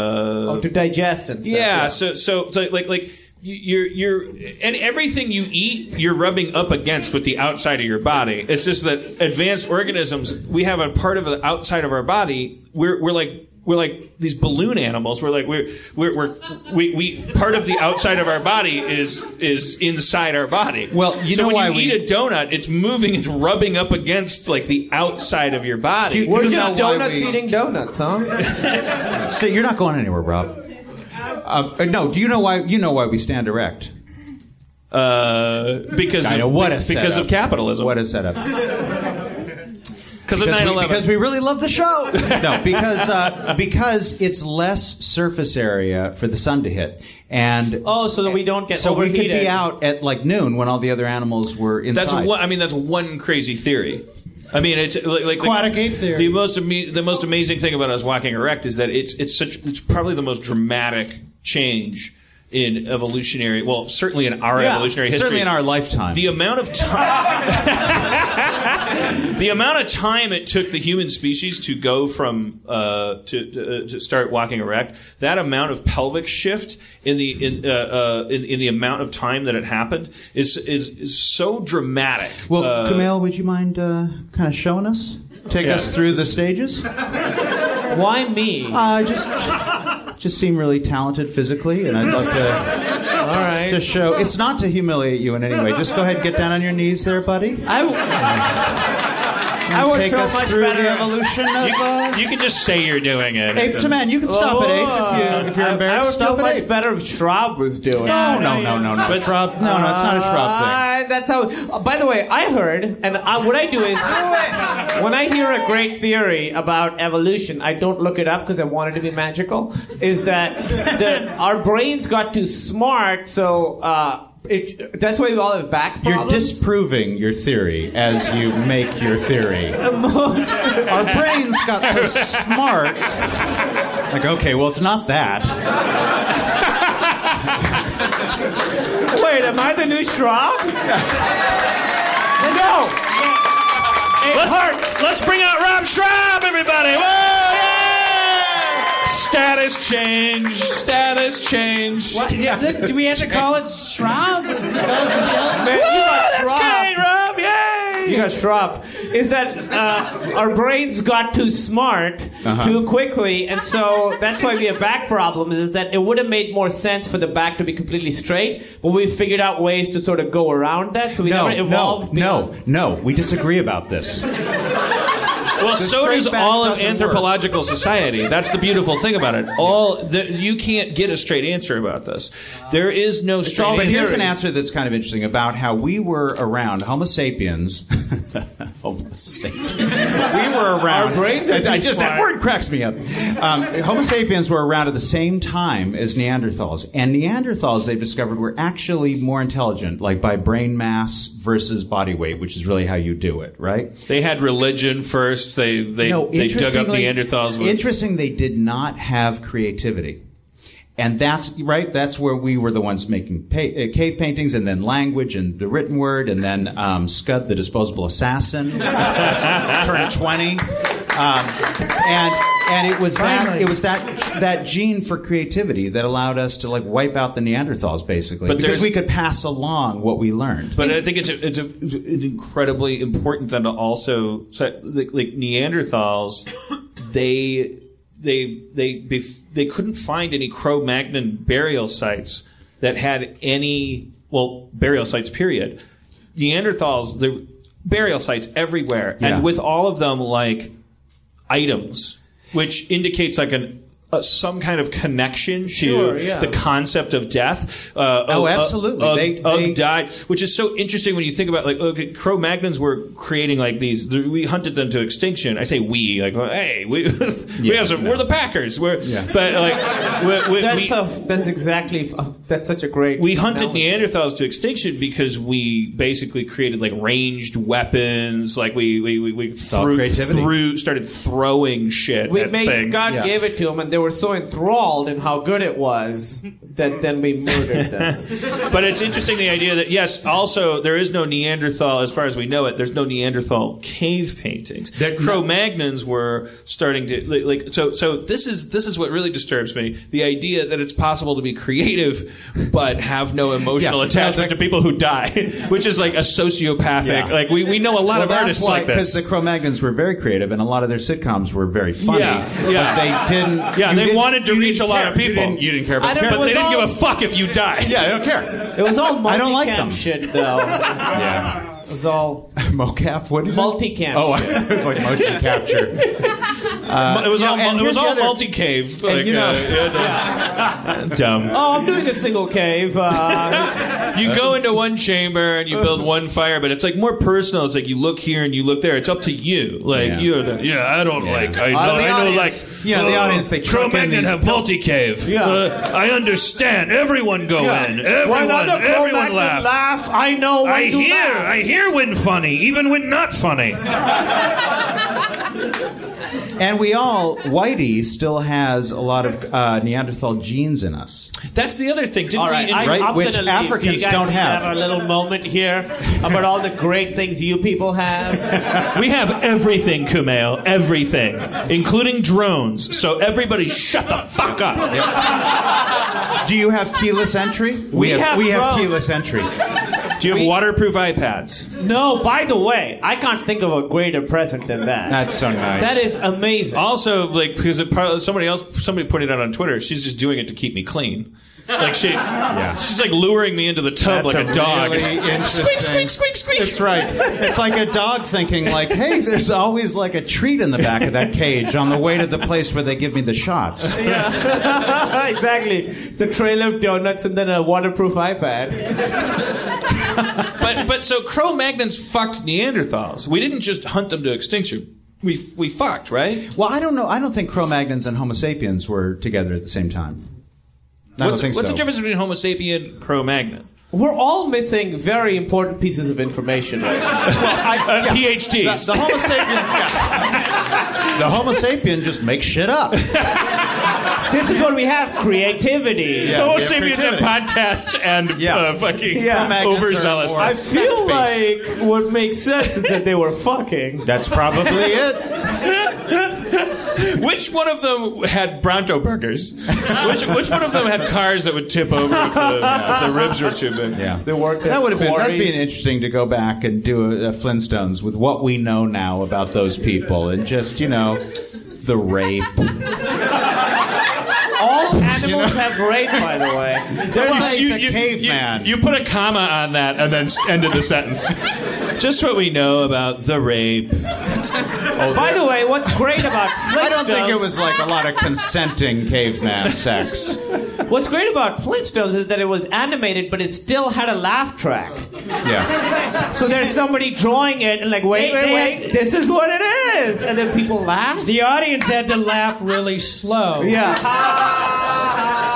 [SPEAKER 7] Oh, to digest and stuff.
[SPEAKER 5] yeah, So, so so like like you- you're you're and everything you eat you're rubbing up against with the outside of your body it's just that advanced organisms we have a part of the outside of our body we're we're like we're like these balloon animals we're like we're we're, we're we, we part of the outside of our body is is inside our body
[SPEAKER 3] Well, you
[SPEAKER 5] so
[SPEAKER 3] know
[SPEAKER 5] when
[SPEAKER 3] why
[SPEAKER 5] you
[SPEAKER 3] we-
[SPEAKER 5] eat a donut it's moving it's rubbing up against like the outside of your body
[SPEAKER 3] Dude,
[SPEAKER 7] We're
[SPEAKER 3] This is how
[SPEAKER 7] just
[SPEAKER 3] why
[SPEAKER 7] donuts
[SPEAKER 3] we-
[SPEAKER 7] eating donuts, huh?
[SPEAKER 3] it. So you're not going anywhere, Rob. Uh, uh, no, do you know why? You know why we stand erect?
[SPEAKER 5] uh, because
[SPEAKER 3] I know
[SPEAKER 5] of,
[SPEAKER 3] what a
[SPEAKER 5] because
[SPEAKER 3] setup.
[SPEAKER 5] of capitalism
[SPEAKER 3] What a setup!
[SPEAKER 5] because of
[SPEAKER 3] Because we-
[SPEAKER 5] 9-11
[SPEAKER 3] because we really love the show. no, because uh, because it's less surface area for the sun to hit, and
[SPEAKER 7] Oh, so that we don't get
[SPEAKER 3] so we
[SPEAKER 7] overheated.
[SPEAKER 3] could be out at like noon when all the other animals were inside.
[SPEAKER 5] That's one. I mean, that's one crazy theory. I mean, it's like, like
[SPEAKER 4] Aquatic ape theory.
[SPEAKER 5] The most ama- the most amazing thing about us walking erect is that it's it's such it's probably the most dramatic change in evolutionary, well, certainly in our
[SPEAKER 3] Yeah,
[SPEAKER 5] evolutionary history,
[SPEAKER 3] certainly in our lifetime.
[SPEAKER 5] The amount of time, the amount of time it took the human species to go from uh, to to, uh, to start walking erect, that amount of pelvic shift in the in, uh, uh, in in the amount of time that it happened is is, is so dramatic.
[SPEAKER 3] Well,
[SPEAKER 5] Uh,
[SPEAKER 3] Kumail, would you mind uh, kind of showing us? Take
[SPEAKER 5] Yeah.
[SPEAKER 3] us through the stages?
[SPEAKER 7] Why me?
[SPEAKER 3] Uh, just, just seem really talented physically, and I'd love to.
[SPEAKER 7] All right.
[SPEAKER 3] To show. It's not to humiliate you in any way. Just go ahead and get down on your knees there, buddy.
[SPEAKER 7] I,
[SPEAKER 3] I
[SPEAKER 5] would
[SPEAKER 3] take
[SPEAKER 5] feel
[SPEAKER 3] us
[SPEAKER 5] much
[SPEAKER 3] through
[SPEAKER 5] better.
[SPEAKER 3] the evolution of.
[SPEAKER 5] You,
[SPEAKER 3] uh,
[SPEAKER 5] you can just say you're doing it.
[SPEAKER 3] Ape to man, you can stop at ape if you
[SPEAKER 7] Oh.
[SPEAKER 3] if you're embarrassed. stop at ape.
[SPEAKER 7] better if Schraub was doing
[SPEAKER 3] No, no, no, no, no. Schraub, no, no, it's not a Schraub thing.
[SPEAKER 7] Uh, that's how. uh, by the way, I heard, and uh, what I do is, when I hear a great theory about evolution, I don't look it up because I want it to be magical. Is that, that our brains got too smart, so uh, it, that's why we all have back
[SPEAKER 3] You're
[SPEAKER 7] problems.
[SPEAKER 3] disproving your theory as you make your theory. Our brains got so smart. Like, okay, well, it's not that.
[SPEAKER 7] Wait, am I the new Schraub? no. It
[SPEAKER 5] let's,
[SPEAKER 7] hurts.
[SPEAKER 5] let's bring out Rob Schraub, everybody. Whoa! Status change. Status change.
[SPEAKER 8] What? Th- Do we have to call it Shroud?
[SPEAKER 7] Man, you got
[SPEAKER 5] Woo, that's
[SPEAKER 7] Schraub.
[SPEAKER 5] great, Rob. Yay!
[SPEAKER 7] You got Schraub. Is that uh, our brains got too smart
[SPEAKER 5] Uh-huh.
[SPEAKER 7] too quickly, and so that's why we have back problems. Is that it would have made more sense for the back to be completely straight, but we figured out ways to sort of go around that, so we
[SPEAKER 3] No,
[SPEAKER 7] never
[SPEAKER 3] no,
[SPEAKER 7] evolved.
[SPEAKER 3] no, no. We disagree about this. The
[SPEAKER 5] Well, so
[SPEAKER 3] straight
[SPEAKER 5] does
[SPEAKER 3] back
[SPEAKER 5] all of
[SPEAKER 3] doesn't
[SPEAKER 5] anthropological society. That's the beautiful thing about it. All the, you can't get a straight answer about this. There is no straight
[SPEAKER 3] But
[SPEAKER 5] answer.
[SPEAKER 3] here's an answer that's kind of interesting about how we were around Homo sapiens. Homo sapiens. We were around.
[SPEAKER 7] Our brains are
[SPEAKER 3] I, I
[SPEAKER 7] too
[SPEAKER 3] just that
[SPEAKER 7] smart.
[SPEAKER 3] word cracks me up. Um, Homo sapiens were around at the same time as Neanderthals, and Neanderthals they've discovered were actually more intelligent, like by brain mass versus body weight, which is really how you do it, right?
[SPEAKER 5] They had religion first. They they,
[SPEAKER 3] no,
[SPEAKER 5] they dug up
[SPEAKER 3] interestingly-
[SPEAKER 5] Neanderthals with
[SPEAKER 3] Interesting, they did not have creativity. And that's right. That's where we were the ones making pa- uh, cave paintings, and then language, and the written word, and then um, Scud, the disposable assassin, turned twenty, um, and and it was that it was that that gene for creativity that allowed us to like wipe out the Neanderthals basically,
[SPEAKER 5] But
[SPEAKER 3] because
[SPEAKER 5] there's-
[SPEAKER 3] we could pass along what we learned.
[SPEAKER 5] But I think it's a, it's, a, it's an incredibly important then to also so, like, like Neanderthals, they they they bef- they couldn't find any Cro-Magnon burial sites that had any well burial sites period. Neanderthals there were burial sites everywhere
[SPEAKER 3] Yeah.
[SPEAKER 5] and with all of them like items which indicates like an uh, some kind of connection to
[SPEAKER 3] Sure, yeah.
[SPEAKER 5] the concept of death uh,
[SPEAKER 3] Oh,
[SPEAKER 5] of- of-
[SPEAKER 3] absolutely.
[SPEAKER 5] of-
[SPEAKER 3] They-
[SPEAKER 5] of
[SPEAKER 3] they-
[SPEAKER 5] died, which is so interesting when you think about like okay, Cro Magnons were creating like these. th- We hunted them to extinction. I say we like well, hey we we have some, we're the Packers. We're but like we, we,
[SPEAKER 7] That's
[SPEAKER 5] we,
[SPEAKER 7] a, that's exactly uh, that's such a great.
[SPEAKER 5] we hunted
[SPEAKER 7] analogy.
[SPEAKER 5] Neanderthals to extinction because we basically created like ranged weapons. Like we we we, we
[SPEAKER 3] all
[SPEAKER 5] threw,
[SPEAKER 3] creativity.
[SPEAKER 5] threw started throwing shit.
[SPEAKER 7] We
[SPEAKER 5] at
[SPEAKER 7] made
[SPEAKER 5] things.
[SPEAKER 7] God gave it to them, and they were so enthralled in how good it was that then we murdered them.
[SPEAKER 5] but it's interesting the idea that yes, also there is no Neanderthal as far as we know it. There's no Neanderthal cave paintings. That Cro-Magnons were starting to like, like so. So this is this is what really disturbs me: the idea that it's possible to be creative but have no emotional
[SPEAKER 3] Yeah.
[SPEAKER 5] attachment to people who die, which is like a sociopathic.
[SPEAKER 3] Yeah.
[SPEAKER 5] Like we, we know a lot
[SPEAKER 3] Well,
[SPEAKER 5] of
[SPEAKER 3] that's
[SPEAKER 5] artists
[SPEAKER 3] why,
[SPEAKER 5] like this.
[SPEAKER 3] Because the Cro-Magnons were very creative, and a lot of their sitcoms were very funny.
[SPEAKER 5] Yeah, yeah.
[SPEAKER 3] But they didn't.
[SPEAKER 5] Yeah,
[SPEAKER 3] you
[SPEAKER 5] they
[SPEAKER 3] didn't-
[SPEAKER 5] wanted to
[SPEAKER 3] you
[SPEAKER 5] reach
[SPEAKER 3] didn't
[SPEAKER 5] a lot
[SPEAKER 3] care.
[SPEAKER 5] of people.
[SPEAKER 3] You didn't, you didn't care about
[SPEAKER 7] I
[SPEAKER 3] the
[SPEAKER 7] don't-
[SPEAKER 5] but
[SPEAKER 3] characters.
[SPEAKER 5] they didn't
[SPEAKER 7] all-
[SPEAKER 5] give a fuck if you died.
[SPEAKER 3] Yeah, I don't care.
[SPEAKER 7] It was all multicam
[SPEAKER 3] I don't like them.
[SPEAKER 7] shit, though.
[SPEAKER 3] Yeah.
[SPEAKER 7] It was all
[SPEAKER 3] Mocap? What is it?
[SPEAKER 7] multicam.
[SPEAKER 3] Oh,
[SPEAKER 7] shit.
[SPEAKER 3] it was like motion capture. Uh,
[SPEAKER 5] it was
[SPEAKER 3] you know,
[SPEAKER 5] all
[SPEAKER 3] and
[SPEAKER 5] it was
[SPEAKER 3] here's the
[SPEAKER 5] all
[SPEAKER 3] other-
[SPEAKER 5] multi cave.
[SPEAKER 3] and
[SPEAKER 5] Like,
[SPEAKER 3] you know-
[SPEAKER 5] uh, yeah, no. dumb.
[SPEAKER 7] Oh, I'm doing a single cave. Uh,
[SPEAKER 5] You go into one chamber and you build one fire, but it's like more personal. It's like you look here and you look there. It's up to you. Like
[SPEAKER 3] Yeah.
[SPEAKER 5] you're the yeah. I don't like. I,
[SPEAKER 3] Uh,
[SPEAKER 5] know-
[SPEAKER 3] the
[SPEAKER 5] I know
[SPEAKER 3] audience-
[SPEAKER 5] like
[SPEAKER 3] yeah, the audience, they
[SPEAKER 5] Cro
[SPEAKER 3] chuck in
[SPEAKER 5] Magnon
[SPEAKER 3] these
[SPEAKER 5] have multi cave.
[SPEAKER 7] Yeah.
[SPEAKER 5] Uh, I understand. Everyone go
[SPEAKER 7] yeah.
[SPEAKER 5] in. Everyone.
[SPEAKER 7] when other
[SPEAKER 5] everyone
[SPEAKER 7] Cro-Magnon
[SPEAKER 5] laugh.
[SPEAKER 7] laugh, I know when
[SPEAKER 5] I
[SPEAKER 7] you
[SPEAKER 5] hear.
[SPEAKER 7] laugh.
[SPEAKER 5] I hear when funny, even when not funny.
[SPEAKER 3] And we all, Whitey still has a lot of uh, Neanderthal genes in us.
[SPEAKER 5] That's the other thing. Didn't
[SPEAKER 7] all right,
[SPEAKER 5] we
[SPEAKER 7] I'm,
[SPEAKER 5] intro-
[SPEAKER 7] I'm
[SPEAKER 3] Which
[SPEAKER 7] gonna leave.
[SPEAKER 3] Africans
[SPEAKER 7] Do you guys
[SPEAKER 3] don't have.
[SPEAKER 7] have a little moment here about all the great things you people have.
[SPEAKER 5] We have everything, Kumail. Everything. Including drones. So everybody shut the fuck up.
[SPEAKER 3] Do you have keyless entry? We,
[SPEAKER 5] have-
[SPEAKER 3] we have
[SPEAKER 5] drones.
[SPEAKER 3] keyless entry.
[SPEAKER 5] Do you have waterproof iPads?
[SPEAKER 7] No, by the way, I can't think of a greater present than that.
[SPEAKER 3] That's so nice.
[SPEAKER 7] That is amazing.
[SPEAKER 5] Also, like because it, probably- somebody else somebody pointed out on Twitter, she's just doing it to keep me clean. Like she, she's like luring me into the tub
[SPEAKER 3] That's
[SPEAKER 5] like a, dog.
[SPEAKER 3] really
[SPEAKER 5] Squeak,
[SPEAKER 3] interesting-
[SPEAKER 5] squeak, squeak, squeak.
[SPEAKER 3] That's right. It's like a dog thinking, like, "Hey, there's always like a treat in the back of that cage on the way to the place where they give me the shots."
[SPEAKER 7] exactly. It's a trail of donuts and then a waterproof iPad.
[SPEAKER 5] But but so Cro-Magnons fucked Neanderthals. We didn't just hunt them to extinction. We we fucked right.
[SPEAKER 3] Well, I don't know. I don't think Cro-Magnons and Homo sapiens were together at the same time. I don't
[SPEAKER 5] what's
[SPEAKER 3] think
[SPEAKER 5] what's
[SPEAKER 3] so.
[SPEAKER 5] the difference between Homo sapien and Cro-Magnon?
[SPEAKER 7] We're all missing very important pieces of information. Right now.
[SPEAKER 3] I-
[SPEAKER 5] Uh, PhDs.
[SPEAKER 3] The, the Homo sapien. yeah. The Homo sapien just makes shit up.
[SPEAKER 7] this is what we have: creativity.
[SPEAKER 3] Yeah,
[SPEAKER 5] Homo
[SPEAKER 3] we have
[SPEAKER 5] sapiens have
[SPEAKER 3] creativity.
[SPEAKER 5] podcasts and
[SPEAKER 3] Yeah.
[SPEAKER 5] uh, fucking
[SPEAKER 3] Cro-Magnons are
[SPEAKER 5] overzealous.
[SPEAKER 3] more-
[SPEAKER 7] I
[SPEAKER 3] Sex
[SPEAKER 7] feel
[SPEAKER 3] based.
[SPEAKER 7] like what makes sense is that they were fucking.
[SPEAKER 3] That's probably it.
[SPEAKER 5] Which one of them had Bronto burgers? which, which one of them had cars that would tip over if the, if the ribs were too big?
[SPEAKER 3] Yeah.
[SPEAKER 7] They worked.
[SPEAKER 3] That
[SPEAKER 7] at
[SPEAKER 3] would have been that'd
[SPEAKER 7] quarries.
[SPEAKER 3] been interesting to go back and do a, a Flintstones with what we know now about those people and just you know the rape.
[SPEAKER 7] All animals have rape, by the way. There's
[SPEAKER 3] He's
[SPEAKER 7] like,
[SPEAKER 3] a caveman.
[SPEAKER 5] You, put a comma on that and then s- ended the sentence. Just what we know about the rape.
[SPEAKER 3] Oh,
[SPEAKER 7] by the way, what's great about Flintstones?
[SPEAKER 3] I don't think it was like a lot of consenting caveman sex.
[SPEAKER 7] What's great about Flintstones is that it was animated, but it still had a laugh track.
[SPEAKER 3] Yeah.
[SPEAKER 7] So there's somebody drawing it and like, wait,
[SPEAKER 8] They-
[SPEAKER 7] wait,
[SPEAKER 8] they
[SPEAKER 7] wait,
[SPEAKER 8] had-
[SPEAKER 7] this is what it is, and then people laugh.
[SPEAKER 8] The audience had to laugh really slow.
[SPEAKER 7] Yeah,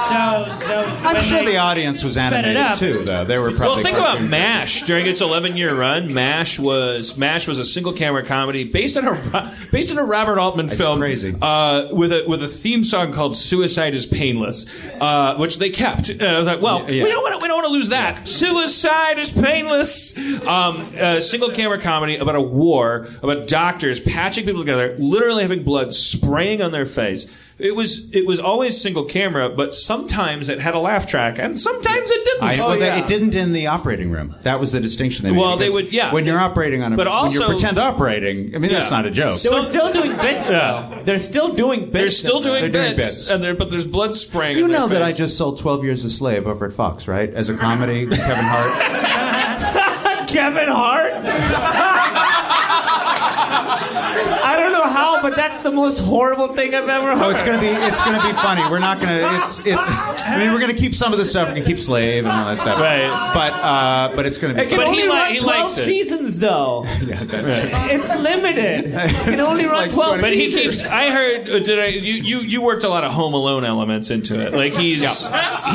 [SPEAKER 8] So, so
[SPEAKER 3] I'm
[SPEAKER 8] when
[SPEAKER 3] sure
[SPEAKER 8] they-
[SPEAKER 3] the audience was animated
[SPEAKER 8] up.
[SPEAKER 3] too, though. They were probably.
[SPEAKER 5] Well, think about
[SPEAKER 3] cartoon.
[SPEAKER 5] MASH during its 11-year run. MASH was MASH was a single-camera comedy based on a Ro- based on a Robert Altman film,
[SPEAKER 3] crazy.
[SPEAKER 5] Uh, with a with a theme song called "Suicide Is Painless," uh, which they kept. And I was like, well,
[SPEAKER 3] Yeah.
[SPEAKER 5] we don't want to we don't want to lose that. Suicide is painless. Um, a single-camera comedy about a war, about doctors patching people together, literally having blood spraying on their face. It was it was always single camera, but sometimes it had a laugh track, and sometimes it didn't. Oh,
[SPEAKER 3] I know that
[SPEAKER 7] yeah.
[SPEAKER 3] it didn't in the operating room. That was the distinction they made.
[SPEAKER 5] Well, they
[SPEAKER 3] because
[SPEAKER 5] would- yeah.
[SPEAKER 3] When you're operating on a,
[SPEAKER 5] But
[SPEAKER 3] when you're
[SPEAKER 5] also-
[SPEAKER 3] pretend operating. I mean, that's
[SPEAKER 5] Yeah.
[SPEAKER 3] not a joke.
[SPEAKER 7] they were still doing bits.
[SPEAKER 5] Yeah.
[SPEAKER 7] Though. They're still doing bits.
[SPEAKER 5] They're still
[SPEAKER 7] though.
[SPEAKER 5] doing
[SPEAKER 3] They're doing
[SPEAKER 5] bits,
[SPEAKER 3] bits.
[SPEAKER 5] and there but there's blood spraying.
[SPEAKER 3] you
[SPEAKER 5] on their
[SPEAKER 3] know that I
[SPEAKER 5] face.
[SPEAKER 3] just sold 12 Years a Slave over at Fox, right? As a comedy, with Kevin Hart.
[SPEAKER 7] Kevin Hart. I don't know how, but that's the most horrible thing I've ever heard.
[SPEAKER 3] Oh, it's gonna be it's gonna be funny. We're not gonna it's it's. I mean, we're gonna keep some of the stuff. We're gonna keep Slave and all that stuff.
[SPEAKER 5] Right.
[SPEAKER 3] But uh, but it's gonna be.
[SPEAKER 7] It can
[SPEAKER 5] But
[SPEAKER 3] funny.
[SPEAKER 7] only
[SPEAKER 5] he li-
[SPEAKER 7] run
[SPEAKER 5] he likes
[SPEAKER 7] twelve
[SPEAKER 5] it.
[SPEAKER 7] seasons, though.
[SPEAKER 3] Yeah, that's
[SPEAKER 7] It's limited. It can only run
[SPEAKER 3] Like
[SPEAKER 7] twelve.
[SPEAKER 3] 20.
[SPEAKER 5] But he
[SPEAKER 7] seasons.
[SPEAKER 5] keeps. I heard. uh, Did I? You, you you worked a lot of Home Alone elements into it. Like he's he's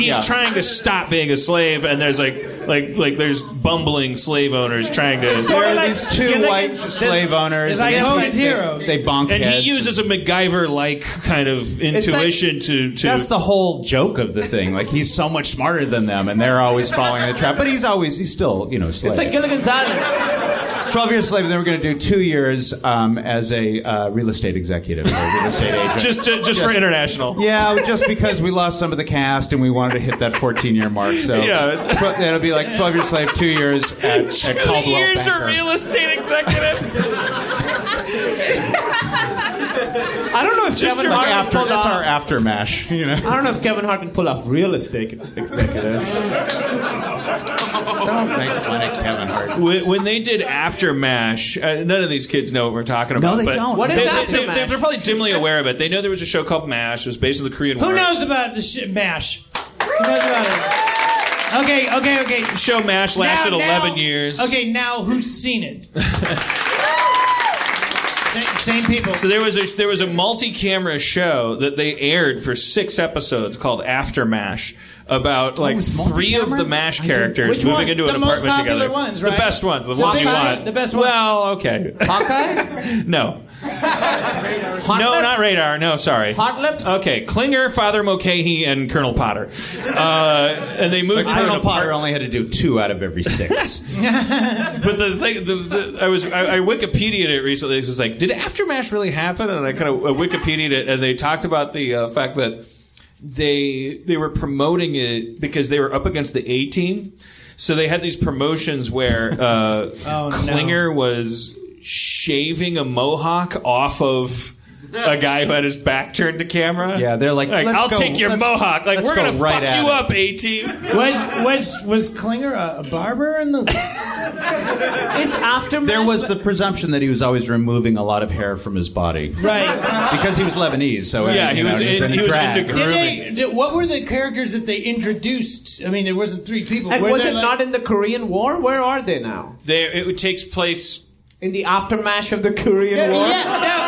[SPEAKER 3] Yeah.
[SPEAKER 5] trying to stop being a slave, and there's like like like there's bumbling slave owners trying to.
[SPEAKER 3] There are
[SPEAKER 7] like-
[SPEAKER 3] these two
[SPEAKER 7] you're like-
[SPEAKER 3] white
[SPEAKER 7] it's-
[SPEAKER 3] slave owners.
[SPEAKER 8] it's like
[SPEAKER 3] and
[SPEAKER 8] Hogan's
[SPEAKER 3] they,
[SPEAKER 8] Heroes.
[SPEAKER 3] They, they bonk
[SPEAKER 5] And he
[SPEAKER 3] heads.
[SPEAKER 5] uses a MacGyver like kind of intuition to to.
[SPEAKER 3] That's the whole joke of the thing. Like he's so much smarter than them, and they're always following the trap. But he's always he's still you know slave.
[SPEAKER 7] It's like Gilligan's Island.
[SPEAKER 3] Twelve years slave. and Then we're going to do two years um, as a uh, real estate executive, or real estate agent.
[SPEAKER 5] just to, just for international.
[SPEAKER 3] yeah, just because we lost some of the cast and we wanted to hit that 14 year mark. So
[SPEAKER 5] Yeah, it's-
[SPEAKER 3] Tw- it'll be like 12 years slave, two years at, at
[SPEAKER 5] Two
[SPEAKER 3] Caldwell
[SPEAKER 5] years
[SPEAKER 3] Banker.
[SPEAKER 5] a real estate executive.
[SPEAKER 7] I don't know if
[SPEAKER 5] Just
[SPEAKER 7] Kevin
[SPEAKER 5] your
[SPEAKER 7] Hart
[SPEAKER 3] like
[SPEAKER 7] can
[SPEAKER 3] after
[SPEAKER 7] pull
[SPEAKER 3] that's
[SPEAKER 7] off-
[SPEAKER 3] our after mash, you know.
[SPEAKER 7] I don't know if Kevin Hart can pull off real estate executive.
[SPEAKER 3] Don't make fun of Kevin Hart.
[SPEAKER 5] When, when they did After Mash, uh, none of these kids know what we're talking about.
[SPEAKER 3] No, they
[SPEAKER 5] but
[SPEAKER 3] don't. What
[SPEAKER 7] is
[SPEAKER 5] they,
[SPEAKER 7] After
[SPEAKER 5] they,
[SPEAKER 7] Mash?
[SPEAKER 5] They're probably dimly aware of it. They know there was a show called Mash. It was based on the Korean War.
[SPEAKER 8] Who knows about the sh- mash? Who knows about it? Okay, okay, okay.
[SPEAKER 5] show MASH lasted
[SPEAKER 8] Now- now-
[SPEAKER 5] 11 years.
[SPEAKER 8] Okay, now who's seen it? same, same people.
[SPEAKER 5] So there was a there was a multi-camera show that they aired for six episodes called After MASH. about like three of the MASH characters
[SPEAKER 4] Which
[SPEAKER 5] moving
[SPEAKER 4] ones?
[SPEAKER 5] into an
[SPEAKER 4] The most
[SPEAKER 5] apartment
[SPEAKER 4] popular
[SPEAKER 5] together.
[SPEAKER 4] ones,
[SPEAKER 5] The
[SPEAKER 4] right?
[SPEAKER 5] best ones, the,
[SPEAKER 4] The
[SPEAKER 5] ones you
[SPEAKER 4] best-
[SPEAKER 5] want.
[SPEAKER 4] the best ones.
[SPEAKER 5] Well, okay.
[SPEAKER 7] Hawkeye?
[SPEAKER 5] no. no, not radar. No, sorry.
[SPEAKER 7] Hot Lips?
[SPEAKER 5] Okay, Klinger, Father Mulcahy, and Colonel Potter, uh, and they moved.
[SPEAKER 3] But Colonel
[SPEAKER 5] Potter
[SPEAKER 3] only had to do two out of every six.
[SPEAKER 5] but the thing, the, the, I was I, I Wikipedia'd it recently. It was like, did Aftermath really happen? And I kind of Wikipedia'd it, and they talked about the uh, fact that they they were promoting it because they were up against the A team, so they had these promotions where uh,
[SPEAKER 4] no.
[SPEAKER 5] Klinger was shaving a mohawk off of. A guy who had his back turned to camera.
[SPEAKER 3] Yeah, they're like, "Let's
[SPEAKER 5] I'll
[SPEAKER 3] go-
[SPEAKER 5] take your
[SPEAKER 3] let's-
[SPEAKER 5] mohawk. Like,
[SPEAKER 3] let's
[SPEAKER 5] we're
[SPEAKER 3] go
[SPEAKER 5] gonna
[SPEAKER 3] right
[SPEAKER 5] fuck
[SPEAKER 3] at
[SPEAKER 5] you
[SPEAKER 3] it."
[SPEAKER 5] up, A team.
[SPEAKER 4] Was was was Klinger a, a barber in the?
[SPEAKER 7] It's aftermath.
[SPEAKER 3] There was the presumption that he was always removing a lot of hair from his body,
[SPEAKER 4] Right.
[SPEAKER 3] Because he was Lebanese, so
[SPEAKER 5] Yeah,
[SPEAKER 3] you
[SPEAKER 5] he
[SPEAKER 3] know,
[SPEAKER 5] was
[SPEAKER 3] he's
[SPEAKER 5] in-
[SPEAKER 3] in
[SPEAKER 5] he was
[SPEAKER 3] drag.
[SPEAKER 5] into
[SPEAKER 4] Did they, did, what were the characters that they introduced? I mean, there wasn't three people.
[SPEAKER 7] And
[SPEAKER 4] Were
[SPEAKER 7] was
[SPEAKER 4] there,
[SPEAKER 7] it
[SPEAKER 4] like-
[SPEAKER 7] not in the Korean War? Where are they now?
[SPEAKER 5] There, it takes place
[SPEAKER 7] In the aftermath of the Korean
[SPEAKER 4] Yeah,
[SPEAKER 7] War?
[SPEAKER 4] yeah, no.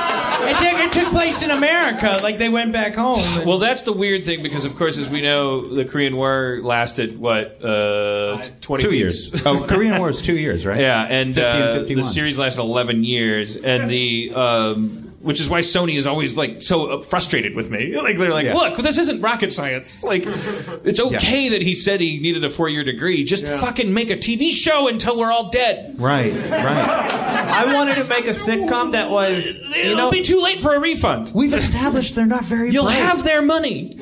[SPEAKER 4] It took, it took place in America. Like they went back home. and-
[SPEAKER 5] Well, that's the weird thing because, of course, as we know, the Korean War lasted what uh, twenty
[SPEAKER 3] two
[SPEAKER 5] weeks?
[SPEAKER 3] years. Oh, Korean War is two years, right?
[SPEAKER 5] Yeah, and
[SPEAKER 3] 50
[SPEAKER 5] uh, the
[SPEAKER 3] 51.
[SPEAKER 5] series lasted eleven years, and the um, which is why Sony is always like so uh, frustrated with me. Like they're like,
[SPEAKER 3] Yeah.
[SPEAKER 5] look, this isn't rocket science. Like, it's okay that he said he needed a four year degree. Just fucking make a TV show until we're all dead.
[SPEAKER 3] Right, right.
[SPEAKER 7] I wanted to make a sitcom that was, you
[SPEAKER 5] It'll
[SPEAKER 7] know,
[SPEAKER 5] be too late for a refund.
[SPEAKER 3] We've established they're not very.
[SPEAKER 5] You'll have their money.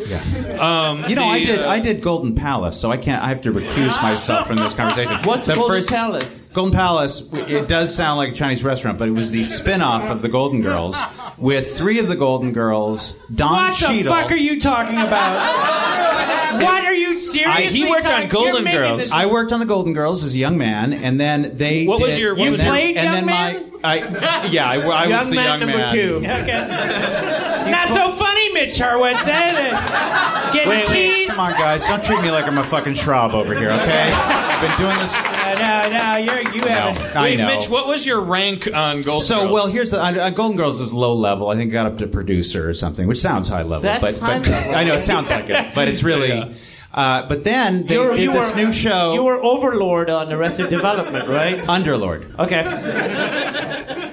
[SPEAKER 5] Um,
[SPEAKER 3] You know, I
[SPEAKER 5] the,
[SPEAKER 3] did.
[SPEAKER 5] uh,
[SPEAKER 3] I did Golden Palace, so I can't. I have to recuse myself from this conversation.
[SPEAKER 7] what's
[SPEAKER 3] the
[SPEAKER 7] Golden
[SPEAKER 3] first-
[SPEAKER 7] Palace?
[SPEAKER 3] Golden Palace, it does sound like a Chinese restaurant, but it was the spin off of the Golden Girls with three of the Golden Girls, Don
[SPEAKER 4] what the
[SPEAKER 3] Cheadle.
[SPEAKER 4] fuck are you talking about? what are you seriously?
[SPEAKER 3] I-
[SPEAKER 5] he worked on
[SPEAKER 4] talking-
[SPEAKER 5] Golden
[SPEAKER 4] you're making
[SPEAKER 5] Girls.
[SPEAKER 4] this-
[SPEAKER 3] I worked on the Golden Girls as a young man, and then they.
[SPEAKER 5] What was
[SPEAKER 3] did-
[SPEAKER 5] your- what
[SPEAKER 3] and
[SPEAKER 5] was
[SPEAKER 3] then-
[SPEAKER 5] your-
[SPEAKER 4] Played
[SPEAKER 3] and
[SPEAKER 4] young
[SPEAKER 3] then
[SPEAKER 4] man?
[SPEAKER 3] My, I, yeah, I, I was
[SPEAKER 7] Young
[SPEAKER 3] the
[SPEAKER 7] man
[SPEAKER 3] young
[SPEAKER 7] number
[SPEAKER 3] man.
[SPEAKER 7] two.
[SPEAKER 4] Not so funny, Mitch Hurwitz. eh? Getting
[SPEAKER 5] Wait, wait.
[SPEAKER 4] cheese.
[SPEAKER 3] Come on, guys, don't treat me like I'm a fucking shrob over here, okay? I've been doing this.
[SPEAKER 4] No, no, you're, you
[SPEAKER 3] No,
[SPEAKER 4] haven't.
[SPEAKER 3] I
[SPEAKER 5] Wait,
[SPEAKER 3] know.
[SPEAKER 5] Mitch, what was your rank on Gold
[SPEAKER 3] so
[SPEAKER 5] Girls?
[SPEAKER 3] well, here's the uh, Golden Girls was low level. I think it got up to producer or something, which sounds high level.
[SPEAKER 7] That's
[SPEAKER 3] but,
[SPEAKER 7] high
[SPEAKER 3] but-
[SPEAKER 7] level.
[SPEAKER 3] I know it sounds like it, but it's really. Uh, but then they
[SPEAKER 7] You're-
[SPEAKER 3] did this new show.
[SPEAKER 7] You were overlord on Arrested Development, right?
[SPEAKER 3] Underlord.
[SPEAKER 7] Okay.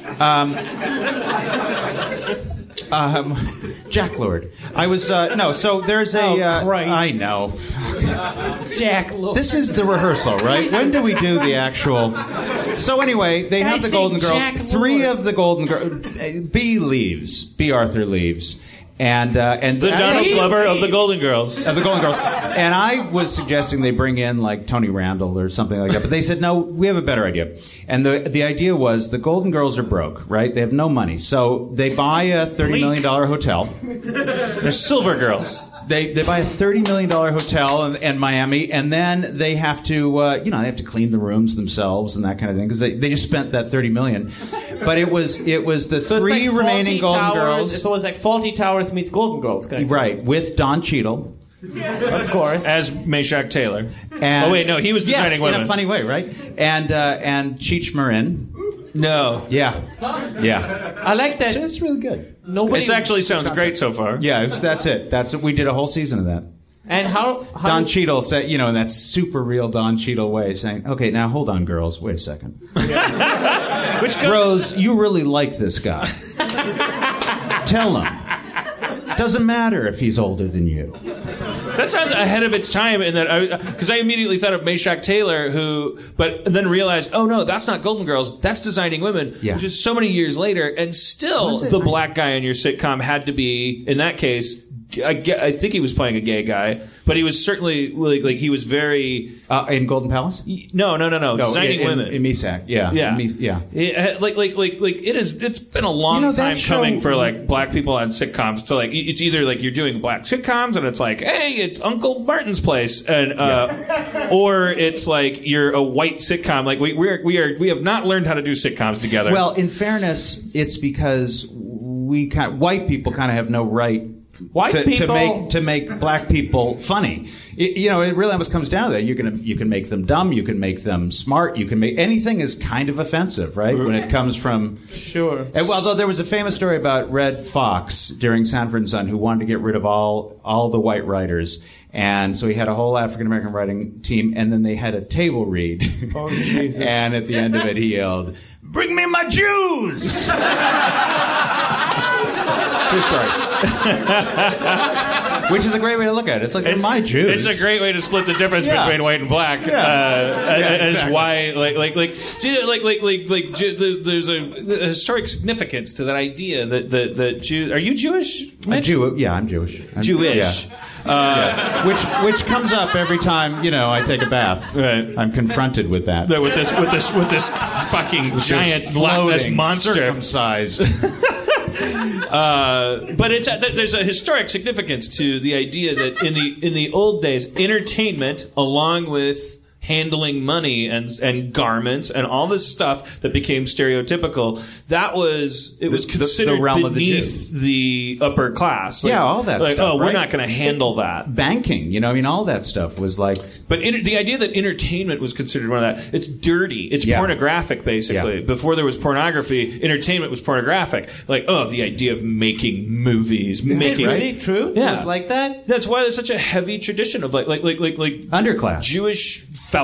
[SPEAKER 3] Um, Jack Lord. I was uh, no. So there's a.
[SPEAKER 4] Oh,
[SPEAKER 3] uh,
[SPEAKER 4] Christ.
[SPEAKER 3] I know.
[SPEAKER 4] Jack, look.
[SPEAKER 3] This is the rehearsal, right? When do we do the actual? So anyway, they have
[SPEAKER 4] Guys,
[SPEAKER 3] the Golden
[SPEAKER 4] say
[SPEAKER 3] Girls.
[SPEAKER 4] Jack
[SPEAKER 3] Three
[SPEAKER 4] Lord.
[SPEAKER 3] of the Golden Girls. B leaves. B Arthur leaves, and uh, and
[SPEAKER 5] the Donald
[SPEAKER 3] He-
[SPEAKER 5] Glover of the Golden Girls.
[SPEAKER 3] of the Golden Girls. And I was suggesting they bring in like Tony Randall or something like that, but they said no, we have a better idea. And the the idea was the Golden Girls are broke, right? They have no money, so they buy a thirty million dollar hotel.
[SPEAKER 5] They're Silver Girls.
[SPEAKER 3] They they buy a thirty million dollar hotel in, in Miami, and then they have to uh, you know they have to clean the rooms themselves and that kind of thing because they, they just spent that thirty million. But it was it was the
[SPEAKER 7] So it's
[SPEAKER 3] three
[SPEAKER 7] like
[SPEAKER 3] remaining
[SPEAKER 7] Fawlty
[SPEAKER 3] Golden
[SPEAKER 7] Towers,
[SPEAKER 3] Girls,
[SPEAKER 7] So it's like Faulty Towers meets Golden Girls, kind of.
[SPEAKER 3] right? With Don Cheadle.
[SPEAKER 7] Of course.
[SPEAKER 5] As Meshack Taylor.
[SPEAKER 3] And,
[SPEAKER 5] oh, wait, no, he was
[SPEAKER 3] yes,
[SPEAKER 5] designing women.
[SPEAKER 3] in a funny way, right? And uh, and Cheech Marin.
[SPEAKER 5] no.
[SPEAKER 3] Yeah, yeah.
[SPEAKER 7] I like that.
[SPEAKER 3] So it's really good.
[SPEAKER 7] Nobody.
[SPEAKER 5] This actually sounds great so far.
[SPEAKER 3] Yeah, it was, that's it. That's it. We did a whole season of that.
[SPEAKER 7] and how? how
[SPEAKER 3] Don Cheadle said, you know, in that super real Don Cheadle way, saying, "Okay, now hold on, girls, wait a second.
[SPEAKER 5] Which goes,
[SPEAKER 3] Rose, you really like this guy. Tell him. Doesn't matter if he's older than you.
[SPEAKER 5] that sounds ahead of its time in that I because I immediately thought of Meshack Taylor who but then realized, "Oh no, that's not Golden Girls. That's Designing Women."
[SPEAKER 3] Yeah.
[SPEAKER 5] Which is so many years later and still
[SPEAKER 3] Was it-
[SPEAKER 5] the black guy in your sitcom had to be in that case I, ge- I think he was playing a gay guy, but he was certainly like, like he was very
[SPEAKER 3] Uh, in Golden Palace?
[SPEAKER 5] no, no, no, no,
[SPEAKER 3] No,
[SPEAKER 5] designing
[SPEAKER 3] in,
[SPEAKER 5] Oh, women.
[SPEAKER 3] in Misak. Yeah,
[SPEAKER 5] yeah,
[SPEAKER 3] In Mis- yeah.
[SPEAKER 5] Yeah, uh, like, like, like, like, it is. It's been a long
[SPEAKER 3] You know, that
[SPEAKER 5] time
[SPEAKER 3] show-
[SPEAKER 5] coming for like black people on sitcoms to like. It's either like you're doing black sitcoms and it's like, hey, it's Uncle Martin's place, and uh, or it's like you're a white sitcom. Like we we are, we are we have not learned how to do sitcoms together.
[SPEAKER 3] Well, in fairness, it's because we kind white people kind of have no right
[SPEAKER 7] White
[SPEAKER 3] to, to
[SPEAKER 7] people-
[SPEAKER 3] make to make black people funny. It, you know, it really almost comes down to that. You can you can make them dumb. You can make them smart. You can make anything is kind of offensive, right? When it comes from
[SPEAKER 7] Sure.
[SPEAKER 3] and, well, although there was a famous story about Red Fox during Sanford and Son, who wanted to get rid of all all the white writers, and so he had a whole African American writing team, and then they had a table read. Oh Jesus! and at the end of it, he yelled, "Bring me my Jews!" True story. Which is a great way to look at it. It's like they're my Jews.
[SPEAKER 5] It's a great way to split the difference
[SPEAKER 3] Yeah.
[SPEAKER 5] between white and black.
[SPEAKER 3] Yeah.
[SPEAKER 5] Uh,
[SPEAKER 3] Yeah,
[SPEAKER 5] and- and it's
[SPEAKER 3] exactly.
[SPEAKER 5] why, like, like, like, see, like, like, like, like, Ju- the- there's a, the historic significance to that idea that that that Jew. Are you Jewish?
[SPEAKER 3] A Jew, yeah, I'm Jewish. I'm-
[SPEAKER 5] Jewish. Uh,
[SPEAKER 3] yeah. Yeah. Which which comes up every time you know I take a bath. Right. I'm confronted with that.
[SPEAKER 5] That with this, with this, with this fucking
[SPEAKER 3] With this
[SPEAKER 5] giant Loch Ness
[SPEAKER 3] floating,
[SPEAKER 5] monster.
[SPEAKER 3] circumcised.
[SPEAKER 5] uh, but it's a, th- there's a historic significance to the idea that in the in the old days, entertainment along with handling money and and garments and all this stuff that became stereotypical that was it was
[SPEAKER 3] the- the
[SPEAKER 5] considered
[SPEAKER 3] realm of the
[SPEAKER 5] beneath the, upper class Like-
[SPEAKER 3] yeah, all that
[SPEAKER 5] like
[SPEAKER 3] stuff.
[SPEAKER 5] oh we're
[SPEAKER 3] right?
[SPEAKER 5] not going to handle that
[SPEAKER 3] Banking, you know, I mean, all that stuff was like
[SPEAKER 5] but enter the idea that entertainment was considered one of that, it's dirty. It's
[SPEAKER 3] Yeah.
[SPEAKER 5] pornographic, basically. Before there was pornography, entertainment was pornographic. Like, oh, the idea of making movies,
[SPEAKER 7] Is
[SPEAKER 5] making.
[SPEAKER 7] it really true?
[SPEAKER 5] Yeah.
[SPEAKER 7] It was like that?
[SPEAKER 5] That's why there's such a heavy tradition of like, like, like, like, like
[SPEAKER 3] underclass
[SPEAKER 5] Jewish fellows.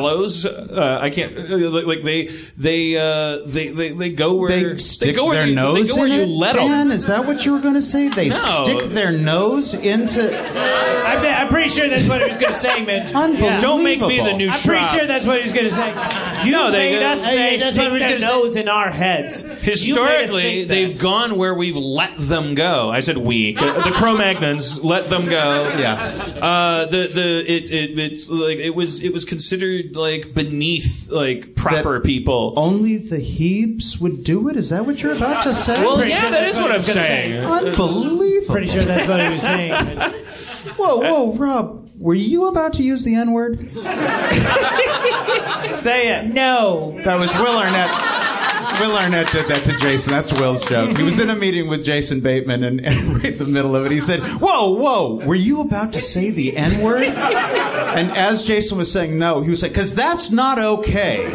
[SPEAKER 5] Uh, I can't uh, like, like they, they, uh, they, they, they go where
[SPEAKER 3] they stick
[SPEAKER 5] go where
[SPEAKER 3] their
[SPEAKER 5] you-
[SPEAKER 3] nose
[SPEAKER 5] they go where
[SPEAKER 3] in
[SPEAKER 5] you
[SPEAKER 3] it.
[SPEAKER 5] let 'em.
[SPEAKER 3] Dan, is that what you were going to say? They
[SPEAKER 5] No.
[SPEAKER 3] stick their nose into.
[SPEAKER 4] I'm, I'm pretty sure that's what he was going to say, man.
[SPEAKER 3] Unbelievable.
[SPEAKER 5] Don't make me the new
[SPEAKER 4] I'm pretty
[SPEAKER 5] Schrock.
[SPEAKER 4] sure that's what he was going to say.
[SPEAKER 7] You
[SPEAKER 5] No, they-
[SPEAKER 7] made us
[SPEAKER 5] Hey,
[SPEAKER 7] say
[SPEAKER 4] that's what I
[SPEAKER 7] stick
[SPEAKER 4] was
[SPEAKER 7] their
[SPEAKER 4] gonna say.
[SPEAKER 7] nose in our heads. You made us
[SPEAKER 5] Historically,
[SPEAKER 7] think that.
[SPEAKER 5] they've gone where we've let them go. I said we, the Cro-Magnons let them go.
[SPEAKER 3] Yeah.
[SPEAKER 5] Uh, the the it, it it's like it was it was considered like beneath like proper people.
[SPEAKER 3] Only the Hebes would do it. Is that what you're about to say?
[SPEAKER 5] Well, yeah, that is what I'm saying.
[SPEAKER 3] Unbelievable.
[SPEAKER 4] Pretty sure that's what he was saying.
[SPEAKER 3] Whoa, whoa, Rob, were you about to use the N word?
[SPEAKER 7] Say it.
[SPEAKER 4] No.
[SPEAKER 3] That was Will Arnett. Will Arnett did that to Jason. That's Will's joke. He was in a meeting with Jason Bateman, and, and right in the middle of it, he said, Whoa, whoa, were you about to say the N word? And as Jason was saying no, he was like, Because that's not okay.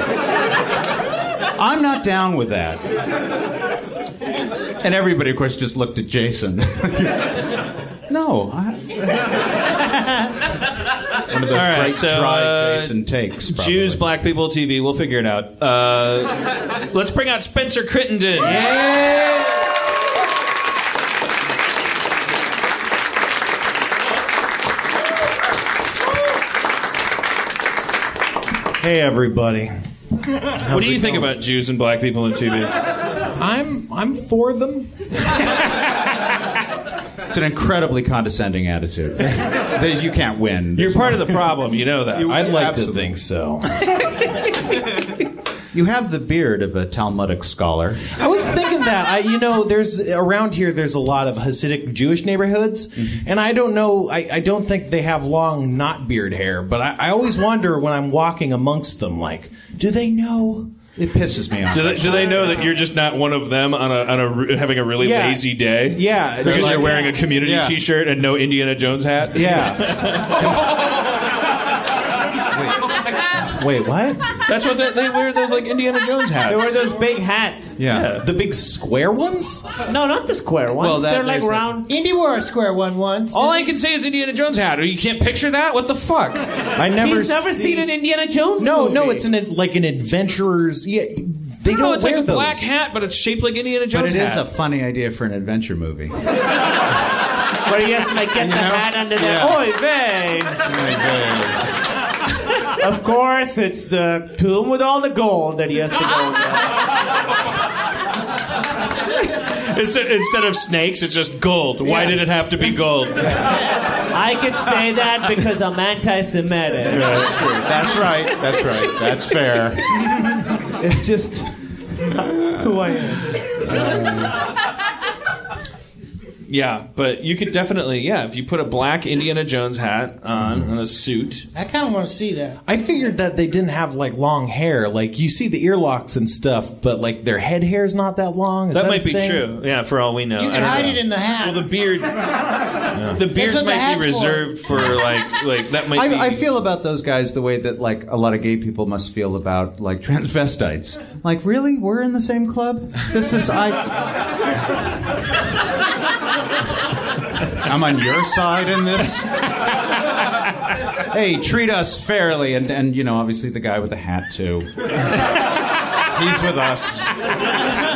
[SPEAKER 3] I'm not down with that. And everybody, of course, just looked at Jason. no. I... One of those
[SPEAKER 5] All right,
[SPEAKER 3] great
[SPEAKER 5] so,
[SPEAKER 3] dry
[SPEAKER 5] uh,
[SPEAKER 3] Jason takes. probably.
[SPEAKER 5] Jews, black people, TV. We'll figure it out. Uh, let's bring out Spencer Crittenden.
[SPEAKER 9] Hey, everybody.
[SPEAKER 5] What do you think about Jews and black people in TV?
[SPEAKER 9] I'm I'm for them.
[SPEAKER 3] It's an incredibly condescending attitude. That you can't win.
[SPEAKER 5] You're part of the problem. You know that.
[SPEAKER 9] I'd like
[SPEAKER 3] Absolutely.
[SPEAKER 9] to think so.
[SPEAKER 3] You have the beard of a Talmudic scholar.
[SPEAKER 9] I was thinking that I, you know, there's around here. There's a lot of Hasidic Jewish neighborhoods,
[SPEAKER 5] Mm-hmm.
[SPEAKER 9] and I don't know. I, I don't think they have long not beard hair, but I, I always wonder when I'm walking amongst them, like, do they know?
[SPEAKER 3] It pisses me off.
[SPEAKER 5] Do they, do they know that you're just not one of them on a, on a re- having a really
[SPEAKER 9] Yeah.
[SPEAKER 5] lazy day?
[SPEAKER 9] Yeah, they're
[SPEAKER 5] because
[SPEAKER 9] like-
[SPEAKER 5] you're wearing a community
[SPEAKER 9] Yeah.
[SPEAKER 5] T-shirt and no Indiana Jones hat.
[SPEAKER 9] Yeah. Wait, what?
[SPEAKER 5] that's what they, they wear. Those like Indiana Jones hats.
[SPEAKER 7] They wear those big hats.
[SPEAKER 3] Yeah.
[SPEAKER 9] The big square ones?
[SPEAKER 7] No, not the square ones.
[SPEAKER 3] Well, that-
[SPEAKER 7] They're like
[SPEAKER 3] there's that.
[SPEAKER 7] round.
[SPEAKER 4] Indy wore a square one once.
[SPEAKER 5] All I can say is Indiana Jones hat. Or you can't picture that. What the fuck?
[SPEAKER 9] I never.
[SPEAKER 7] He's never
[SPEAKER 9] see-
[SPEAKER 7] seen an Indiana Jones
[SPEAKER 9] No,
[SPEAKER 7] movie.
[SPEAKER 9] no, it's an like an adventurer's. Yeah, they
[SPEAKER 5] no,
[SPEAKER 9] don't
[SPEAKER 5] it's
[SPEAKER 9] wear
[SPEAKER 5] like a
[SPEAKER 9] those.
[SPEAKER 5] black hat, but it's shaped like Indiana
[SPEAKER 3] But
[SPEAKER 5] Jones
[SPEAKER 3] it is
[SPEAKER 5] hat.
[SPEAKER 3] a funny idea for an adventure movie.
[SPEAKER 7] Where he has to like get the
[SPEAKER 3] know?
[SPEAKER 7] hat under the.
[SPEAKER 3] Yeah.
[SPEAKER 7] Oy vey. Of course, it's the tomb with all the gold that he has to go with.
[SPEAKER 5] It's- instead of snakes, it's just gold. Why did it have to be gold?
[SPEAKER 7] I can say that because I'm anti-Semitic.
[SPEAKER 3] that's true. That's right. That's right. That's fair.
[SPEAKER 7] It's just who I am.
[SPEAKER 5] Yeah, but you could definitely, yeah, if you put a black Indiana Jones hat
[SPEAKER 3] Mm-hmm.
[SPEAKER 5] on and a suit.
[SPEAKER 4] I kind of want to see that.
[SPEAKER 9] I figured that they didn't have like long hair. Like you see the earlocks and stuff, but like their head hair is not that long. Is
[SPEAKER 5] that,
[SPEAKER 9] that,
[SPEAKER 5] might
[SPEAKER 9] a
[SPEAKER 5] be
[SPEAKER 9] thing?
[SPEAKER 5] true. Yeah, for all we know.
[SPEAKER 4] You
[SPEAKER 5] I
[SPEAKER 4] can
[SPEAKER 5] don't
[SPEAKER 4] hide
[SPEAKER 5] know.
[SPEAKER 4] it in the hat. Well,
[SPEAKER 5] the beard. The beard
[SPEAKER 4] what the
[SPEAKER 5] might
[SPEAKER 4] hat's
[SPEAKER 5] be
[SPEAKER 4] for.
[SPEAKER 5] reserved for, like like that might be.
[SPEAKER 3] I, I feel about those guys the way that like a lot of gay people must feel about like transvestites. Like, really, we're in the same club? This is I.
[SPEAKER 2] I'm on your side in this.
[SPEAKER 3] Hey, treat us fairly, and and you know, obviously the guy with the hat too. He's with us.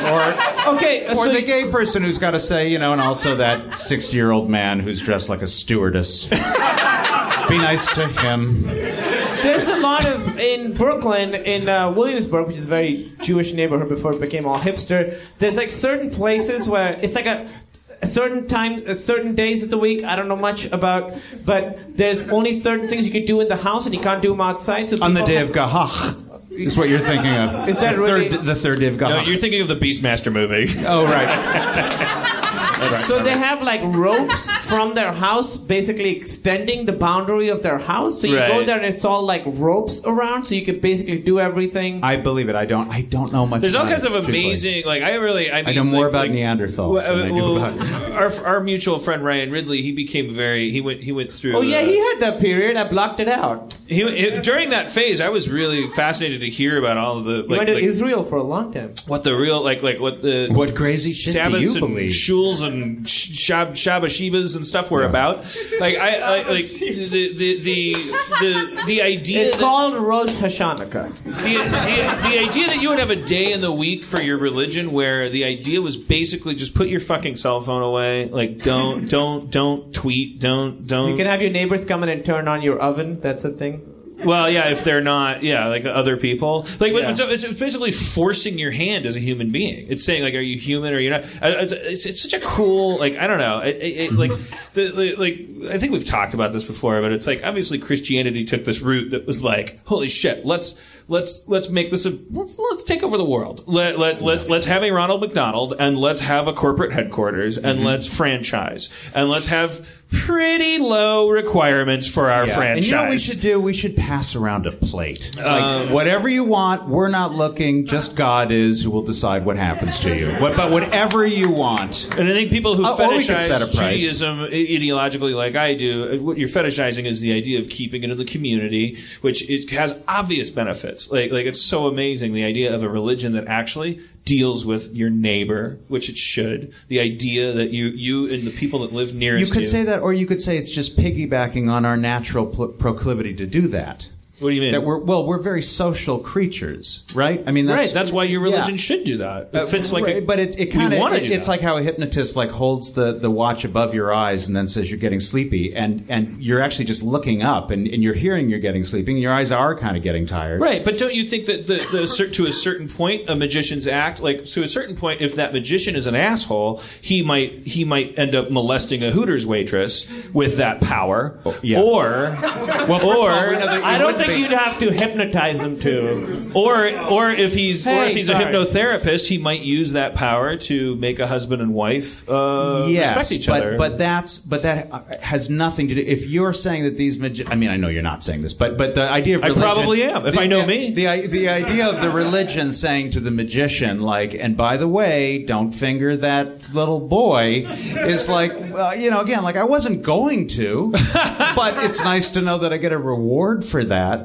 [SPEAKER 3] Or
[SPEAKER 7] okay,
[SPEAKER 5] uh,
[SPEAKER 3] or
[SPEAKER 7] so-
[SPEAKER 3] the gay person who's got to say, you know, and also that sixty-year-old man who's dressed like a stewardess. Be nice to him.
[SPEAKER 7] There's a lot of in Brooklyn, in uh, Williamsburg, which is a very Jewish neighborhood before it became all hipster. There's like certain places where it's like a, a certain time, a certain days of the week. I don't know much about, but there's only certain things you can do in the house and you can't do them outside. So
[SPEAKER 3] On the
[SPEAKER 7] people
[SPEAKER 3] day
[SPEAKER 7] have-
[SPEAKER 3] of Gahach is what you're thinking of.
[SPEAKER 7] Is that
[SPEAKER 3] the
[SPEAKER 7] really-
[SPEAKER 3] third, the third day of Gahach?
[SPEAKER 5] No, you're thinking of the Beastmaster movie.
[SPEAKER 3] Oh right.
[SPEAKER 7] so they have like ropes from their house, basically extending the boundary of their house. So you go
[SPEAKER 3] Right.
[SPEAKER 7] there and it's all like ropes around, so you can basically do everything.
[SPEAKER 3] I believe it. I don't. I don't know much.
[SPEAKER 5] There's all
[SPEAKER 3] about
[SPEAKER 5] kinds
[SPEAKER 3] it,
[SPEAKER 5] of
[SPEAKER 3] truthfully.
[SPEAKER 5] amazing. Like I really, I, mean,
[SPEAKER 3] I know more
[SPEAKER 5] like-
[SPEAKER 3] about
[SPEAKER 5] like- uh,
[SPEAKER 3] Neanderthal.
[SPEAKER 5] Well,
[SPEAKER 3] than I do
[SPEAKER 5] well,
[SPEAKER 3] about-
[SPEAKER 5] our our mutual friend Ryan Ridley, he became very. He went. He went through.
[SPEAKER 7] Oh yeah,
[SPEAKER 5] uh,
[SPEAKER 7] he had that period. I blocked it out.
[SPEAKER 5] He, he- during that phase, I was really fascinated to hear about all of the.
[SPEAKER 7] he
[SPEAKER 5] Like,
[SPEAKER 7] went to
[SPEAKER 5] like-
[SPEAKER 7] Israel for a long time.
[SPEAKER 5] What the real like like what the
[SPEAKER 3] What crazy shit do
[SPEAKER 5] Shabbos
[SPEAKER 3] you
[SPEAKER 5] and
[SPEAKER 3] believe?
[SPEAKER 5] shuls and shab shabashibas and stuff were about? Like I, I like the the the the, the idea.
[SPEAKER 7] It's
[SPEAKER 5] that-
[SPEAKER 7] called Rosh Hashanah.
[SPEAKER 5] the, the, the idea that you would have a day in the week for your religion where the idea was basically just put your fucking cell phone away like don't don't don't tweet don't don't
[SPEAKER 7] You can have your neighbors come in and turn on your oven. That's a thing.
[SPEAKER 5] well yeah if they're not yeah like other people like but
[SPEAKER 7] Yeah.
[SPEAKER 5] so it's, it's basically forcing your hand as a human being it's saying like are you human or you're not Uh, it's, it's, it's such a cruel like i don't know it, it, it, like the, the, like i think we've talked about this before but it's like obviously christianity took this route that was like holy shit let's let's let's make this a let's let's take over the world let, let's let's let's have a ronald mcdonald and let's have a corporate headquarters and
[SPEAKER 3] Mm-hmm.
[SPEAKER 5] let's franchise and let's have pretty low requirements for our
[SPEAKER 3] Yeah.
[SPEAKER 5] franchise
[SPEAKER 3] And you know what we should do? We should pass around a plate. Like,
[SPEAKER 5] Um,
[SPEAKER 3] whatever you want, we're not looking. Just God is who will decide what happens to you. What, but whatever you want.
[SPEAKER 5] And I think people who
[SPEAKER 3] Uh, or we could
[SPEAKER 5] fetishize
[SPEAKER 3] set a price.
[SPEAKER 5] Judaism i- ideologically, like I do, uh, what you're fetishizing is the idea of keeping it in the community, which it has obvious benefits. Like, like it's so amazing the idea of a religion that actually deals with your neighbor, which it should. The idea that you, you and the people that live nearest
[SPEAKER 3] You could say that, or you could say it's just piggybacking on our natural pl- proclivity to do that.
[SPEAKER 5] What do you mean?
[SPEAKER 3] That we're well, we're very social creatures, right? I mean, that's, Uh,
[SPEAKER 5] right. That's why your religion should do that. It fits like, a,
[SPEAKER 3] Right, but it, it kind of
[SPEAKER 5] want to do
[SPEAKER 3] it's
[SPEAKER 5] that.
[SPEAKER 3] like how a hypnotist like holds the, the watch above your eyes and then says you're getting sleepy and, and you're actually just looking up and, and you're hearing you're getting sleepy and your eyes are kind of getting tired
[SPEAKER 5] Right, but don't you think that the, the cer- to a certain point, a magician's act, like to a certain point, if that magician is an asshole, he might he might end up molesting a Hooters waitress with that power,
[SPEAKER 3] Oh,
[SPEAKER 5] or
[SPEAKER 7] Well, first of all,
[SPEAKER 5] or
[SPEAKER 7] we know that I you don't wouldn't think be- you'd have to hypnotize him to,
[SPEAKER 5] or or if he's or
[SPEAKER 7] Hey,
[SPEAKER 5] if he's
[SPEAKER 7] sorry.
[SPEAKER 5] a hypnotherapist, he might use that power to make a husband and wife uh, respect each
[SPEAKER 3] but,
[SPEAKER 5] other.
[SPEAKER 3] But that's but that uh, has nothing to do. If you're saying that these, magi- I mean, I know you're not saying this, but but the idea of
[SPEAKER 5] I
[SPEAKER 3] religion,
[SPEAKER 5] probably am, if
[SPEAKER 3] the-
[SPEAKER 5] I know
[SPEAKER 3] the-
[SPEAKER 5] me.
[SPEAKER 3] The i- the idea of the religion saying to the magician, like, and by the way, don't finger that little boy, is like, uh, you know, again, like I wasn't going to, but it's nice to know that I get a reward for that.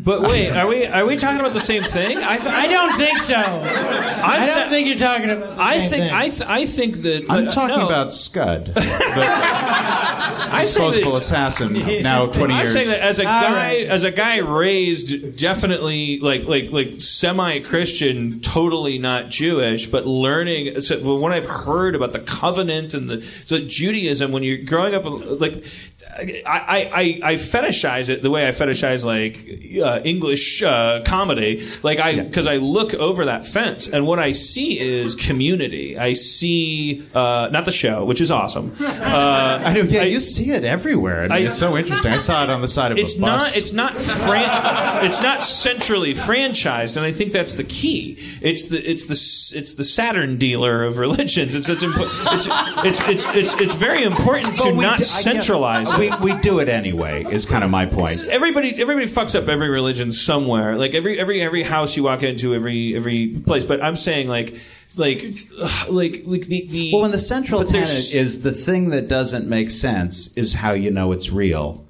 [SPEAKER 5] But wait, are we are we talking about the same thing? I, th-
[SPEAKER 4] I don't think so. I don't think you're talking about. The
[SPEAKER 5] I
[SPEAKER 4] same
[SPEAKER 5] think
[SPEAKER 4] thing.
[SPEAKER 5] I th- I think that
[SPEAKER 3] I'm
[SPEAKER 5] but,
[SPEAKER 3] talking
[SPEAKER 5] Uh, no,
[SPEAKER 3] about Scud,
[SPEAKER 5] I say that-
[SPEAKER 3] disposable assassin, now 20
[SPEAKER 5] I'm
[SPEAKER 3] years.
[SPEAKER 5] saying that as a
[SPEAKER 3] All
[SPEAKER 5] guy,
[SPEAKER 3] right.
[SPEAKER 5] as a guy raised definitely like like like semi-Christian, totally not Jewish, but learning. So well, when I've heard about the covenant and the so Judaism, when you're growing up, like. I, I, I- I fetishize it the way I fetishize like uh, uh, English uh, comedy. Like I, because I look over that fence, and what I see is community. I see uh, not the show, which is awesome. Uh, I know, yeah, you
[SPEAKER 3] see it everywhere. I mean, it's so interesting. I saw it on the side of
[SPEAKER 5] it's
[SPEAKER 3] a bus.
[SPEAKER 5] Not, it's not fran- It's not centrally franchised, and I think that's the key. It's the it's the s- it's the Saturn dealer of religions. It's it's impo- it's, it's, it's it's it's very important to
[SPEAKER 3] But we
[SPEAKER 5] not
[SPEAKER 3] do- I guess-
[SPEAKER 5] centralize. it.
[SPEAKER 3] We, we do it anyway, is kind of my point.
[SPEAKER 5] Everybody, everybody fucks up every religion somewhere. Like every every every house you walk into, every every place. But I'm saying like, like, ugh, like like the, the
[SPEAKER 3] Well, when the central
[SPEAKER 5] but
[SPEAKER 3] tenet
[SPEAKER 5] there's-
[SPEAKER 3] is the thing that doesn't make sense is how you know it's real,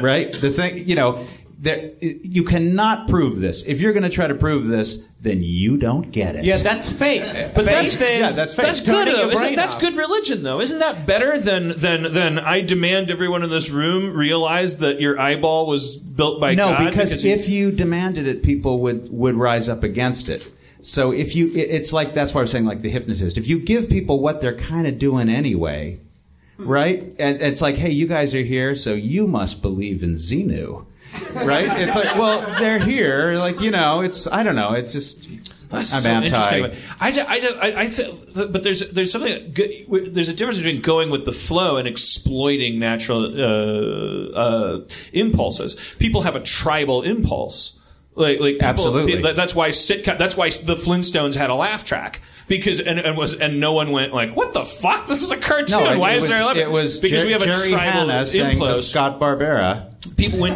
[SPEAKER 3] right? The thing, you know, there, you cannot prove this. If you're going to try to prove this, then you don't get it.
[SPEAKER 7] Yeah, that's fake.
[SPEAKER 5] But that's
[SPEAKER 3] yeah, that's fake.
[SPEAKER 5] good
[SPEAKER 7] Turning
[SPEAKER 5] though.
[SPEAKER 7] your
[SPEAKER 5] Isn't
[SPEAKER 7] brain
[SPEAKER 5] that's
[SPEAKER 7] off.
[SPEAKER 5] good religion though? Isn't that better than than than I demand everyone in this room realize that your eyeball was built by
[SPEAKER 3] no,
[SPEAKER 5] God?
[SPEAKER 3] because, if you demanded it, people would would rise up against it. So if you, it- it's like that's why I'm saying like the hypnotist. If you give people what they're kind of doing anyway, right? And it's like, hey, you guys are here, so you must believe in Xenu, right? It's like, well, they're here, like you know, it's I don't know, it's just
[SPEAKER 5] That's
[SPEAKER 3] I'm
[SPEAKER 5] so
[SPEAKER 3] anti.
[SPEAKER 5] interesting. I, ju- I, ju- I, I th- but there's there's something good, there's a difference between going with the flow and exploiting natural uh, uh, impulses. People have a tribal impulse. Like, like people-
[SPEAKER 3] Absolutely.
[SPEAKER 5] pe- that- that's why sitcom. That's why the Flintstones had a laugh track because and, and was and no one went like, what the fuck? This is a cartoon.
[SPEAKER 3] it-
[SPEAKER 5] why
[SPEAKER 3] it
[SPEAKER 5] is
[SPEAKER 3] was,
[SPEAKER 5] there a laugh?
[SPEAKER 3] It was
[SPEAKER 5] because
[SPEAKER 3] Jer-
[SPEAKER 5] we have
[SPEAKER 3] Jerry
[SPEAKER 5] a tribal
[SPEAKER 3] Hanna saying to
[SPEAKER 5] impulse.
[SPEAKER 3] Scott Barbera.
[SPEAKER 5] People when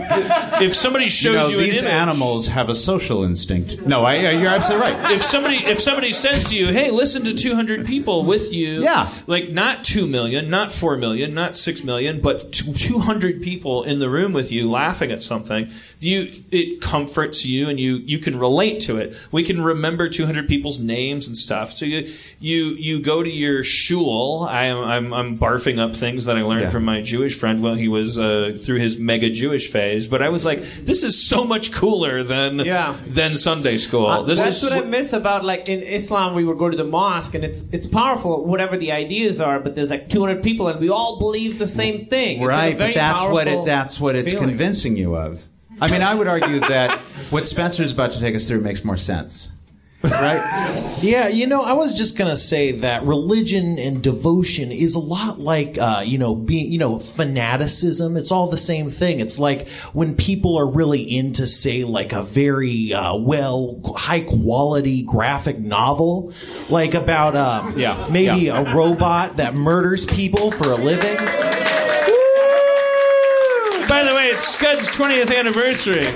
[SPEAKER 5] if somebody shows
[SPEAKER 3] you,
[SPEAKER 5] you,
[SPEAKER 3] know,
[SPEAKER 5] an
[SPEAKER 3] these
[SPEAKER 5] image,
[SPEAKER 3] animals have a social instinct. No, I, you're absolutely right.
[SPEAKER 5] if somebody if somebody says to you, "Hey, listen to 200 people with you," yeah, like not two million, not four million, not six million, but t- 200 people in the room with you laughing at something, you it comforts you and you you can relate to it. We can remember 200 people's names and stuff. So you you you go to your shul. I am I'm, I'm barfing up things that I learned
[SPEAKER 3] Yeah.
[SPEAKER 5] from my Jewish friend while he was uh, through his mega Jewish phase. But I was like, this is so much cooler than than Sunday school.
[SPEAKER 4] Uh,
[SPEAKER 5] this
[SPEAKER 7] That's
[SPEAKER 5] is
[SPEAKER 7] what I miss about like in Islam. We would go to the mosque, and it's it's powerful, whatever the ideas are. But there's like 200 people, and we all believe the same thing. It's, like, a
[SPEAKER 3] right
[SPEAKER 7] very
[SPEAKER 3] but that's what
[SPEAKER 7] powerful
[SPEAKER 3] it that's what it's
[SPEAKER 7] feeling.
[SPEAKER 3] convincing you of i mean i would argue that what spencer's about to take us through makes more sense
[SPEAKER 9] Yeah, you know, I was just gonna say that religion and devotion is a lot like, uh, you know, being, you know, fanaticism. It's all the same thing. It's like when people are really into, say, like a very uh, well, high quality graphic novel, like about, um,
[SPEAKER 3] Yeah,
[SPEAKER 9] maybe
[SPEAKER 3] yeah.
[SPEAKER 9] a robot that murders people for a living.
[SPEAKER 5] By the way, it's Scud's 20th anniversary.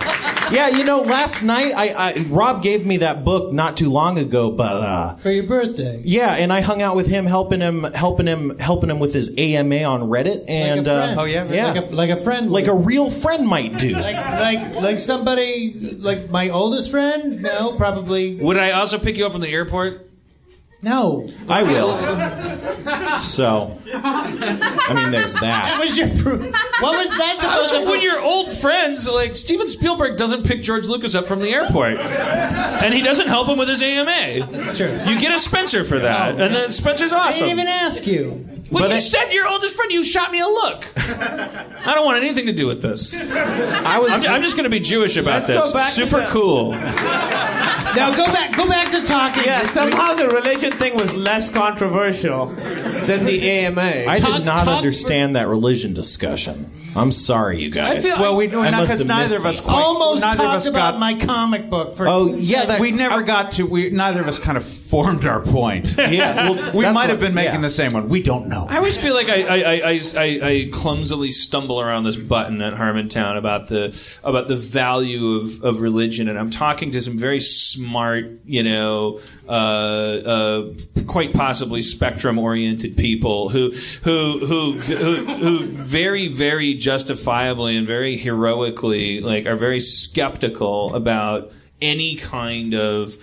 [SPEAKER 9] Yeah, you know, last night I, I Rob gave me that book not too long ago, but uh,
[SPEAKER 4] for your birthday.
[SPEAKER 9] Yeah, and I hung out with him, helping him, helping him, helping him with his AMA on Reddit, and
[SPEAKER 4] friend.
[SPEAKER 9] uh,
[SPEAKER 4] Oh, yeah?
[SPEAKER 9] yeah,
[SPEAKER 4] Like a- like a friend,
[SPEAKER 9] like a real friend might do.
[SPEAKER 4] Like like somebody like my oldest friend? No, probably
[SPEAKER 5] Would I also pick you up from the airport?
[SPEAKER 4] no.
[SPEAKER 9] I will. So, I mean, there's
[SPEAKER 5] That
[SPEAKER 9] that.
[SPEAKER 5] was your proof. What was that
[SPEAKER 4] supposed to-
[SPEAKER 5] When your old friends, like Steven Spielberg, doesn't pick George Lucas up from the airport, and he doesn't help him with his AMA. That's true. You get a Spencer for that, and then Spencer's
[SPEAKER 4] Oh. I
[SPEAKER 5] awesome.
[SPEAKER 4] didn't even ask you.
[SPEAKER 5] Well,
[SPEAKER 4] But
[SPEAKER 5] you
[SPEAKER 4] I-
[SPEAKER 5] said your oldest friend. You shot me a look. I don't want anything to do with this. I
[SPEAKER 9] was.
[SPEAKER 5] I'm, I'm just going to be Jewish
[SPEAKER 4] Let's
[SPEAKER 5] about
[SPEAKER 4] go
[SPEAKER 5] this.
[SPEAKER 4] back to
[SPEAKER 5] Super
[SPEAKER 4] the-
[SPEAKER 5] cool.
[SPEAKER 4] Now go back go back to talking.
[SPEAKER 7] Yeah, somehow the religion thing was less controversial than the AMA.
[SPEAKER 9] I did not understand that religion discussion. I'm sorry, you guys. I must
[SPEAKER 3] because
[SPEAKER 9] have
[SPEAKER 3] neither
[SPEAKER 9] missed
[SPEAKER 3] of us
[SPEAKER 9] it.
[SPEAKER 3] quite,
[SPEAKER 4] Almost
[SPEAKER 3] neither of
[SPEAKER 4] talked
[SPEAKER 3] us
[SPEAKER 4] about
[SPEAKER 3] got,
[SPEAKER 4] my comic book for
[SPEAKER 9] Oh, yeah, that-
[SPEAKER 3] we never got to we neither of us kind of formed our point
[SPEAKER 5] Yeah, well,
[SPEAKER 3] we might
[SPEAKER 5] that's what-
[SPEAKER 3] have been making
[SPEAKER 5] yeah.
[SPEAKER 3] the same one we don't know
[SPEAKER 5] I always feel like I I, I, I, I I clumsily stumble around this button at Harmontown about the about the value of, of religion, and I'm talking to some very smart, you know, uh, uh, quite possibly spectrum oriented people who who who who, who very very justifiably and very heroically like are very skeptical about any kind of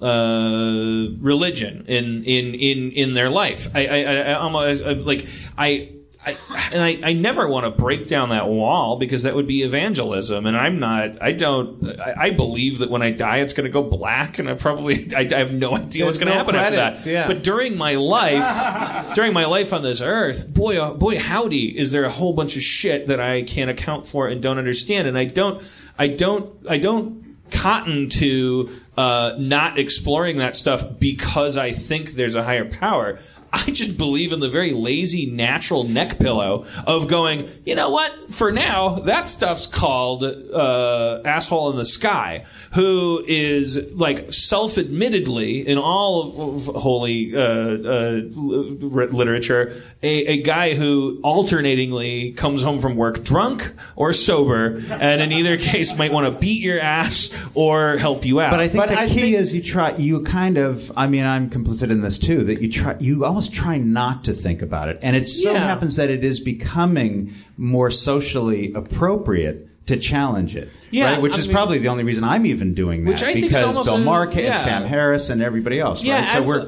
[SPEAKER 5] uh, religion in in in in their life. I I, I, I almost I, like I. I, and I, I never want to break down that wall because that would be evangelism. And I'm not, I don't, I, I believe that when I die, it's going to go black. And I probably, I, I have no idea what's
[SPEAKER 7] There's
[SPEAKER 5] going to
[SPEAKER 7] no
[SPEAKER 5] happen
[SPEAKER 7] credits,
[SPEAKER 5] after that.
[SPEAKER 7] yeah.
[SPEAKER 5] But during my life, during my life on this earth, boy, oh, boy, howdy, is there a whole bunch of shit that I can't account for and don't understand. And I don't, I don't, I don't cotton to uh, not exploring that stuff because I think there's a higher power. I just believe in the very lazy, natural neck pillow of going, you know what? For now, that stuff's called uh, Asshole in the Sky, who is like self admittedly, in all of of holy uh, uh, li- literature, a, a guy who alternatingly comes home from work drunk or sober, and in either case might want to beat your ass or help you out.
[SPEAKER 3] But I think the key is you try. You kind of. I mean, I'm complicit in this too. That you try. You almost try not to think about it, and it so
[SPEAKER 5] Yeah.
[SPEAKER 3] happens that it is becoming more socially appropriate to challenge it.
[SPEAKER 5] Yeah,
[SPEAKER 3] right? which
[SPEAKER 5] I
[SPEAKER 3] is
[SPEAKER 5] mean-
[SPEAKER 3] probably the only reason I'm even doing that
[SPEAKER 5] Which I think is
[SPEAKER 3] because
[SPEAKER 5] almost
[SPEAKER 3] Bill
[SPEAKER 5] an-
[SPEAKER 3] Mark and
[SPEAKER 5] yeah.
[SPEAKER 3] Sam Harris and everybody else.
[SPEAKER 7] Yeah,
[SPEAKER 3] right? So
[SPEAKER 7] as-
[SPEAKER 3] we're.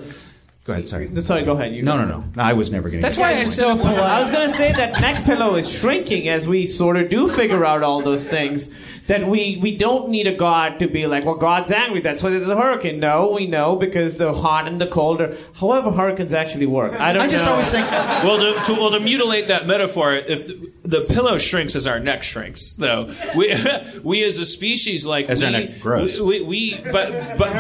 [SPEAKER 3] Go ahead. Sorry.
[SPEAKER 7] Sorry. Go ahead. You
[SPEAKER 3] no, no, no, no. I was never going to.
[SPEAKER 7] That's why I so I was gonna say that neck pillow is shrinking as we sort of do figure out all those things. That we we don't need a god to be like, well, God's angry. That's why there's a hurricane. No, we know because the hot and the cold are. However, hurricanes actually work. I don't.
[SPEAKER 5] I just
[SPEAKER 7] know.
[SPEAKER 5] always think- well, to, to, well, to mutilate that metaphor, if the, the pillow shrinks as our neck shrinks, though we we as a species like
[SPEAKER 3] As
[SPEAKER 5] we,
[SPEAKER 3] our neck grows.
[SPEAKER 5] we, we, we but but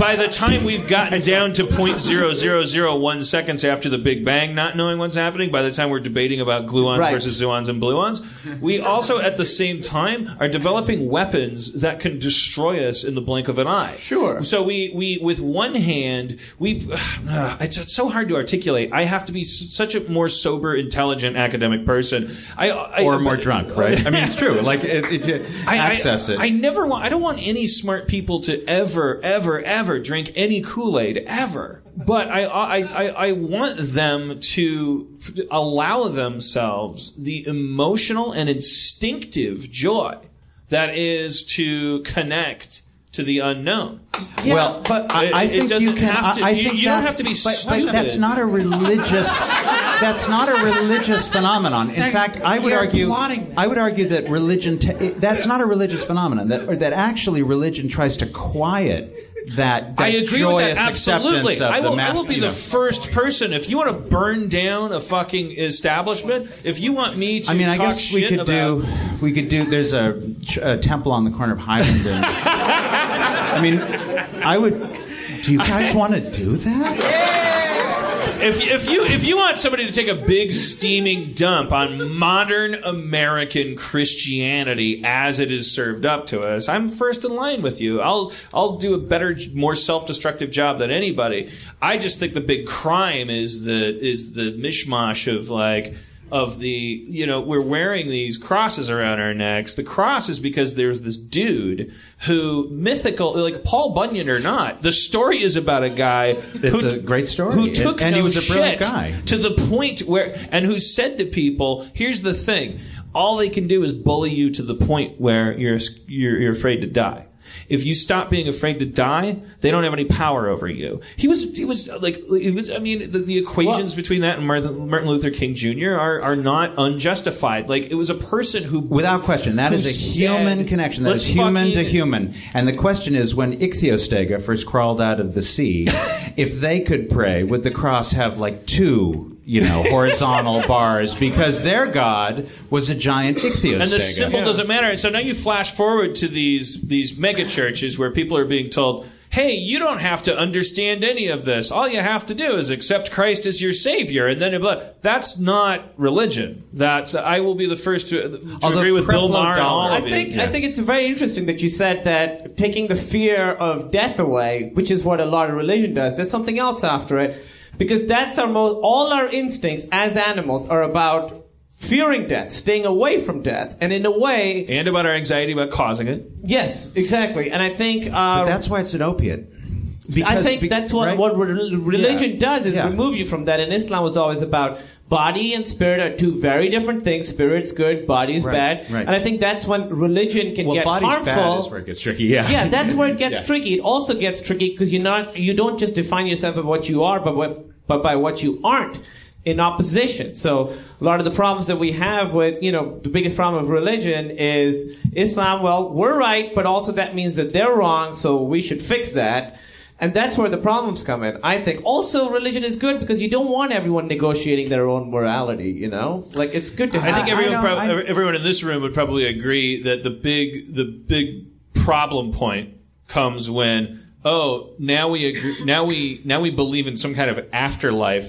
[SPEAKER 5] by the time we've gotten down to point zero zero zero one seconds after the Big Bang, not knowing what's happening, by the time we're debating about gluons
[SPEAKER 7] Right.
[SPEAKER 5] versus zuons and bluons, we also at the same time are developing weapons that can destroy us in the blink of an eye. Sure. So we we with one hand we uh, it's, it's so hard to articulate. I have to be s- such a more sober, intelligent academic person. I, I
[SPEAKER 3] or more drunk, right? I mean, it's true. Like it, it,
[SPEAKER 5] I- I-
[SPEAKER 3] access it.
[SPEAKER 5] I never want. I don't want any smart people to ever, ever, ever drink any Kool Aid ever. But I, I, I, I want them to allow themselves the emotional and instinctive joy that is to connect to the unknown.
[SPEAKER 3] well, but I,
[SPEAKER 5] It-
[SPEAKER 3] I
[SPEAKER 5] it
[SPEAKER 3] think
[SPEAKER 5] doesn't
[SPEAKER 3] you can.
[SPEAKER 5] have to-
[SPEAKER 3] I, I
[SPEAKER 5] you-
[SPEAKER 3] think
[SPEAKER 5] you don't
[SPEAKER 3] that's-
[SPEAKER 5] have to be
[SPEAKER 3] but, but that's
[SPEAKER 5] stupid.
[SPEAKER 3] not a religious. that's not a religious phenomenon. In
[SPEAKER 5] Stop.
[SPEAKER 3] fact, I would
[SPEAKER 5] You're
[SPEAKER 3] argue.
[SPEAKER 5] plotting.
[SPEAKER 3] I would argue that religion. T- it- that's not a religious phenomenon. That or that actually religion tries to quiet that, that
[SPEAKER 5] I agree with
[SPEAKER 3] joyous
[SPEAKER 5] that absolutely.
[SPEAKER 3] acceptance of
[SPEAKER 5] I will,
[SPEAKER 3] the
[SPEAKER 5] I
[SPEAKER 3] master.
[SPEAKER 5] will be
[SPEAKER 3] you
[SPEAKER 5] the
[SPEAKER 3] know.
[SPEAKER 5] first person if you want to burn down a fucking establishment. If you want me to,
[SPEAKER 3] I mean, I
[SPEAKER 5] talk
[SPEAKER 3] guess we
[SPEAKER 5] shit
[SPEAKER 3] could
[SPEAKER 5] about,
[SPEAKER 3] do. We could do. There's a, ch- a temple on the corner of Highland. And, I mean, I would. Do you guys want to do that?
[SPEAKER 5] If, if you if you want somebody to take a big steaming dump on modern American Christianity as it is served up to us, I'm first in line with you. I'll I'll do a better, more self-destructive job than anybody. I just think the big crime is the is the mishmash of like of the you know we're wearing these crosses around our necks the cross is because there's this dude who mythical like paul bunyan or not the story is about a guy
[SPEAKER 3] It's
[SPEAKER 5] who,
[SPEAKER 3] a great story.
[SPEAKER 5] who took
[SPEAKER 3] and
[SPEAKER 5] no
[SPEAKER 3] he was a brilliant
[SPEAKER 5] shit
[SPEAKER 3] guy.
[SPEAKER 5] to the point where and who said to people here's the thing all they can do is bully you to the point where you're you're, you're afraid to die if you stop being afraid to die, they don't have any power over you. He was, he was like, he was, I mean, the, the equations between that and Martin, Martin Luther King Jr. are are not unjustified. Like it was a person who,
[SPEAKER 3] Without question, that
[SPEAKER 5] who
[SPEAKER 3] is a
[SPEAKER 5] said,
[SPEAKER 3] human connection. That
[SPEAKER 5] "Let's
[SPEAKER 3] is human to
[SPEAKER 5] fucking-
[SPEAKER 3] human. And the question is, when Ichthyostega first crawled out of the sea, if they could pray, would the cross have like two, you know, horizontal bars? Because their god was a giant Ichthyostega.
[SPEAKER 5] And the symbol doesn't matter. And so now you flash forward to these these mega churches where people are being told, "Hey, you don't have to understand any of this. All you have to do is accept Christ as your savior." And then it blah. that's not religion. That's I will be the first to, to agree with Bill Maher and all
[SPEAKER 7] I
[SPEAKER 5] of you.
[SPEAKER 7] think I think it's very interesting that you said that taking the fear of death away, which is what a lot of religion does. There's something else after it, because that's our most all our instincts as animals are about fearing death, staying away from death, and in a way,
[SPEAKER 5] and about our anxiety about causing it.
[SPEAKER 7] Yes, exactly. And I think uh,
[SPEAKER 3] that's why it's an opiate.
[SPEAKER 7] I
[SPEAKER 3] Because-
[SPEAKER 7] think
[SPEAKER 3] be-
[SPEAKER 7] that's what
[SPEAKER 3] right?
[SPEAKER 7] what re- religion does is
[SPEAKER 3] Yeah.
[SPEAKER 7] remove you from that. And Islam was always about body and spirit are two very different things. Spirit's good, body's
[SPEAKER 3] Right,
[SPEAKER 7] bad.
[SPEAKER 3] right.
[SPEAKER 7] And I think that's when religion can
[SPEAKER 3] Well,
[SPEAKER 7] get
[SPEAKER 3] body's
[SPEAKER 7] harmful.
[SPEAKER 3] bad is where it gets tricky. Yeah.
[SPEAKER 7] yeah, that's where it gets
[SPEAKER 3] Yeah.
[SPEAKER 7] tricky. It also gets tricky because you're not you don't just define yourself by what you are, but what but by what you aren't. in opposition. So a lot of the problems that we have with, you know, the biggest problem of religion is Islam, well, we're right, but also that means that they're wrong, so we should fix that. And that's where the problems come in, I think. Also, religion is good because you don't want everyone negotiating their own morality, you know? Like, it's good to
[SPEAKER 5] I
[SPEAKER 7] have.
[SPEAKER 5] think everyone, prob- everyone in this room would probably agree that the big, the big problem point comes when oh now we agree, now we now we believe in some kind of afterlife,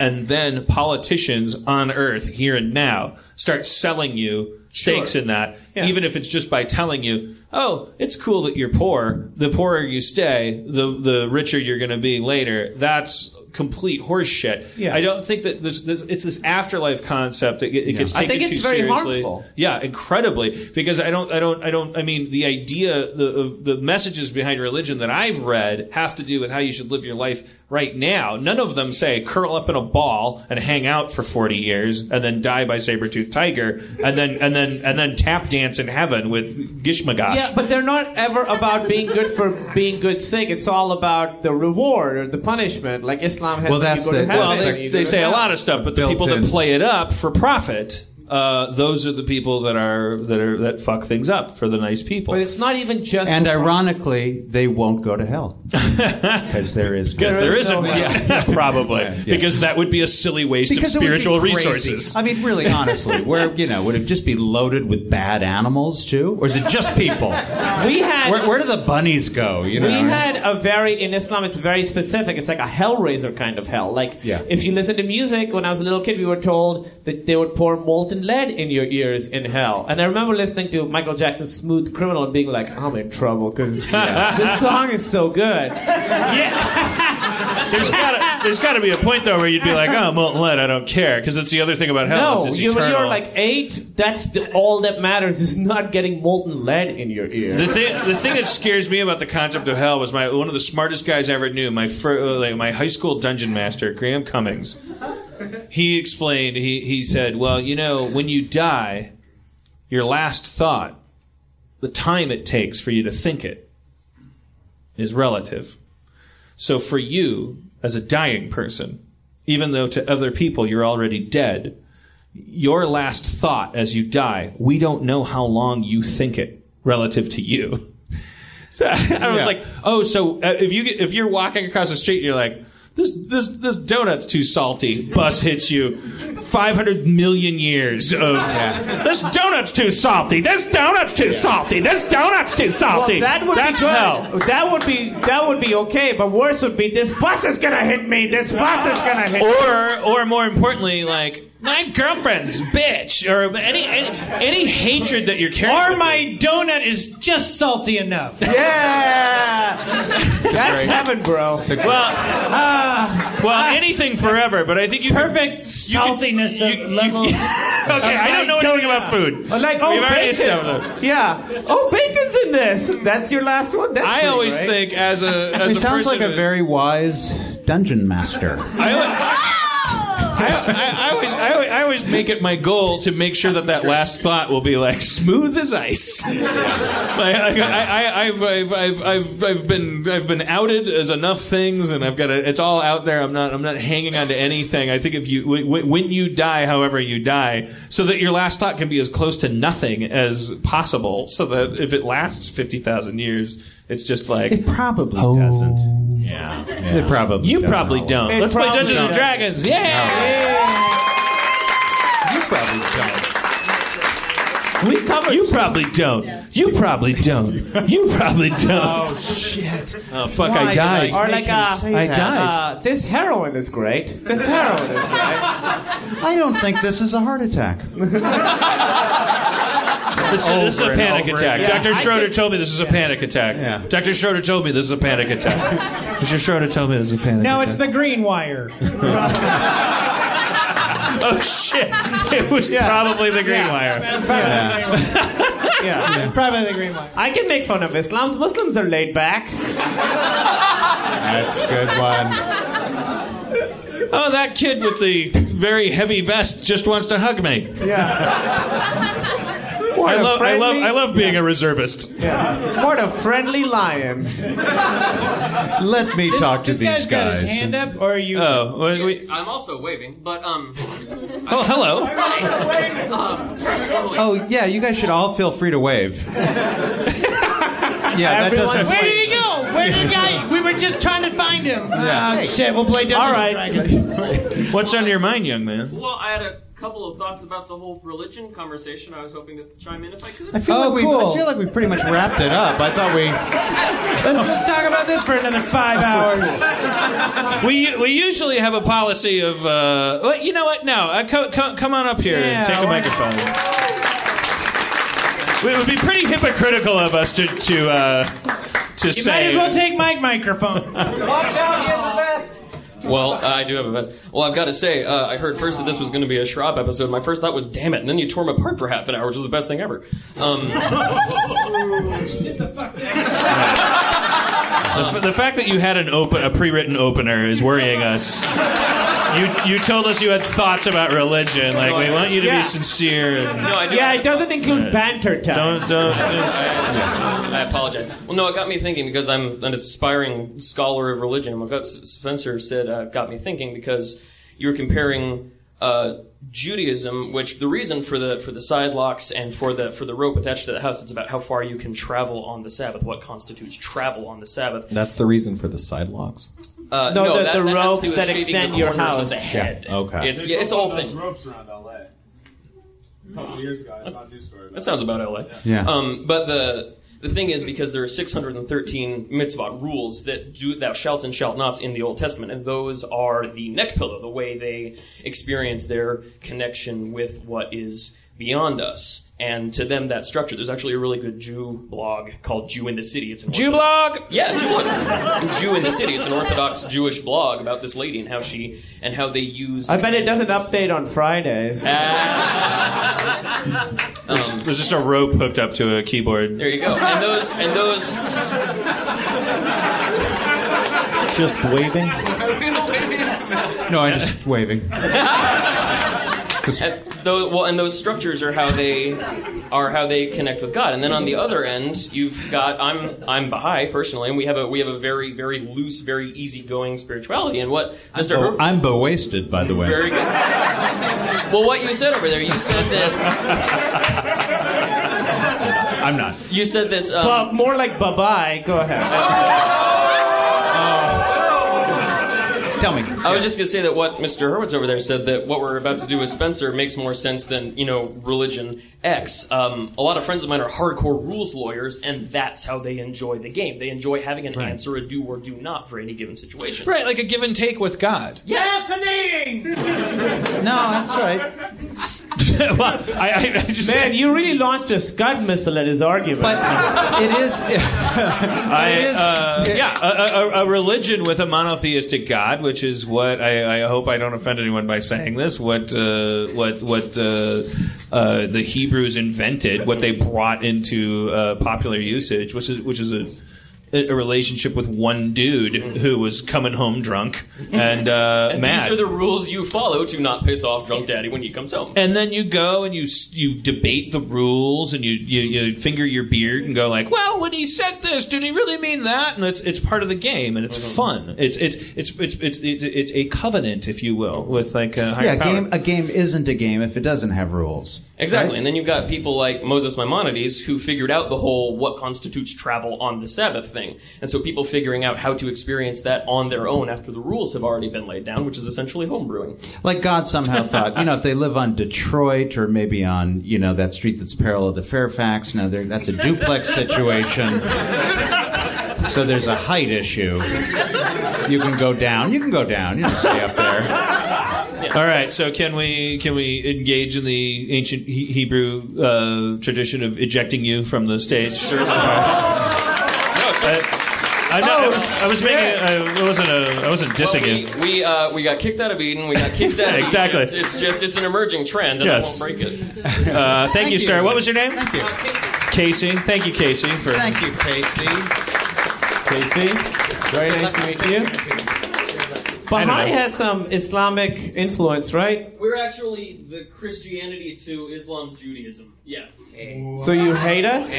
[SPEAKER 5] and then politicians on Earth here and now start selling you stakes
[SPEAKER 7] Sure.
[SPEAKER 5] in that,
[SPEAKER 7] Yeah.
[SPEAKER 5] even if it's just by telling you, oh, it's cool that you're poor. The poorer you stay, the the richer you're going to be later. That's complete horseshit.
[SPEAKER 7] Yeah.
[SPEAKER 5] I don't think that this, this it's this afterlife concept that it
[SPEAKER 7] Yeah.
[SPEAKER 5] gets
[SPEAKER 7] I
[SPEAKER 5] taken
[SPEAKER 7] think it's
[SPEAKER 5] too
[SPEAKER 7] very
[SPEAKER 5] seriously.
[SPEAKER 7] harmful.
[SPEAKER 5] Yeah, incredibly. Because I don't, I don't, I don't. I mean, the idea, the of the messages behind religion that I've read have to do with how you should live your life right now. None of them say curl up in a ball and hang out for forty years and then die by saber toothed tiger and then and then and then tap dance in heaven with Gishmagosh.
[SPEAKER 7] Yeah, but they're not ever about being good for being good sake. It's all about the reward or the punishment. Like Islam has
[SPEAKER 5] Well,
[SPEAKER 7] you
[SPEAKER 5] that's
[SPEAKER 7] go to
[SPEAKER 5] the-
[SPEAKER 7] heaven,
[SPEAKER 5] well,
[SPEAKER 7] you
[SPEAKER 5] they,
[SPEAKER 7] go to
[SPEAKER 5] they say a
[SPEAKER 7] hell.
[SPEAKER 5] lot of stuff, but the people
[SPEAKER 7] Built
[SPEAKER 5] that
[SPEAKER 7] in.
[SPEAKER 5] play it up for profit, uh, those are the people that are that are that fuck things up for the nice people.
[SPEAKER 7] But it's not even just
[SPEAKER 2] And ironically, they won't go to hell because there is
[SPEAKER 5] Because there isn't,
[SPEAKER 2] no hell.
[SPEAKER 5] yeah, probably. Because that would be a silly waste
[SPEAKER 2] Because it
[SPEAKER 5] of
[SPEAKER 2] would be
[SPEAKER 5] spiritual
[SPEAKER 2] crazy.
[SPEAKER 5] resources.
[SPEAKER 2] I mean, really, honestly, where you know would it just be loaded with bad animals too, or is it just people?
[SPEAKER 7] We had-
[SPEAKER 2] where, where do the bunnies go? You know,
[SPEAKER 7] we had a very in Islam. It's very specific. It's like a hellraiser kind of hell. Like
[SPEAKER 2] Yeah.
[SPEAKER 7] if you listen to music, when I was a little kid, we were told that they would pour molten lead in your ears in hell. And I remember listening to Michael Jackson's "Smooth Criminal" and being like, "I'm in trouble because this song is so good."
[SPEAKER 5] There's gotta, there's gotta be a point though where you'd be like, oh, molten lead, I don't care, because that's the other thing about hell.
[SPEAKER 7] no,
[SPEAKER 5] is it's
[SPEAKER 7] you,
[SPEAKER 5] eternal.
[SPEAKER 7] you're like eight. That's the, all that matters is not getting molten lead in your ear.
[SPEAKER 5] The thing, the thing that scares me about the concept of hell was my one of the smartest guys I ever knew. My fir, uh, like my high school dungeon master, Graham Cummings. He explained. He he said, "Well, you know, when you die, your last thought, the time it takes for you to think it, is relative. So for you, as a dying person, even though to other people you're already dead." your last thought as you die, we don't know how long you think it relative to you. So I was
[SPEAKER 7] Yeah.
[SPEAKER 5] like, oh, so uh, if you get- if you're walking across the street and you're like, this this this donut's too salty, bus hits you, five hundred million years of this donut's too salty, this donut's too salty, this donut's too salty.
[SPEAKER 7] Well, that would
[SPEAKER 5] That's
[SPEAKER 7] be good.
[SPEAKER 5] hell.
[SPEAKER 7] That would be that would be okay, but worse would be this bus is gonna hit me. This bus is gonna hit me.
[SPEAKER 5] or or more importantly, like my girlfriend's bitch, or any any, any hatred that you're carrying. Or my donut is just salty enough.
[SPEAKER 7] Yeah, that's heaven, bro. Ah.
[SPEAKER 5] Well, uh, well, anything forever, but I think you perfect
[SPEAKER 8] saltiness of level. okay,
[SPEAKER 5] okay, I don't know anything about food.
[SPEAKER 7] Or Like oh,
[SPEAKER 5] We've already
[SPEAKER 7] bacon.
[SPEAKER 5] established.
[SPEAKER 7] Yeah. Oh, bacon's in this. That's your last one. That's
[SPEAKER 5] I
[SPEAKER 7] pretty
[SPEAKER 5] always
[SPEAKER 7] great.
[SPEAKER 5] think as a as
[SPEAKER 2] it
[SPEAKER 5] a
[SPEAKER 2] sounds
[SPEAKER 5] person
[SPEAKER 2] like a very wise dungeon master.
[SPEAKER 5] I, I always, I, always, I always make it my goal to make sure that that last thought will be like smooth as ice. like, like, I, I, I've, I've, I've, I've, I've been, I've been outed as enough things, and I've got a, it's all out there. I'm not, I'm not hanging on to anything. I think if you, w- w- when you die, however you die, so that your last thought can be as close to nothing as possible, so that if it lasts fifty thousand years, it's just like
[SPEAKER 2] It probably
[SPEAKER 5] Oh.
[SPEAKER 2] doesn't.
[SPEAKER 5] Yeah.
[SPEAKER 2] It probably.
[SPEAKER 5] You
[SPEAKER 2] doesn't
[SPEAKER 5] probably
[SPEAKER 2] always.
[SPEAKER 5] don't. Let's play Dungeons and Dragons. Yeah. You probably don't. We covered you probably don't. You probably don't. You probably don't.
[SPEAKER 7] Oh,
[SPEAKER 5] shit. Oh fuck!
[SPEAKER 7] Why
[SPEAKER 5] I died.
[SPEAKER 7] did I Or like, make him uh, say
[SPEAKER 5] I
[SPEAKER 7] that?
[SPEAKER 5] died.
[SPEAKER 7] Uh, this heroin is great. This heroin is
[SPEAKER 2] I don't think this is a heart attack.
[SPEAKER 5] This is, this is a
[SPEAKER 2] Over and
[SPEAKER 5] panic
[SPEAKER 2] over
[SPEAKER 5] attack.
[SPEAKER 2] again.
[SPEAKER 5] Dr.
[SPEAKER 2] Yeah, I
[SPEAKER 5] Schroeder told me this is a panic attack. Dr. Schroeder told me this is a panic attack. Mr. Schroeder told me this is a panic
[SPEAKER 4] No,
[SPEAKER 5] attack.
[SPEAKER 4] it's the green wire.
[SPEAKER 5] oh shit! It was probably the green wire.
[SPEAKER 7] yeah. It's probably the green one. I can make fun of Islam's. Muslims are laid back.
[SPEAKER 2] That's a good one.
[SPEAKER 5] Oh, that kid with the very heavy vest just wants to hug me.
[SPEAKER 7] Yeah.
[SPEAKER 5] I
[SPEAKER 7] a
[SPEAKER 5] love, I love,
[SPEAKER 7] friendly-
[SPEAKER 5] I love being a reservist.
[SPEAKER 7] What a friendly lion.
[SPEAKER 2] Let me talk to these guys.
[SPEAKER 4] up, or are you?
[SPEAKER 5] Oh, well, we-
[SPEAKER 10] I'm also waving, but um.
[SPEAKER 5] oh, hello.
[SPEAKER 10] Hi. Um, slowly.
[SPEAKER 2] Oh yeah, you guys should all feel free to wave. yeah, that doesn't.
[SPEAKER 8] Where did he go? Where did the guy? We were just trying to find him.
[SPEAKER 5] Yeah.
[SPEAKER 8] Oh, shit. We'll play Dungeons
[SPEAKER 5] All right.
[SPEAKER 8] and Dragons.
[SPEAKER 5] What's on your mind, young man?
[SPEAKER 10] Well, I had a couple of thoughts about the whole religion conversation. I was hoping to chime in if I could.
[SPEAKER 2] I feel like Oh, we. I feel like we pretty much wrapped it up. I thought we.
[SPEAKER 8] Let's, let's talk about this for another five hours.
[SPEAKER 5] We we usually have a policy of. Uh, well, you know what? No, uh, co- co- come on up here
[SPEAKER 8] Yeah,
[SPEAKER 5] and take a
[SPEAKER 8] why-
[SPEAKER 5] microphone. It would be pretty hypocritical of us to to uh, to
[SPEAKER 8] You
[SPEAKER 5] say.
[SPEAKER 8] might as well take my microphone. Watch out, he has a vest.
[SPEAKER 10] Well, I do have a vest. Well, I've got to say, uh, I heard first that this was going to be a Schraub episode. My first thought was, damn it. And then you tore him apart for half an hour, which was the best thing ever. Um,
[SPEAKER 5] The, f- the fact that you had an open, a pre-written opener is worrying us. You you told us you had thoughts about religion. Like we want you to
[SPEAKER 7] Yeah.
[SPEAKER 5] be sincere. And,
[SPEAKER 10] no, I do
[SPEAKER 7] Yeah, it doesn't include
[SPEAKER 10] Yeah.
[SPEAKER 7] banter time.
[SPEAKER 5] Don't don't.
[SPEAKER 10] I apologize. Well, no, it got me thinking because I'm an aspiring scholar of religion. And What got- Spencer said uh, got me thinking because you were comparing uh, Judaism, which the reason for the for the side locks and for the for the rope attached to the house, it's about how far you can travel on the Sabbath. What constitutes travel on the Sabbath?
[SPEAKER 2] That's the reason for the sidewalks.
[SPEAKER 10] Uh,
[SPEAKER 7] No, the-
[SPEAKER 10] that,
[SPEAKER 7] the
[SPEAKER 10] that has to do
[SPEAKER 7] ropes
[SPEAKER 10] with
[SPEAKER 7] that
[SPEAKER 10] shaping
[SPEAKER 7] extend
[SPEAKER 10] the
[SPEAKER 7] your
[SPEAKER 10] corners
[SPEAKER 7] house.
[SPEAKER 10] Of the head.
[SPEAKER 2] Yeah, okay.
[SPEAKER 10] It's yeah, it's all things.
[SPEAKER 11] ropes around LA. A couple years ago, I saw a news story.
[SPEAKER 10] That sounds about LA.
[SPEAKER 2] Yeah.
[SPEAKER 10] Um, but the the thing is because there are 613 mitzvah rules that do thou shalt and shalt nots in the Old Testament, and those are the neck pillow, the way they experience their connection with what is beyond us. And to them, that structure. There's actually a really good Jew blog called Jew in the City. It's an Jew
[SPEAKER 5] blog.
[SPEAKER 10] Yeah, Jew blog. Jew in the City. It's an Orthodox Jewish blog about this lady and how she and how they use.
[SPEAKER 7] I bet it doesn't update on Fridays.
[SPEAKER 5] There's, there's just a rope hooked up to a keyboard.
[SPEAKER 10] There you go. And those and those
[SPEAKER 2] Just waving. No, I'm just waving.
[SPEAKER 10] And those, well, and those structures are how they are how they connect with God. And then on the other end, you've got I'm I'm Baha'i personally, and we have a we have a very very loose, very easygoing spirituality. And what Mr.
[SPEAKER 2] Oh,
[SPEAKER 10] Herbert,
[SPEAKER 2] I'm bewasted, by the way.
[SPEAKER 10] very good. Well, what you said over there, you said that
[SPEAKER 2] I'm not.
[SPEAKER 10] you said that um,
[SPEAKER 7] Well, more like bye bye. Go ahead.
[SPEAKER 2] Tell me.
[SPEAKER 10] I was just gonna say that what Mr. Hurwitz over there said that what we're about to do with Spencer makes more sense than you know religion X. Um, a lot of friends of mine are hardcore rules lawyers, and that's how they enjoy the game. They enjoy having an
[SPEAKER 5] Right.
[SPEAKER 10] answer, a do or do not for any given situation.
[SPEAKER 5] Right, like a give and take with God.
[SPEAKER 8] Fascinating.
[SPEAKER 2] No, that's right.
[SPEAKER 5] well, I, I, I just,
[SPEAKER 7] Man, you really launched a Scud missile at his argument. But
[SPEAKER 2] it is.
[SPEAKER 5] I, uh, yeah, a, a, a religion with a monotheistic God, which is what I, I hope I don't offend anyone by saying this. What uh, what what the uh, the Hebrews invented, what they brought into uh, popular usage, which is which is a a relationship with one dude who was coming home drunk and, uh,
[SPEAKER 10] And
[SPEAKER 5] mad.
[SPEAKER 10] these are the rules you follow to not piss off drunk daddy when he comes home.
[SPEAKER 5] and then you go and you s- you debate the rules and you, you you finger your beard and go like, well, when he said this, did he really mean that? And it's it's part of the game and it's fun. It's it's it's it's it's it's, it's a covenant, if you will, with like a higher
[SPEAKER 2] Yeah, a
[SPEAKER 5] power.
[SPEAKER 2] game, a game isn't a game if it doesn't have rules.
[SPEAKER 10] Exactly. And then you've got people like Moses Maimonides who figured out the whole what constitutes travel on the Sabbath thing. And so people figuring out how to experience that on their own after the rules have already been laid down, which is essentially homebrewing.
[SPEAKER 2] Like God somehow thought, you know, if they live on Detroit or maybe on, you know, that street that's parallel to Fairfax, no, they're- that's a duplex situation. So there's a height issue. You can go down. You can go down. You can stay up there.
[SPEAKER 5] All right, so can we can we engage in the ancient he- Hebrew uh, tradition of ejecting you from the stage? Sure. Uh, I, know. I was making. I wasn't. A, I wasn't dissing
[SPEAKER 10] We
[SPEAKER 5] you.
[SPEAKER 10] we, uh, we got kicked out of Eden. We got kicked out. of
[SPEAKER 5] Exactly.
[SPEAKER 10] Egypt. It's just it's an emerging trend, and
[SPEAKER 5] Yes.
[SPEAKER 10] I won't break it.
[SPEAKER 5] Uh, thank, you,
[SPEAKER 10] you.
[SPEAKER 5] sir. What was your name?
[SPEAKER 2] Thank you.
[SPEAKER 5] Casey. Thank you, Casey. For
[SPEAKER 2] Thank you, Casey.
[SPEAKER 5] Casey.
[SPEAKER 7] Very nice to meet you. Baha'i has some Islamic influence, right?
[SPEAKER 10] We're actually the Christianity to Islam's Judaism. Yeah.
[SPEAKER 7] So you hate us?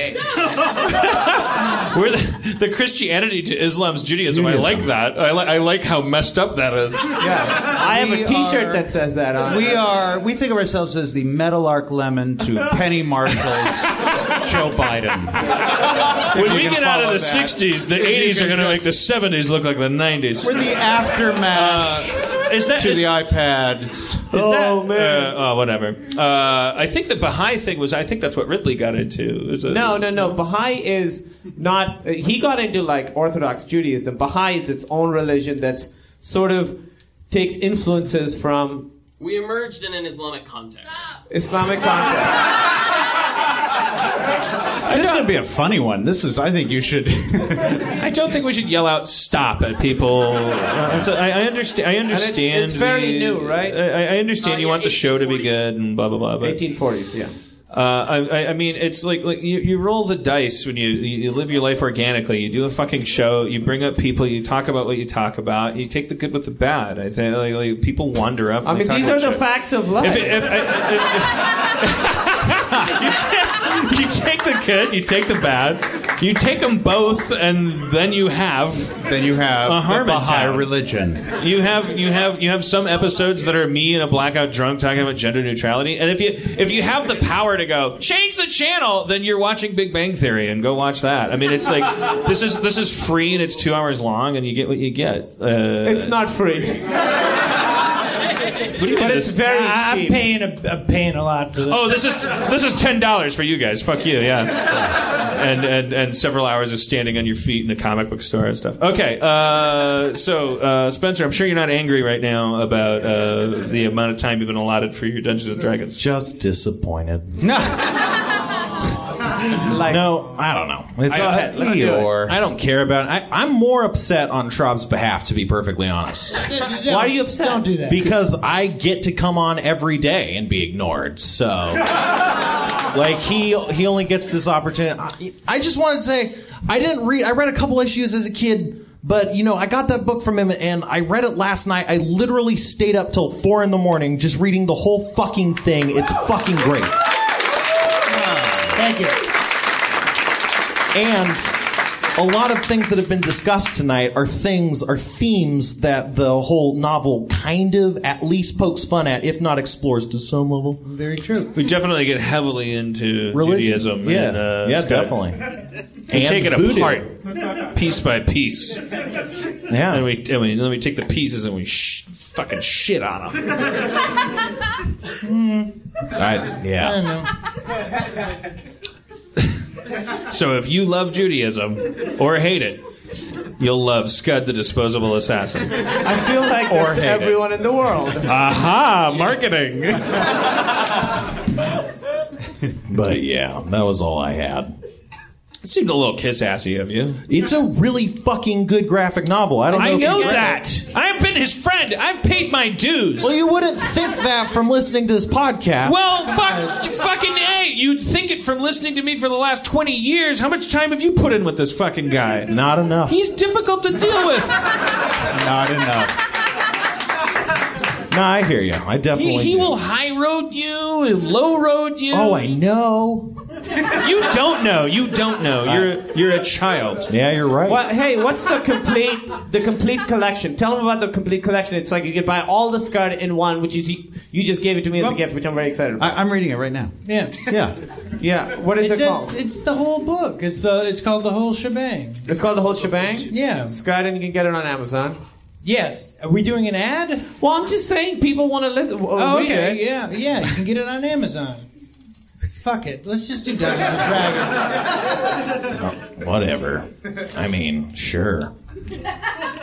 [SPEAKER 5] We're the, the Christianity to Islam's Judaism. I like that. I, li- I like how messed up that is.
[SPEAKER 7] I have
[SPEAKER 2] We
[SPEAKER 7] a T-shirt
[SPEAKER 2] are-
[SPEAKER 7] that says that on. it.
[SPEAKER 2] We are. We think of ourselves as the metal arc lemon to Penny Marshall's Joe Biden. If
[SPEAKER 5] When
[SPEAKER 2] you
[SPEAKER 5] we
[SPEAKER 2] can
[SPEAKER 5] get out of
[SPEAKER 2] follow
[SPEAKER 5] the
[SPEAKER 2] that.
[SPEAKER 5] 60s, the
[SPEAKER 2] If you
[SPEAKER 5] 80s are
[SPEAKER 2] can
[SPEAKER 5] going to make
[SPEAKER 2] just-
[SPEAKER 5] the 70s look like the 90s.
[SPEAKER 2] We're the aftermath
[SPEAKER 5] is that,
[SPEAKER 2] to
[SPEAKER 5] is-
[SPEAKER 2] the iPads.
[SPEAKER 5] Is oh that, man! Uh, oh, whatever. Uh, I think the Baha'i thing was. I think that's what Ridley got into. Is it-
[SPEAKER 7] No, no, no. Baha'i is not. uh, He got into like Orthodox Judaism. Baha'i is its own religion that's sort of takes influences from
[SPEAKER 10] We emerged in an Islamic context.
[SPEAKER 7] Islamic context.
[SPEAKER 2] This is going to be a funny one. This is. I think you should.
[SPEAKER 5] I don't think we should yell out "stop" at people. Uh, so I, I understand. I understand.
[SPEAKER 7] it's fairly
[SPEAKER 5] the-
[SPEAKER 7] new, right? Uh,
[SPEAKER 5] I, I- I understand. you want the show to be good and blah blah blah. But
[SPEAKER 7] 1840s, yeah.
[SPEAKER 5] Uh, I, I- I mean, it's like like you, you roll the dice when you you live your life organically. You do a fucking show. You bring up people. You talk about what you talk about. You take the good with the bad. I think like, like, people wander up.
[SPEAKER 7] I
[SPEAKER 5] and they
[SPEAKER 7] mean,
[SPEAKER 5] talk
[SPEAKER 7] these
[SPEAKER 5] about
[SPEAKER 7] are the
[SPEAKER 5] shit.
[SPEAKER 7] facts of life.
[SPEAKER 5] If it- if- you, take, you take the good, you take the bad, you take them both, and then you have
[SPEAKER 2] then you have
[SPEAKER 5] a
[SPEAKER 2] the
[SPEAKER 5] Harmontown.
[SPEAKER 2] Baha'i religion.
[SPEAKER 5] You have you have you have some episodes that are me and a blackout drunk talking about gender neutrality, and if you if you have the power to go change the channel, then you're watching Big Bang Theory and go watch that. I mean, it's like this is this is free and it's two hours long, and you get what you get. Uh,
[SPEAKER 7] it's not free.
[SPEAKER 5] What do you mean
[SPEAKER 4] but
[SPEAKER 5] this-
[SPEAKER 4] it's very
[SPEAKER 5] Ah, I'm
[SPEAKER 4] cheap. I'm paying a, I'm paying a lot for this.
[SPEAKER 5] Oh, this is this is ten dollars for you guys. Fuck you, yeah. And, and and several hours of standing on your feet in a comic book store and stuff. Okay, uh, so uh, Spencer, I'm sure you're not angry right now about uh, the amount of time you've been allotted for your Dungeons and Dragons.
[SPEAKER 9] Just disappointed. no, I don't know. It's
[SPEAKER 5] Go ahead, let's do it.
[SPEAKER 9] Eeyore. I don't care about it. I, I'm more upset on Traub's behalf, to be perfectly honest.
[SPEAKER 7] Why are you upset? Don't do that.
[SPEAKER 9] Because I get to come on every day and be ignored. So, like he he only gets this opportunity. I, I just wanted to say I didn't read. I read a couple issues as a kid, but you know I got that book from him and I read it last night. I literally stayed up till four in the morning just reading the whole fucking thing. It's fucking great.
[SPEAKER 4] Thank you.
[SPEAKER 9] And a lot of things that have been discussed tonight are things are themes that the whole novel kind of at least pokes fun at if not explores to some level
[SPEAKER 5] Very true. We definitely get heavily into
[SPEAKER 9] Religion.
[SPEAKER 5] Judaism.
[SPEAKER 9] Yeah.
[SPEAKER 5] and, uh,
[SPEAKER 9] Yeah,
[SPEAKER 5] it's good.
[SPEAKER 9] definitely.
[SPEAKER 5] We
[SPEAKER 9] And
[SPEAKER 5] take it
[SPEAKER 9] voodoo.
[SPEAKER 5] apart, piece by piece.
[SPEAKER 9] Yeah.
[SPEAKER 5] And we, and we then we take the pieces and we sh- fucking shit on them.
[SPEAKER 11] Hmm.
[SPEAKER 9] I, yeah.
[SPEAKER 5] So if you love Judaism or hate it, you'll love Scud the Disposable Assassin.
[SPEAKER 7] I feel like
[SPEAKER 5] Or
[SPEAKER 7] that's
[SPEAKER 5] hate it.
[SPEAKER 7] everyone in the world.
[SPEAKER 5] Aha, marketing.
[SPEAKER 9] but yeah that was all i had
[SPEAKER 5] It seemed a little kiss assy of you.
[SPEAKER 9] it's a really fucking good graphic novel i don't know
[SPEAKER 5] I
[SPEAKER 9] if
[SPEAKER 5] know
[SPEAKER 9] you read it.
[SPEAKER 5] that. I've been his friend. I've paid my dues.
[SPEAKER 9] well you wouldn't think that from listening to this podcast
[SPEAKER 5] Well, fuck, fucking A. You'd think it from listening to me for the last 20 years. How much time have you put in with this fucking guy?
[SPEAKER 9] not enough
[SPEAKER 5] He's difficult to deal with.
[SPEAKER 9] not enough no i hear you i definitely
[SPEAKER 5] He, he
[SPEAKER 9] do.
[SPEAKER 5] will high road you, he'll low road you.
[SPEAKER 9] oh i know
[SPEAKER 5] You don't know. You don't know. You're you're a child.
[SPEAKER 9] yeah you're right
[SPEAKER 7] Well, hey, what's the complete the complete collection? Tell them about the complete collection. It's like you could buy all the Scud in one, which is you just gave it to me as a gift, which I'm very excited about.
[SPEAKER 2] I, am reading it right now.
[SPEAKER 11] Yeah.
[SPEAKER 9] yeah
[SPEAKER 7] yeah, what is it,
[SPEAKER 11] It's-
[SPEAKER 7] called?
[SPEAKER 11] It's the whole book. It's the. It's called the whole shebang.
[SPEAKER 7] It's called the whole shebang.
[SPEAKER 11] Yeah.
[SPEAKER 7] Scud, and you can get it on Amazon.
[SPEAKER 11] Yes. Are we doing an ad?
[SPEAKER 7] Well, I'm just saying people want to listen.
[SPEAKER 11] Oh,
[SPEAKER 7] read
[SPEAKER 11] okay.
[SPEAKER 7] it.
[SPEAKER 11] Yeah, yeah. You can get it on Amazon. Fuck it. Let's just do Dungeons and Dragons.
[SPEAKER 9] Oh, Whatever. I mean, sure.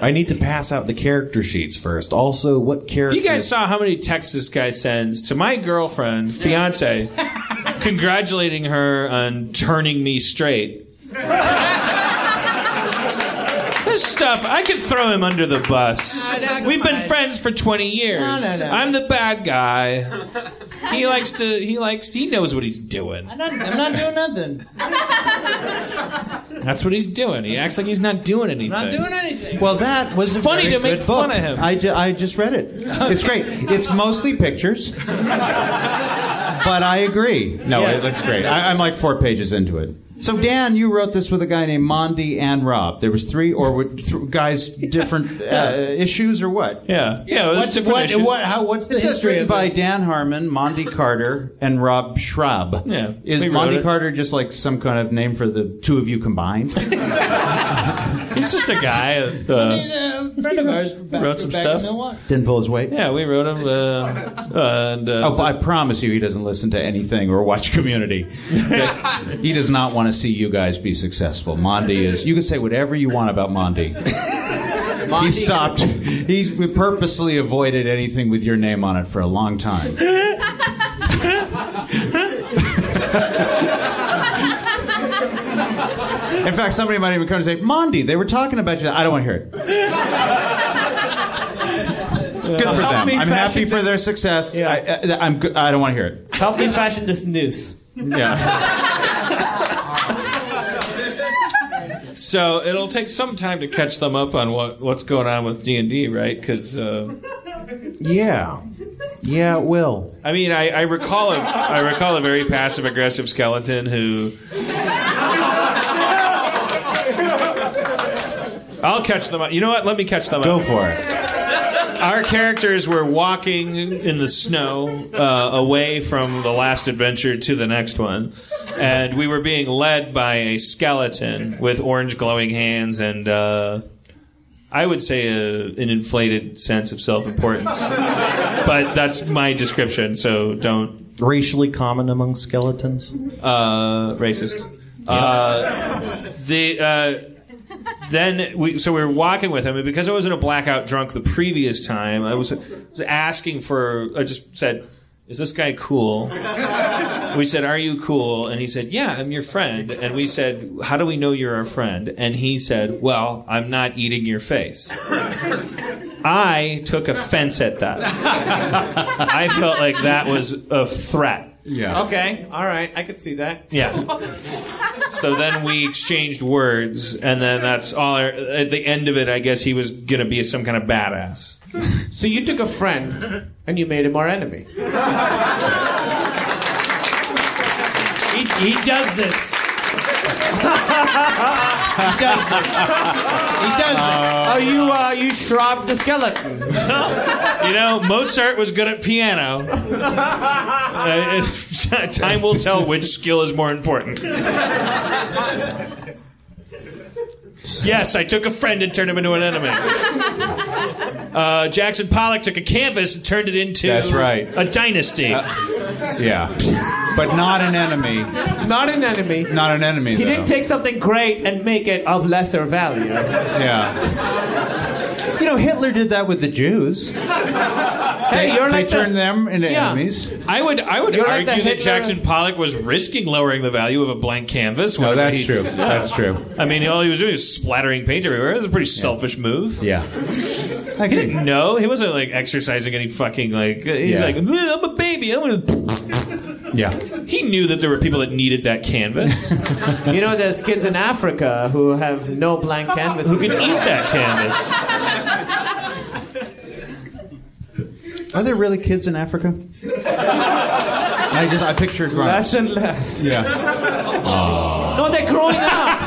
[SPEAKER 9] I need to pass out the character sheets first. Also, what
[SPEAKER 5] If
[SPEAKER 9] character?
[SPEAKER 5] you guys saw how many texts this guy sends to my girlfriend, fiance, congratulating her on turning me straight. This stuff, I could throw him under the bus.
[SPEAKER 11] No, no, come
[SPEAKER 5] We've been
[SPEAKER 11] on.
[SPEAKER 5] friends for 20 years.
[SPEAKER 11] No, no, no.
[SPEAKER 5] I'm the bad guy. He likes to. He likes. He knows what he's doing.
[SPEAKER 4] I'm not, I'm not doing nothing.
[SPEAKER 5] That's what he's doing. He acts like he's not doing anything.
[SPEAKER 4] not doing anything.
[SPEAKER 3] Well, that was a
[SPEAKER 5] Funny
[SPEAKER 3] very
[SPEAKER 5] to make
[SPEAKER 3] good
[SPEAKER 5] fun
[SPEAKER 3] book.
[SPEAKER 5] of him.
[SPEAKER 3] I, ju- I just read it. It's great. It's mostly pictures, but I agree. No,
[SPEAKER 5] Yeah.
[SPEAKER 3] it looks great. I, I'm like four pages into it. So Dan, you wrote this with a guy named Mondi and Rob. There was three or were th- guys different uh, issues or what?
[SPEAKER 5] Yeah, yeah. It was different issues.
[SPEAKER 3] what's the history written by Dan Harmon, Mondi Carter, and Rob Schraub.
[SPEAKER 5] Yeah,
[SPEAKER 3] Is
[SPEAKER 5] we wrote
[SPEAKER 3] Mondi
[SPEAKER 5] it.
[SPEAKER 3] Carter just like some kind of name for the two of you combined?
[SPEAKER 5] He's just a guy. Uh,
[SPEAKER 4] A friend of ours from back,
[SPEAKER 5] Wrote some
[SPEAKER 4] back
[SPEAKER 5] stuff.
[SPEAKER 4] in Milwaukee.
[SPEAKER 3] Didn't pull his weight.
[SPEAKER 5] Yeah, we wrote him. Uh, and uh,
[SPEAKER 3] oh, I promise you, he doesn't listen to anything or watch Community. he does not want to see you guys be successful. Mondi is. You can say whatever you want about Mondi. He stopped. He we purposely avoided anything with your name on it for a long time. In fact, somebody might even come and say, "Mondi, they were talking about you." I don't want to hear it. Good for
[SPEAKER 2] Help
[SPEAKER 3] them.
[SPEAKER 2] me
[SPEAKER 3] I'm
[SPEAKER 2] fashion
[SPEAKER 3] happy for their success. I, I, I'm. Good. I don't want to hear it.
[SPEAKER 7] Help me fashion this noose.
[SPEAKER 3] Yeah.
[SPEAKER 5] so it'll take some time to catch them up on what what's going on with D and D, right? Because uh,
[SPEAKER 3] Yeah. Yeah, it will.
[SPEAKER 5] I mean, I, I recall a, I recall a very passive aggressive skeleton who. I'll catch them up. You know what? Let me catch them
[SPEAKER 3] Go
[SPEAKER 5] up.
[SPEAKER 3] for it.
[SPEAKER 5] Our characters were walking in the snow uh, away from the last adventure to the next one, and we were being led by a skeleton with orange glowing hands and uh, I would say a, an inflated sense of self importance. but that's my description, so don't
[SPEAKER 12] Racially common among skeletons.
[SPEAKER 5] uh, racist. Uh, the uh, then we so we were walking with him, and because I was in a blackout drunk the previous time, I was, was asking for. I just said, "Is this guy cool?" We said, "Are you cool?" And he said, "Yeah, I'm your friend." And we said, "How do we know you're our friend?" And he said, "Well, I'm not eating your face." I took offense at that. I felt like that was a threat.
[SPEAKER 7] Okay. All right. I could see that.
[SPEAKER 5] Yeah. So then we exchanged words, and then that's all. I, at the end of it, I guess he was gonna be some kind of badass.
[SPEAKER 7] So you took a friend and you made him our enemy.
[SPEAKER 4] He, he does this. he does this. He does
[SPEAKER 7] Oh, you uh, you shrobbed the skeleton.
[SPEAKER 5] you know, Mozart was good at piano. Uh, it- time will tell which skill is more important. Yes, I took a friend and turned him into an enemy. Uh, Jackson Pollock took a canvas and turned it into
[SPEAKER 3] That's right. Uh,
[SPEAKER 5] a dynasty.
[SPEAKER 3] Yeah. But not an enemy.
[SPEAKER 7] Not an enemy.
[SPEAKER 3] Not an enemy.
[SPEAKER 7] He
[SPEAKER 3] though.
[SPEAKER 7] didn't take something great and make it of lesser value.
[SPEAKER 3] Yeah. You know, Hitler did that with the Jews.
[SPEAKER 7] Hey,
[SPEAKER 3] they,
[SPEAKER 7] you're
[SPEAKER 3] they
[SPEAKER 7] like the-
[SPEAKER 3] turned them into
[SPEAKER 7] Yeah.
[SPEAKER 3] enemies.
[SPEAKER 5] I would I would
[SPEAKER 7] You're
[SPEAKER 5] argue
[SPEAKER 7] like the
[SPEAKER 5] that
[SPEAKER 7] Hitler-
[SPEAKER 5] Jackson Pollock was risking lowering the value of a blank canvas.
[SPEAKER 3] No,
[SPEAKER 5] whenever
[SPEAKER 3] that's
[SPEAKER 5] he-
[SPEAKER 3] true.
[SPEAKER 5] Yeah.
[SPEAKER 3] That's true.
[SPEAKER 5] I mean, all he was doing was splattering paint everywhere. It was a pretty selfish move.
[SPEAKER 3] Yeah.
[SPEAKER 5] He didn't know. He wasn't like exercising any fucking like. He's
[SPEAKER 3] Yeah.
[SPEAKER 5] like, "Ugh, I'm a baby. I'm gonna.
[SPEAKER 3] Yeah.
[SPEAKER 5] He knew that there were people that needed that canvas.
[SPEAKER 7] You know, there's kids in Africa who have no blank canvas.
[SPEAKER 5] Who can eat that canvas?
[SPEAKER 3] Are there really kids in Africa? I just I pictured grown
[SPEAKER 7] Less and less.
[SPEAKER 3] Yeah.
[SPEAKER 7] No, they're growing up.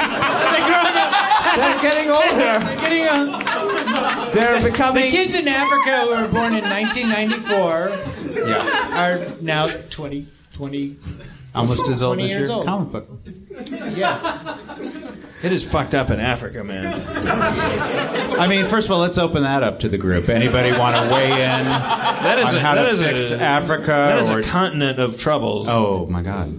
[SPEAKER 4] They're growing up.
[SPEAKER 7] They're getting older.
[SPEAKER 4] They're getting up.
[SPEAKER 7] They're becoming.
[SPEAKER 4] The kids in Africa who were born in 1994
[SPEAKER 3] Yeah.
[SPEAKER 4] are now 20, 20.
[SPEAKER 3] Almost as old
[SPEAKER 4] 20
[SPEAKER 3] as
[SPEAKER 4] years
[SPEAKER 3] your
[SPEAKER 4] old.
[SPEAKER 3] comic book.
[SPEAKER 4] Yes.
[SPEAKER 5] It is fucked up in Africa, man.
[SPEAKER 3] I mean, first of all, let's open that up to the group. Anybody want to weigh in
[SPEAKER 5] That is
[SPEAKER 3] on
[SPEAKER 5] a,
[SPEAKER 3] how
[SPEAKER 5] that
[SPEAKER 3] to
[SPEAKER 5] is
[SPEAKER 3] fix
[SPEAKER 5] a,
[SPEAKER 3] Africa?
[SPEAKER 5] That is
[SPEAKER 3] or,
[SPEAKER 5] a continent of troubles.
[SPEAKER 3] oh my God.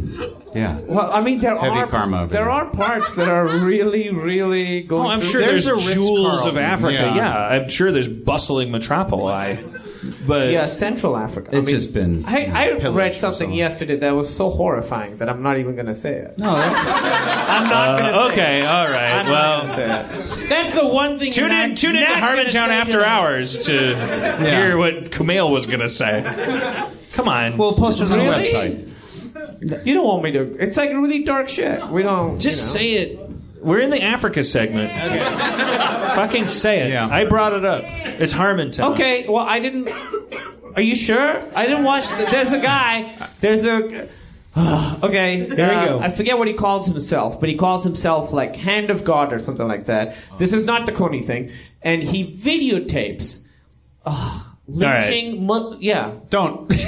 [SPEAKER 3] Yeah.
[SPEAKER 7] Well, I mean, there
[SPEAKER 3] Heavy
[SPEAKER 7] are
[SPEAKER 3] karma over
[SPEAKER 7] there
[SPEAKER 3] here.
[SPEAKER 7] are parts that are really, really going.
[SPEAKER 5] Oh, I'm
[SPEAKER 7] through-
[SPEAKER 5] sure there's, jewels of
[SPEAKER 3] Ritz-Carlton.
[SPEAKER 5] Africa.
[SPEAKER 3] Yeah.
[SPEAKER 5] Yeah. I'm sure there's bustling metropoli. But
[SPEAKER 7] yeah, Central Africa.
[SPEAKER 3] It's just been.
[SPEAKER 7] Hey,
[SPEAKER 3] you know,
[SPEAKER 7] I
[SPEAKER 3] pillaged
[SPEAKER 7] read
[SPEAKER 3] for so
[SPEAKER 7] something
[SPEAKER 3] long.
[SPEAKER 7] yesterday that was so horrifying that I'm not even going to say it.
[SPEAKER 3] No, that-
[SPEAKER 7] I'm not going to
[SPEAKER 5] Uh,
[SPEAKER 7] say
[SPEAKER 5] okay, all right. Well,
[SPEAKER 4] That's the one thing.
[SPEAKER 5] tune
[SPEAKER 4] you're
[SPEAKER 5] in,
[SPEAKER 4] not-
[SPEAKER 5] tune in to
[SPEAKER 4] not gonna
[SPEAKER 5] Harmontown
[SPEAKER 4] say
[SPEAKER 5] After
[SPEAKER 4] no.
[SPEAKER 5] Hours to hear what Camille was going to say. Come on.
[SPEAKER 7] We'll
[SPEAKER 5] post it on the
[SPEAKER 7] website. You don't want me to. It's like really dark shit. We don't.
[SPEAKER 5] Just
[SPEAKER 7] you know.
[SPEAKER 5] say it. We're in the Africa segment. Fucking say it. I brought it up. It's Harmontown.
[SPEAKER 7] Okay, well, I didn't. Are you sure? I didn't watch. There's a guy. There's a. okay, there
[SPEAKER 4] we go.
[SPEAKER 7] I forget what he calls himself, but he calls himself like Hand of God or something like that. This is not the Coney thing, and he videotapes uh,
[SPEAKER 2] right.
[SPEAKER 7] lynching. Mus- yeah,
[SPEAKER 2] don't.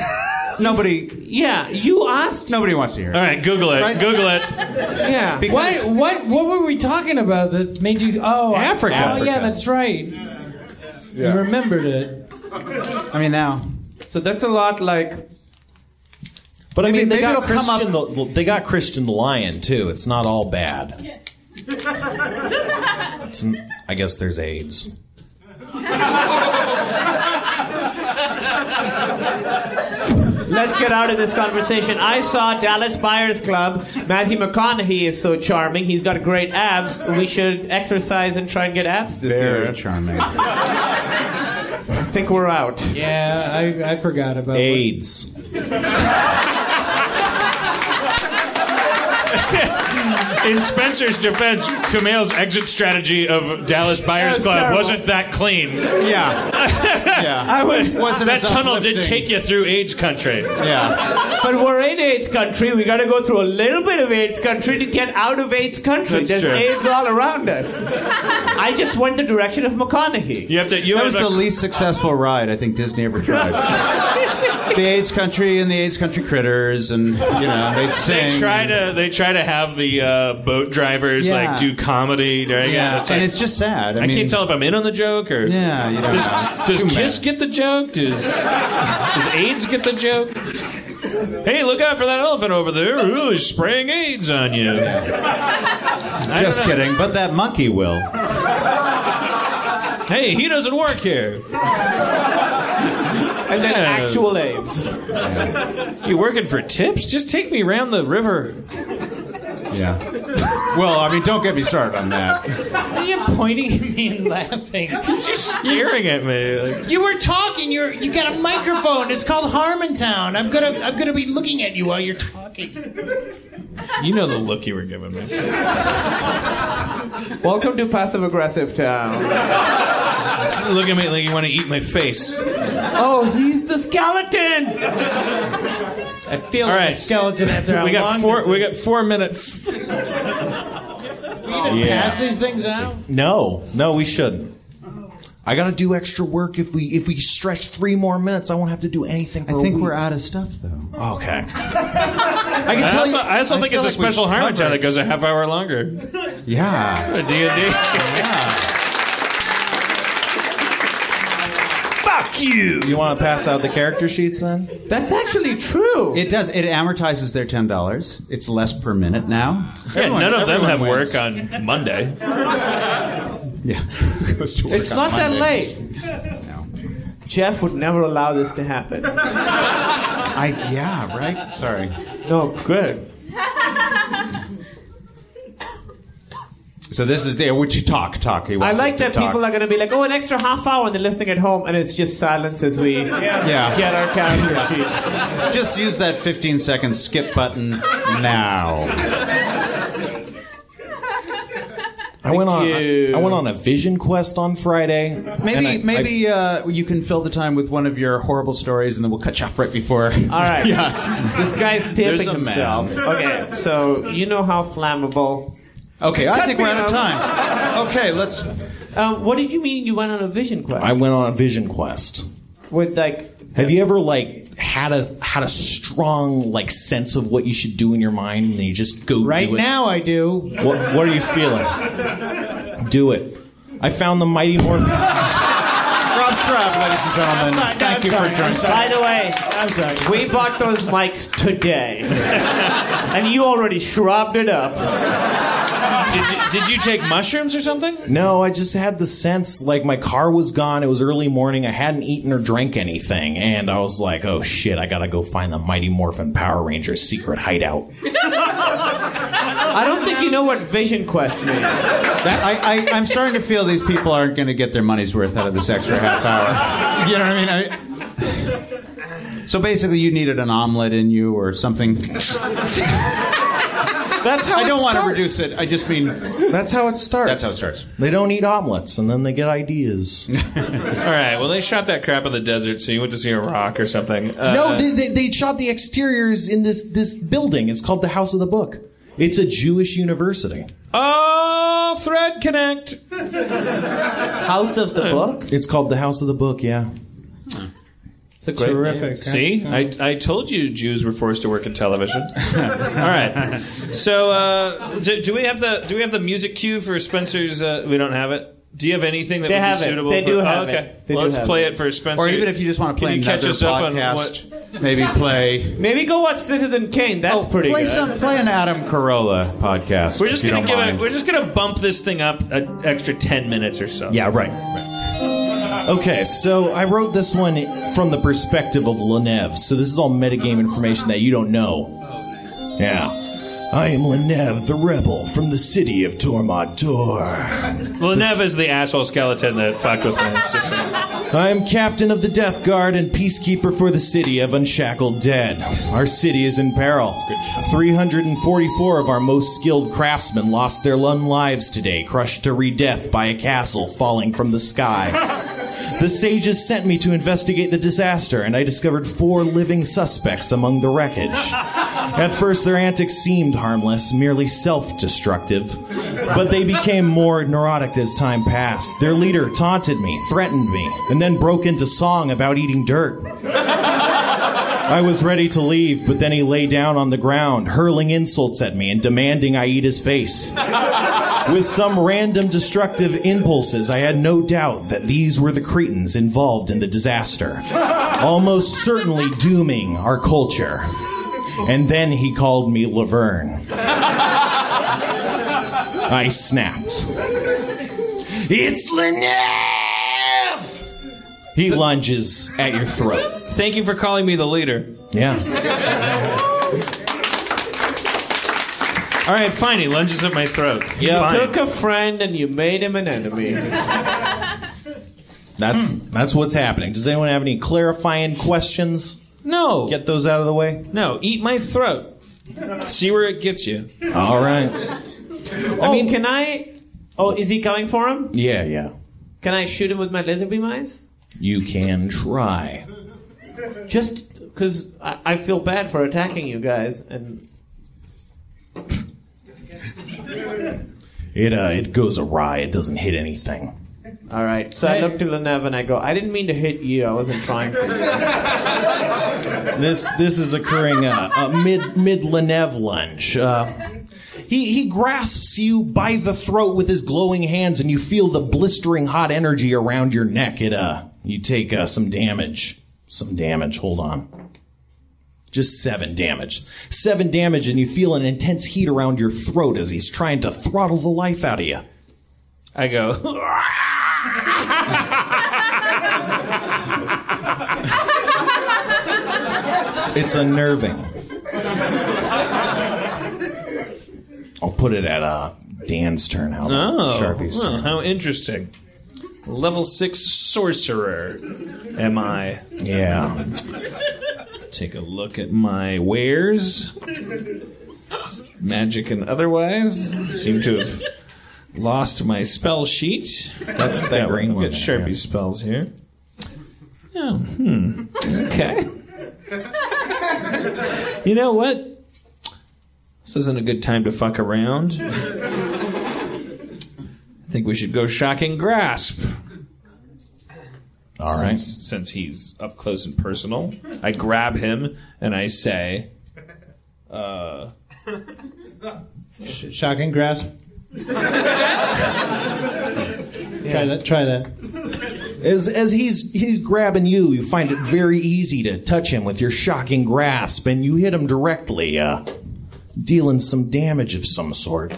[SPEAKER 2] Nobody.
[SPEAKER 7] Yeah, you asked.
[SPEAKER 2] Nobody wants to hear. it.
[SPEAKER 5] All right, Google it.
[SPEAKER 2] Right?
[SPEAKER 5] Google it.
[SPEAKER 7] Yeah.
[SPEAKER 2] Because-
[SPEAKER 4] what? What? What were we talking about that made you? Oh, I-
[SPEAKER 2] Africa.
[SPEAKER 4] Oh, yeah, that's right. You remembered it.
[SPEAKER 2] I mean, now.
[SPEAKER 7] So that's a lot like.
[SPEAKER 9] But I,
[SPEAKER 2] Maybe-
[SPEAKER 9] mean, they
[SPEAKER 2] maybe
[SPEAKER 9] got
[SPEAKER 2] it'll come up-
[SPEAKER 9] Christian. The, they got Christian the Lion too. It's not all bad. It's n- I guess there's AIDS.
[SPEAKER 7] Let's get out of this conversation. I saw Dallas Buyers Club. Matthew McConaughey is so charming. He's got great abs. We should exercise and try and get abs this
[SPEAKER 2] Very
[SPEAKER 7] year.
[SPEAKER 2] charming.
[SPEAKER 7] I think we're out.
[SPEAKER 4] Yeah, I, I forgot about
[SPEAKER 9] AIDS.
[SPEAKER 5] In Spencer's defense, Kumail's exit strategy of Dallas Buyers
[SPEAKER 2] was
[SPEAKER 5] Club
[SPEAKER 2] terrible.
[SPEAKER 5] wasn't that clean.
[SPEAKER 2] Yeah. Yeah.
[SPEAKER 7] I was-
[SPEAKER 5] Wasn't that
[SPEAKER 7] as
[SPEAKER 5] tunnel did
[SPEAKER 7] uplifting.
[SPEAKER 5] take you through AIDS country.
[SPEAKER 2] Yeah.
[SPEAKER 7] But we're in AIDS country. We got to go through a little bit of AIDS country to get out of AIDS country.
[SPEAKER 5] That's
[SPEAKER 7] There's
[SPEAKER 5] true.
[SPEAKER 7] AIDS all around us. I just went the direction of McConaughey.
[SPEAKER 5] You have to. You
[SPEAKER 2] that
[SPEAKER 5] have
[SPEAKER 2] was
[SPEAKER 5] to-
[SPEAKER 2] the least successful ride I think Disney ever tried. the AIDS country and the AIDS country critters, and you know they'd sing.
[SPEAKER 5] They try to. They try to have the uh, boat drivers
[SPEAKER 2] Yeah.
[SPEAKER 5] like do comedy. Right?
[SPEAKER 2] Yeah,
[SPEAKER 5] like-
[SPEAKER 2] and it's just sad. I
[SPEAKER 5] I,
[SPEAKER 2] mean-
[SPEAKER 5] can't tell if I'm in on the joke or.
[SPEAKER 2] Yeah, you know.
[SPEAKER 5] Does,
[SPEAKER 2] Too
[SPEAKER 5] does Kiss get the joke? Does Does AIDS get the joke? Hey, look out for that elephant over there! Ooh, he's spraying AIDS on you.
[SPEAKER 2] Just
[SPEAKER 5] I don't know.
[SPEAKER 2] kidding, but that monkey will.
[SPEAKER 5] Hey, he doesn't work here.
[SPEAKER 7] And then actual AIDS.
[SPEAKER 5] You working for tips? Just take me around the river.
[SPEAKER 2] Yeah. Well, I mean, don't get me started on that.
[SPEAKER 4] Are you pointing at me and laughing? Because
[SPEAKER 5] you're staring at me. Like,
[SPEAKER 4] You were talking. You're you got a microphone. It's called Harmontown. I'm gonna I'm gonna be looking at you while you're talking.
[SPEAKER 5] you know the look you were giving me.
[SPEAKER 7] Welcome to passive aggressive town.
[SPEAKER 5] Look at me like you want to eat my face.
[SPEAKER 7] Oh, he's the skeleton.
[SPEAKER 4] I feel like a skeleton after how
[SPEAKER 5] we got
[SPEAKER 4] long
[SPEAKER 5] four.
[SPEAKER 4] this
[SPEAKER 5] we
[SPEAKER 4] is.
[SPEAKER 5] got four minutes.
[SPEAKER 4] Even
[SPEAKER 9] Oh, Yeah.
[SPEAKER 4] pass these things out.
[SPEAKER 9] No, no, we shouldn't. I gotta do extra work if we if we stretch three more minutes. I won't have to do anything. For
[SPEAKER 2] I think
[SPEAKER 9] a week.
[SPEAKER 2] we're out of stuff, though.
[SPEAKER 9] Okay.
[SPEAKER 5] I,
[SPEAKER 9] can tell
[SPEAKER 5] also,
[SPEAKER 9] you-
[SPEAKER 5] I also
[SPEAKER 9] I
[SPEAKER 5] think
[SPEAKER 9] feel like
[SPEAKER 5] it's a
[SPEAKER 9] we've
[SPEAKER 5] special harm
[SPEAKER 9] covered-
[SPEAKER 5] that goes a half hour longer. Oh,
[SPEAKER 2] Yeah.
[SPEAKER 5] D and D.
[SPEAKER 2] Fuck you.
[SPEAKER 9] You want to pass out the character sheets then?
[SPEAKER 7] That's actually true.
[SPEAKER 2] It does. It amortizes their ten dollars. It's less per minute now.
[SPEAKER 5] Yeah,
[SPEAKER 2] Everyone-
[SPEAKER 5] none of them
[SPEAKER 2] everyone
[SPEAKER 5] have
[SPEAKER 2] wins.
[SPEAKER 5] work on Monday.
[SPEAKER 2] Goes to work
[SPEAKER 7] It's
[SPEAKER 2] on
[SPEAKER 7] not that
[SPEAKER 2] Monday.
[SPEAKER 7] late. Jeff would never allow this to happen.
[SPEAKER 2] I yeah right. Sorry.
[SPEAKER 7] No, good.
[SPEAKER 2] So this is there. Would you talk? Talk. He
[SPEAKER 7] I
[SPEAKER 2] wants
[SPEAKER 7] like
[SPEAKER 2] us to
[SPEAKER 7] that
[SPEAKER 2] talk.
[SPEAKER 7] people are going to be like, oh, an extra half hour, and they're listening at home, and it's just silence as we
[SPEAKER 2] Yeah.
[SPEAKER 7] get our character sheets.
[SPEAKER 2] Just use that 15 second skip button now.
[SPEAKER 9] I went on. I, I went on a vision quest on Friday. and
[SPEAKER 2] Maybe
[SPEAKER 9] I-
[SPEAKER 2] maybe uh, you can fill the time with one of your horrible stories, and then we'll cut you off right before.
[SPEAKER 7] All right.
[SPEAKER 2] Yeah.
[SPEAKER 7] This guy's
[SPEAKER 2] There's
[SPEAKER 7] taping
[SPEAKER 2] a man.
[SPEAKER 7] himself. Okay, so you know how flammable.
[SPEAKER 2] Okay, I
[SPEAKER 7] Cut
[SPEAKER 2] think we're
[SPEAKER 7] me
[SPEAKER 2] out of
[SPEAKER 7] off.
[SPEAKER 2] time. Okay, let's.
[SPEAKER 7] Um, what did you mean you went on a vision quest?
[SPEAKER 9] I, I went on a vision quest.
[SPEAKER 7] With like.
[SPEAKER 9] Have you ever like had a had a strong like sense of what you should do in your mind, and then you just go
[SPEAKER 4] Right
[SPEAKER 9] do it?
[SPEAKER 4] now, I do.
[SPEAKER 9] What, what are you feeling? Do it. I found the mighty North.
[SPEAKER 2] Rob Trapp, ladies and gentlemen. Thank you for joining us.
[SPEAKER 7] By the way,
[SPEAKER 4] I'm sorry.
[SPEAKER 7] we bought those mics today, and you already shrubbed it up.
[SPEAKER 5] Did you, did you take mushrooms or something?
[SPEAKER 9] No, I just had the sense like my car was gone. It was early morning. I hadn't eaten or drank anything, and I was like, "Oh shit! I gotta go find the Mighty Morphin Power Rangers secret hideout."
[SPEAKER 7] I don't think you know what vision quest means.
[SPEAKER 2] I, I, I'm starting to feel these people aren't going to get their money's worth out of this extra half hour. You know what I mean? I, So basically, you needed an omelet in you or something.
[SPEAKER 9] That's how
[SPEAKER 2] I
[SPEAKER 9] it
[SPEAKER 2] don't want to
[SPEAKER 9] starts.
[SPEAKER 2] reduce it. I just mean
[SPEAKER 9] That's how it starts.
[SPEAKER 2] That's how it starts.
[SPEAKER 9] They don't eat omelets, and then they get ideas.
[SPEAKER 5] All right. Well, they shot that crap in the desert, so you went to see a rock or something. Uh,
[SPEAKER 9] no, they, they, they shot the exteriors in this this building. It's called the House of the Book. It's a Jewish university.
[SPEAKER 5] Oh, Thread Connect. Hmm.
[SPEAKER 7] House of the Book?
[SPEAKER 9] It's called the House of the Book. Yeah.
[SPEAKER 7] It's a
[SPEAKER 5] great
[SPEAKER 4] Terrific.
[SPEAKER 5] See, I, I told you Jews were forced to work in television. All right. So, uh, do, do we have the do we have the music cue for Spencer's? Uh, we don't have it. Do you have anything that
[SPEAKER 7] They
[SPEAKER 5] would
[SPEAKER 7] have
[SPEAKER 5] be
[SPEAKER 7] it.
[SPEAKER 5] suitable?
[SPEAKER 7] They
[SPEAKER 5] for,
[SPEAKER 7] do
[SPEAKER 5] oh,
[SPEAKER 7] have it.
[SPEAKER 5] okay.
[SPEAKER 7] They do
[SPEAKER 5] Let's
[SPEAKER 7] have
[SPEAKER 5] play
[SPEAKER 7] it.
[SPEAKER 5] it for Spencer.
[SPEAKER 7] Or even if you just wanna
[SPEAKER 5] Can
[SPEAKER 7] play
[SPEAKER 5] you catch
[SPEAKER 2] another
[SPEAKER 5] us up on
[SPEAKER 2] podcast, maybe play.
[SPEAKER 7] Maybe go watch Citizen Kane. That's pretty
[SPEAKER 2] play
[SPEAKER 7] good.
[SPEAKER 2] some. Play an Adam Carolla podcast.
[SPEAKER 5] We're just
[SPEAKER 2] if you
[SPEAKER 5] gonna
[SPEAKER 2] don't
[SPEAKER 5] give
[SPEAKER 2] mind.
[SPEAKER 5] it. We're just gonna bump this thing up an extra ten minutes or so.
[SPEAKER 9] Yeah, right. Okay, so I wrote this one from the perspective of Lenev. So this is all metagame information that you don't know. Yeah. I am Lenev, the rebel from the city of Tormador.
[SPEAKER 5] Well, Nev is the asshole skeleton that fucked with me. It's just-
[SPEAKER 9] I am captain of the Death Guard and peacekeeper for the city of Unshackled Dead. Our city is in peril. 344 of our most skilled craftsmen lost their lun lives today, crushed to re-death by a castle falling from the sky. The sages sent me to investigate the disaster, and I discovered four living suspects among the wreckage. At first, their antics seemed harmless, merely self destructive. But they became more neurotic as time passed. Their leader taunted me, threatened me, and then broke into song about eating dirt. I was ready to leave, but then he lay down on the ground, hurling insults at me and demanding I eat his face. With some random destructive impulses, I had no doubt that these were the Cretans involved in the disaster, almost certainly dooming our culture. And then he called me Laverne. I snapped. It's Lenev! He lunges at your throat.
[SPEAKER 5] Thank you for calling me the leader.
[SPEAKER 9] Yeah.
[SPEAKER 5] All right, fine. He lunges at my throat.
[SPEAKER 7] You
[SPEAKER 5] Fine.
[SPEAKER 7] took a friend and you made him an enemy.
[SPEAKER 9] That's that's what's happening. Does anyone have any clarifying questions?
[SPEAKER 5] No.
[SPEAKER 9] Get those out of the way.
[SPEAKER 5] No, eat my throat. See where it gets you.
[SPEAKER 9] All right.
[SPEAKER 7] oh, can I? Oh, is he coming for him?
[SPEAKER 9] Yeah, yeah.
[SPEAKER 7] Can I shoot him with my laser beam eyes?
[SPEAKER 9] You can try.
[SPEAKER 7] Just because I, I feel bad for attacking you guys, and
[SPEAKER 9] It uh, it goes awry. It doesn't hit anything.
[SPEAKER 7] all right. So I look to Lenev and I go, "I didn't mean to hit you. I wasn't trying." For you.
[SPEAKER 9] This this is occurring uh, uh, mid mid Lenev lunge. Uh, he he grasps you by the throat with his glowing hands, and you feel the blistering hot energy around your neck. It uh you take uh, some damage. Some damage. Hold on. Just seven damage. Seven damage, and you feel an intense heat around your throat as he's trying to throttle the life out of you.
[SPEAKER 5] I go.
[SPEAKER 9] It's unnerving. I'll put it at uh, Dan's turn. How about
[SPEAKER 5] Oh,
[SPEAKER 9] Sharpie's
[SPEAKER 5] well,
[SPEAKER 9] turn?
[SPEAKER 5] how interesting. Level six sorcerer, am I?
[SPEAKER 9] Yeah.
[SPEAKER 5] Take a look at my wares, magic and otherwise. Seem to have lost my spell sheet.
[SPEAKER 9] That's that
[SPEAKER 5] Got-
[SPEAKER 9] green one
[SPEAKER 5] Got
[SPEAKER 9] there,
[SPEAKER 5] Sharpie spells here. Oh, hmm. Okay. You know what? This isn't a good time to fuck around. I think we should go shocking grasp.
[SPEAKER 9] All right.
[SPEAKER 5] Since, since he's up close and personal, I grab him and I say, uh,
[SPEAKER 4] Shocking grasp. Try that. Try that.
[SPEAKER 9] As as he's he's grabbing you, you find it very easy to touch him with your shocking grasp, and you hit him directly, uh, dealing some damage of some sort.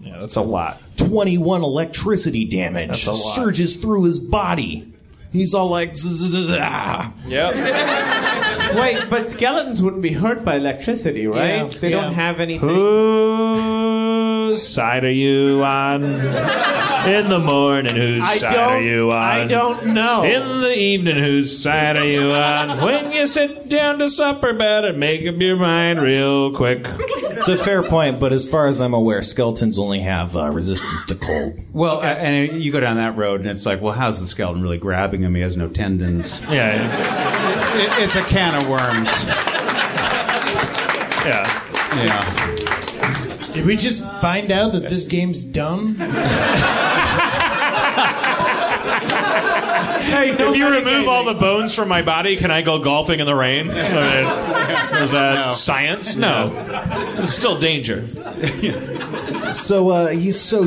[SPEAKER 5] yeah, that's a lot.
[SPEAKER 9] 21 electricity damage
[SPEAKER 5] That's a lot.
[SPEAKER 9] surges through his body. He's all like, "Zzzz-ah."
[SPEAKER 7] Yep. Wait, but skeletons wouldn't be hurt by electricity, right?
[SPEAKER 9] Yeah.
[SPEAKER 7] They don't
[SPEAKER 9] Yeah.
[SPEAKER 7] have anything.
[SPEAKER 5] Who Whose side are you on? In the morning, whose
[SPEAKER 8] I
[SPEAKER 5] side
[SPEAKER 8] don't-
[SPEAKER 5] are you on?
[SPEAKER 8] I don't know.
[SPEAKER 5] In the evening, whose side are you on? When you sit down to supper, better make up your mind real quick.
[SPEAKER 9] It's a fair point, but as far as I'm aware, skeletons only have uh, resistance to cold.
[SPEAKER 2] Well, a- and you go down that road, and it's like, well, how's the skeleton really grabbing him? He has no tendons.
[SPEAKER 5] Yeah.
[SPEAKER 2] It, it's a can of worms.
[SPEAKER 5] Yeah.
[SPEAKER 2] Yeah.
[SPEAKER 4] Did we just find out that this game's dumb?
[SPEAKER 5] if you remove all the bones from my body, can I go golfing in the rain? I mean, is that science? No. It's still danger.
[SPEAKER 9] So uh, he's so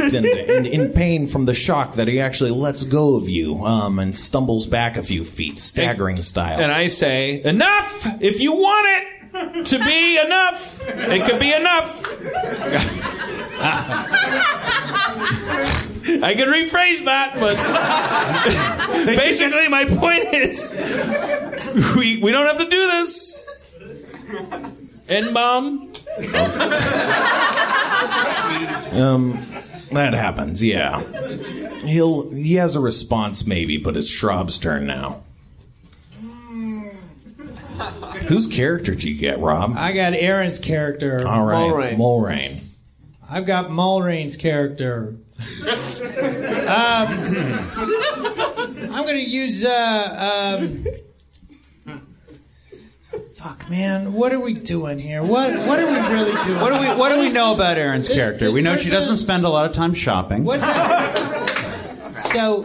[SPEAKER 9] and, and in pain from the shock that he actually lets go of you um, and stumbles back a few feet, staggering style.
[SPEAKER 5] And I say, enough! If you want it to be enough, it could be enough. I could rephrase that, but basically, my point is we, we don't have to do this. N bomb.
[SPEAKER 9] Um, that happens, yeah. He'll he has a response maybe, but it's Schraub's turn now. Whose character did you get, Rob?
[SPEAKER 4] I got Aaron's character.
[SPEAKER 9] Um, All right, Mulrain.
[SPEAKER 4] I've got Mulrain's character. Um, I'm going to use. Uh, um, fuck, man, what are we doing here? What What are we really doing?
[SPEAKER 2] What do we What do we
[SPEAKER 4] This
[SPEAKER 2] know
[SPEAKER 4] is-
[SPEAKER 2] about Aaron's
[SPEAKER 4] this-
[SPEAKER 2] character?
[SPEAKER 4] this
[SPEAKER 2] we know she
[SPEAKER 4] person-
[SPEAKER 2] doesn't spend a lot of time shopping.
[SPEAKER 4] So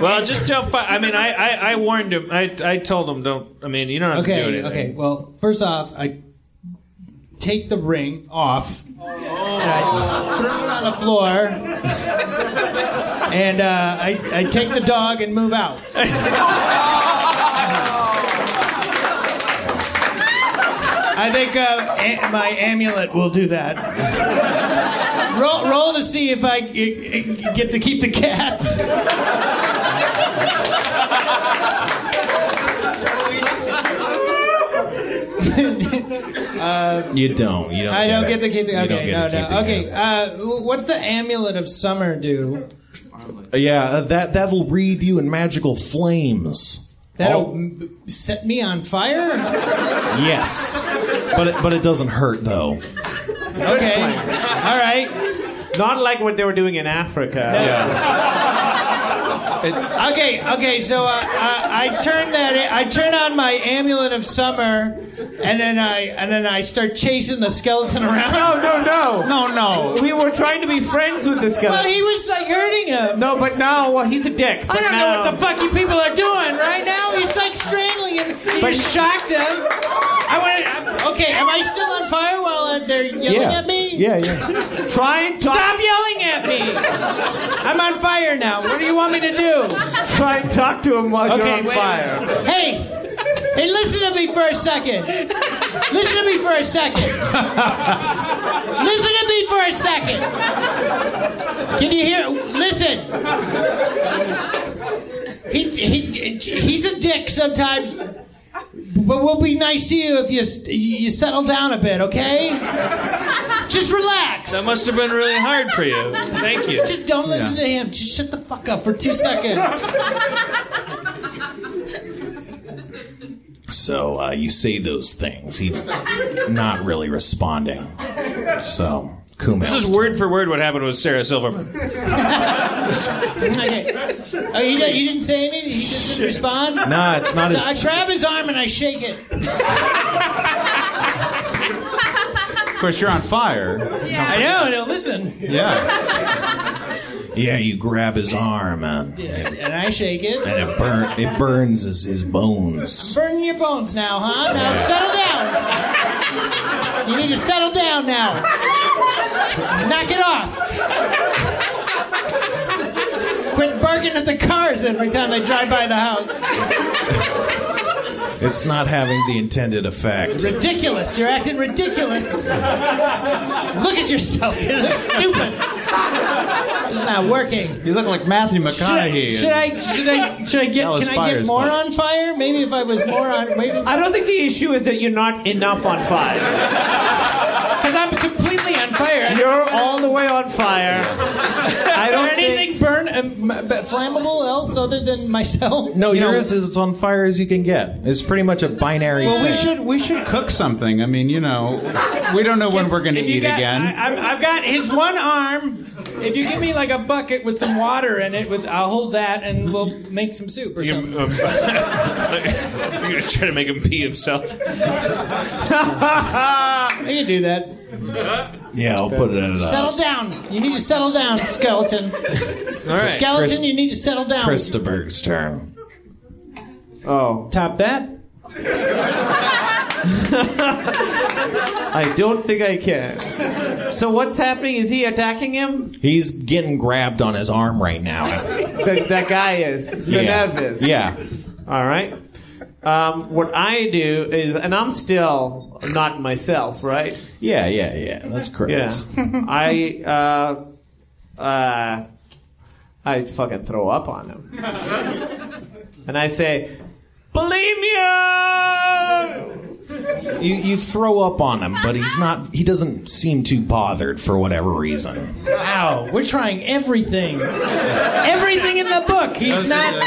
[SPEAKER 5] Well, just don't. Fi- I mean, I, I, I warned him. I, I told him, don't. I mean, you don't have to do
[SPEAKER 4] okay,
[SPEAKER 5] it.
[SPEAKER 4] okay. Well, first off, I take the ring off and I throw it on the floor, and uh, I I take the dog and move out. I think uh, a- my amulet will do that. Roll, roll to see if I g- g- get to keep the cat. uh,
[SPEAKER 9] You don't. You don't.
[SPEAKER 4] I don't get
[SPEAKER 9] it.
[SPEAKER 4] to keep the.
[SPEAKER 9] You don't
[SPEAKER 4] Okay, no,
[SPEAKER 9] get to
[SPEAKER 4] no.
[SPEAKER 9] keep the
[SPEAKER 4] okay, uh, wh- what's the amulet of summer do?
[SPEAKER 9] Yeah, uh, that that'll wreathe you in magical flames.
[SPEAKER 4] That'll m-
[SPEAKER 9] Oh.
[SPEAKER 4] set me on fire.
[SPEAKER 9] Yes, but it, but it doesn't hurt though.
[SPEAKER 7] Okay.
[SPEAKER 4] All right.
[SPEAKER 7] Not like what they were doing in Africa.
[SPEAKER 4] okay, okay. So uh, I, I turn that. I turn on my amulet of summer, and then I and then I start chasing the skeleton around.
[SPEAKER 7] No, no, no.
[SPEAKER 2] No,
[SPEAKER 7] We were trying to be friends with this guy.
[SPEAKER 4] Well, he was like hurting him.
[SPEAKER 7] No, but now, well, he's a dick.
[SPEAKER 4] I don't know what the fuck you people are doing right now. He's like strangling him. But shocked him. I want to. Okay, am I still on fire while uh, they're yelling
[SPEAKER 9] yeah.
[SPEAKER 4] at me?
[SPEAKER 9] Yeah, yeah.
[SPEAKER 4] Try and stop yelling at me. I'm on fire now. What do you want me to do?
[SPEAKER 7] Try and talk to him while
[SPEAKER 4] okay,
[SPEAKER 7] Oh, you're on
[SPEAKER 4] wait.
[SPEAKER 7] fire.
[SPEAKER 4] Hey, hey, listen to me for a second. Listen to me for a second. Listen to me for a second. Can you hear? Listen. He, he, he's a dick sometimes, but we'll be nice to you if you you settle down a bit, okay? Just relax.
[SPEAKER 5] That must have been really hard for you. Thank you.
[SPEAKER 4] Just don't listen to him. Just shut the fuck up for two seconds.
[SPEAKER 9] So uh, you say those things. He not really responding. So Kumail.
[SPEAKER 5] This is word for word what happened with Sarah Silverman.
[SPEAKER 4] okay. Oh, he, did, he didn't say anything. He just didn't respond.
[SPEAKER 9] Nah, it's not
[SPEAKER 4] So
[SPEAKER 9] his-
[SPEAKER 4] I grab his arm and I shake it.
[SPEAKER 2] Of course, you're on fire.
[SPEAKER 4] I know. Now listen.
[SPEAKER 2] Yeah.
[SPEAKER 9] Yeah, you grab his arm and,
[SPEAKER 4] And I shake it.
[SPEAKER 9] and it burn it burns his, his bones.
[SPEAKER 4] Burning your bones now, huh? Now settle down. You need to settle down now. Knock it off. Quit barking at the cars every time they drive by the house.
[SPEAKER 9] It's not having the intended effect.
[SPEAKER 4] Ridiculous. You're acting ridiculous. Look at yourself. You look stupid. It's not working.
[SPEAKER 2] You look like Matthew McConaughey.
[SPEAKER 4] Should I should I should I get
[SPEAKER 2] That was
[SPEAKER 4] can I get
[SPEAKER 2] fire's
[SPEAKER 4] more
[SPEAKER 2] fault.
[SPEAKER 4] on fire? Maybe if I was more on maybe
[SPEAKER 7] I don't think the issue is that you're not enough on fire.
[SPEAKER 4] because I'm completely on fire.
[SPEAKER 7] You're
[SPEAKER 4] You're all the way on fire.
[SPEAKER 13] I
[SPEAKER 4] don't
[SPEAKER 13] Is there anything burn um, m- b- flammable else other than myself?
[SPEAKER 4] Oh,
[SPEAKER 9] No,
[SPEAKER 13] You know,
[SPEAKER 9] yours is as on fire as you can get. It's pretty much a binary.
[SPEAKER 3] Well, we
[SPEAKER 9] thing.
[SPEAKER 3] should we should cook something. I mean, you know, we don't know when we're going to eat
[SPEAKER 13] got-
[SPEAKER 3] again.
[SPEAKER 13] I, I've, I've got his one arm. If you give me like a bucket with some water in it, with I'll hold that and we'll make some soup or something.
[SPEAKER 5] Um, You're gonna try to make him pee himself.
[SPEAKER 13] I can do that.
[SPEAKER 9] Yeah, I'll put it uh, in it.
[SPEAKER 4] Settle down. You need to settle down, skeleton.
[SPEAKER 9] All right.
[SPEAKER 4] Skeleton,
[SPEAKER 9] Chris-
[SPEAKER 4] you need to settle down.
[SPEAKER 9] Christenberg's term.
[SPEAKER 7] Oh.
[SPEAKER 4] Top that.
[SPEAKER 7] I don't think I can. So what's happening? Is he attacking him?
[SPEAKER 9] He's getting grabbed on his arm right now.
[SPEAKER 7] That that guy is. The
[SPEAKER 9] Yeah.
[SPEAKER 7] Nev is.
[SPEAKER 9] Yeah.
[SPEAKER 7] All right. Um, what I do is, and I'm still not myself, right?
[SPEAKER 9] Yeah, yeah, yeah. That's correct.
[SPEAKER 7] Yeah. I uh, uh, I fucking throw up on him, and I say,
[SPEAKER 5] oh.
[SPEAKER 7] bulimia.
[SPEAKER 9] You you throw up on him, but he's not. He doesn't seem too bothered for whatever reason.
[SPEAKER 4] Wow, we're trying everything. everything in the book. He's not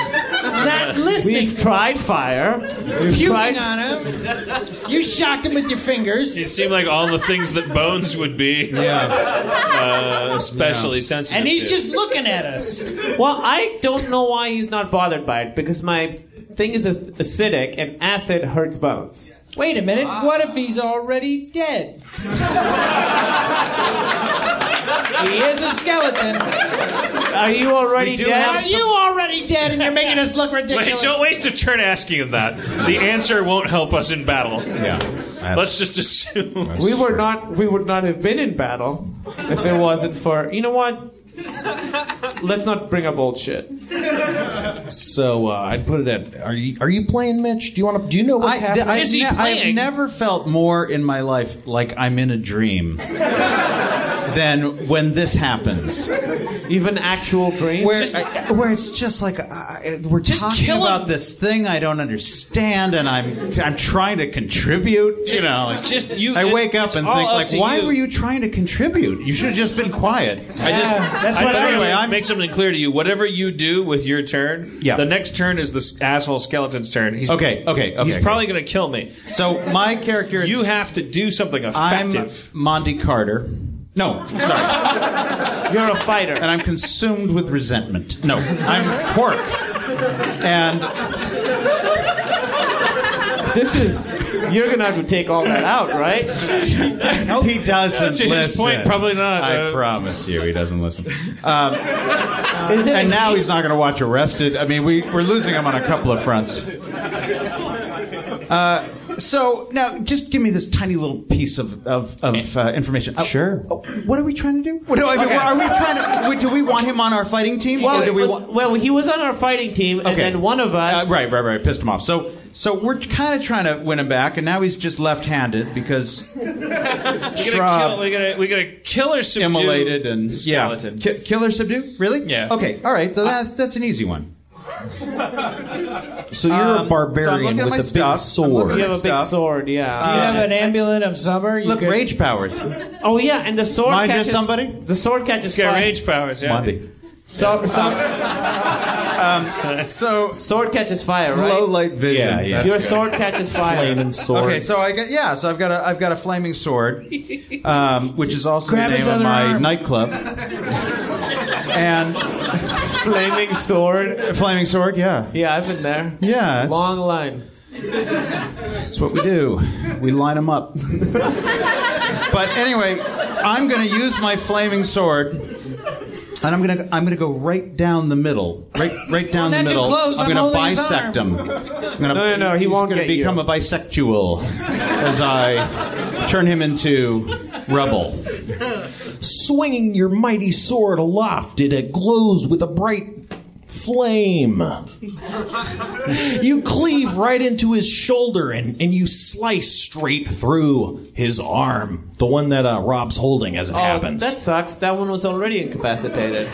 [SPEAKER 4] not listening.
[SPEAKER 7] We've tried fire. We've
[SPEAKER 4] Puking
[SPEAKER 7] tried.
[SPEAKER 4] on him. You shocked him with your fingers.
[SPEAKER 5] It seemed like all the things that bones would be. Yeah. Uh, especially sensitive.
[SPEAKER 7] And he's
[SPEAKER 5] to.
[SPEAKER 7] just
[SPEAKER 4] Looking at us.
[SPEAKER 7] Well, I don't know why he's not bothered by it because my thing is ac- acidic and acid hurts bones.
[SPEAKER 4] Wait a minute. What if he's already dead? he is a skeleton.
[SPEAKER 7] Are you already
[SPEAKER 5] do dead?
[SPEAKER 4] Are
[SPEAKER 5] have some-
[SPEAKER 4] you already dead? And you're making us look ridiculous.
[SPEAKER 5] Wait, don't waste a turn asking him that. The answer won't help us in battle. Yeah. Let's just assume.
[SPEAKER 7] we were not. We would not have been in battle if it wasn't for. You know what? Let's not bring up old shit.
[SPEAKER 9] So uh, I'd put it at. Are you are you playing, Mitch? Do you want to? Do you know what's
[SPEAKER 3] I,
[SPEAKER 9] happening?
[SPEAKER 3] I, ne- I've never felt more in my life like I'm in a dream than when this happens.
[SPEAKER 7] Even actual dreams,
[SPEAKER 3] where, I- where it's just like uh, I- we're talking
[SPEAKER 7] kill
[SPEAKER 3] about this thing I don't understand, and I'm I'm trying to contribute. you
[SPEAKER 5] Just-
[SPEAKER 3] know, like,
[SPEAKER 5] just you-
[SPEAKER 3] I wake up
[SPEAKER 5] it's-
[SPEAKER 3] and
[SPEAKER 5] it's all
[SPEAKER 3] think
[SPEAKER 5] up
[SPEAKER 3] like,
[SPEAKER 5] to
[SPEAKER 3] why
[SPEAKER 5] you."
[SPEAKER 3] were you trying to contribute? You should have just been quiet.
[SPEAKER 5] I just
[SPEAKER 3] that's
[SPEAKER 5] I
[SPEAKER 3] what.
[SPEAKER 5] just
[SPEAKER 3] Anyway,
[SPEAKER 5] wanna
[SPEAKER 3] I'm
[SPEAKER 5] make something clear to you. Whatever you do with your turn,
[SPEAKER 3] Yeah.
[SPEAKER 5] the next turn is this asshole skeleton's turn. He's
[SPEAKER 3] Okay, okay, okay,
[SPEAKER 5] He's
[SPEAKER 3] okay.
[SPEAKER 5] probably gonna kill me.
[SPEAKER 3] So my character,
[SPEAKER 5] you have to do something
[SPEAKER 3] I'm
[SPEAKER 5] effective.
[SPEAKER 3] Monty Carter. No,
[SPEAKER 7] you're a fighter, and
[SPEAKER 3] I'm consumed with resentment. No, I'm Quark, and
[SPEAKER 7] this is. You're gonna have to take all that out, right?
[SPEAKER 3] he doesn't
[SPEAKER 7] To his
[SPEAKER 3] listen.
[SPEAKER 7] point, probably not,
[SPEAKER 3] I
[SPEAKER 7] uh,
[SPEAKER 3] promise you, he doesn't listen. Um,
[SPEAKER 7] Is it
[SPEAKER 3] and
[SPEAKER 7] a-
[SPEAKER 3] now he's not going to watch Arrested. I mean, we, we're losing him on a couple of fronts. Uh, so now, just give me this tiny little piece of of, of uh, information. sure. what are we trying to do? What do I mean,
[SPEAKER 7] Okay.
[SPEAKER 3] Are we trying to? would- Do we want him on our fighting team,
[SPEAKER 7] Well,
[SPEAKER 3] or do we
[SPEAKER 7] well,
[SPEAKER 3] want?
[SPEAKER 7] well, he was on our fighting team, and then one of us.
[SPEAKER 3] Uh, right, right, right. Pissed him off. So, so we're kind of trying to win him back, and now he's just left-handed because
[SPEAKER 5] we gotta
[SPEAKER 3] Shrub.
[SPEAKER 5] kill. We gotta. We gotta kill or subdue.
[SPEAKER 3] immolated and
[SPEAKER 5] skeleton.
[SPEAKER 3] Yeah. Ki- killer subdue? Really?
[SPEAKER 5] Yeah.
[SPEAKER 3] Okay. All right. So that's that's an easy one.
[SPEAKER 9] So
[SPEAKER 3] Um,
[SPEAKER 9] you're a
[SPEAKER 3] so I'm looking
[SPEAKER 9] barbarian
[SPEAKER 3] at
[SPEAKER 9] with
[SPEAKER 3] my
[SPEAKER 9] a big
[SPEAKER 3] stuff. I'm
[SPEAKER 9] sword.
[SPEAKER 3] looking at my stuff.
[SPEAKER 7] sword, yeah.
[SPEAKER 4] Do you have an amulet of summer? You
[SPEAKER 3] Look,
[SPEAKER 4] could-
[SPEAKER 3] rage powers.
[SPEAKER 7] Oh yeah, and the sword
[SPEAKER 3] Mind you,
[SPEAKER 7] catches
[SPEAKER 3] somebody?
[SPEAKER 7] The sword catches
[SPEAKER 5] Got
[SPEAKER 7] fire.
[SPEAKER 5] rage powers. Yeah.
[SPEAKER 3] Monty.
[SPEAKER 7] So, so,
[SPEAKER 3] Um, so
[SPEAKER 7] sword catches fire, right?
[SPEAKER 3] Low light vision.
[SPEAKER 9] Yeah, yeah.
[SPEAKER 3] That's
[SPEAKER 7] Your
[SPEAKER 3] good.
[SPEAKER 7] sword catches fire.
[SPEAKER 9] sword.
[SPEAKER 3] Okay, so I got yeah, so I've got a I've got a flaming sword, um, which is also
[SPEAKER 7] Grab
[SPEAKER 3] the
[SPEAKER 7] his
[SPEAKER 3] name of
[SPEAKER 7] other
[SPEAKER 3] my
[SPEAKER 7] arm.
[SPEAKER 3] nightclub. and
[SPEAKER 7] Flaming sword.
[SPEAKER 3] flaming sword, yeah,
[SPEAKER 7] Yeah, I've been there.
[SPEAKER 3] yeah, it's-
[SPEAKER 7] Long line.
[SPEAKER 3] That's what we do. We line them up. but anyway, I'm going to use my flaming sword. And I'm gonna I'm gonna go right down the middle, right right down
[SPEAKER 4] Well,
[SPEAKER 3] the
[SPEAKER 4] not too
[SPEAKER 3] middle.
[SPEAKER 4] close,
[SPEAKER 3] I'm
[SPEAKER 4] I'm
[SPEAKER 3] gonna
[SPEAKER 4] holding his
[SPEAKER 3] bisect him.
[SPEAKER 4] arm.
[SPEAKER 3] I'm gonna,
[SPEAKER 7] No, no, no, he
[SPEAKER 3] he's
[SPEAKER 7] won't
[SPEAKER 3] gonna
[SPEAKER 7] get
[SPEAKER 3] become
[SPEAKER 7] you.
[SPEAKER 3] a bisexual as I turn him into rubble.
[SPEAKER 9] Swinging your mighty sword aloft, it glows with a bright flame. you cleave right into his shoulder and, and you slice straight through his arm, the one that uh, Rob's holding as it
[SPEAKER 7] Oh,
[SPEAKER 9] happens.
[SPEAKER 7] that sucks. That one was already incapacitated.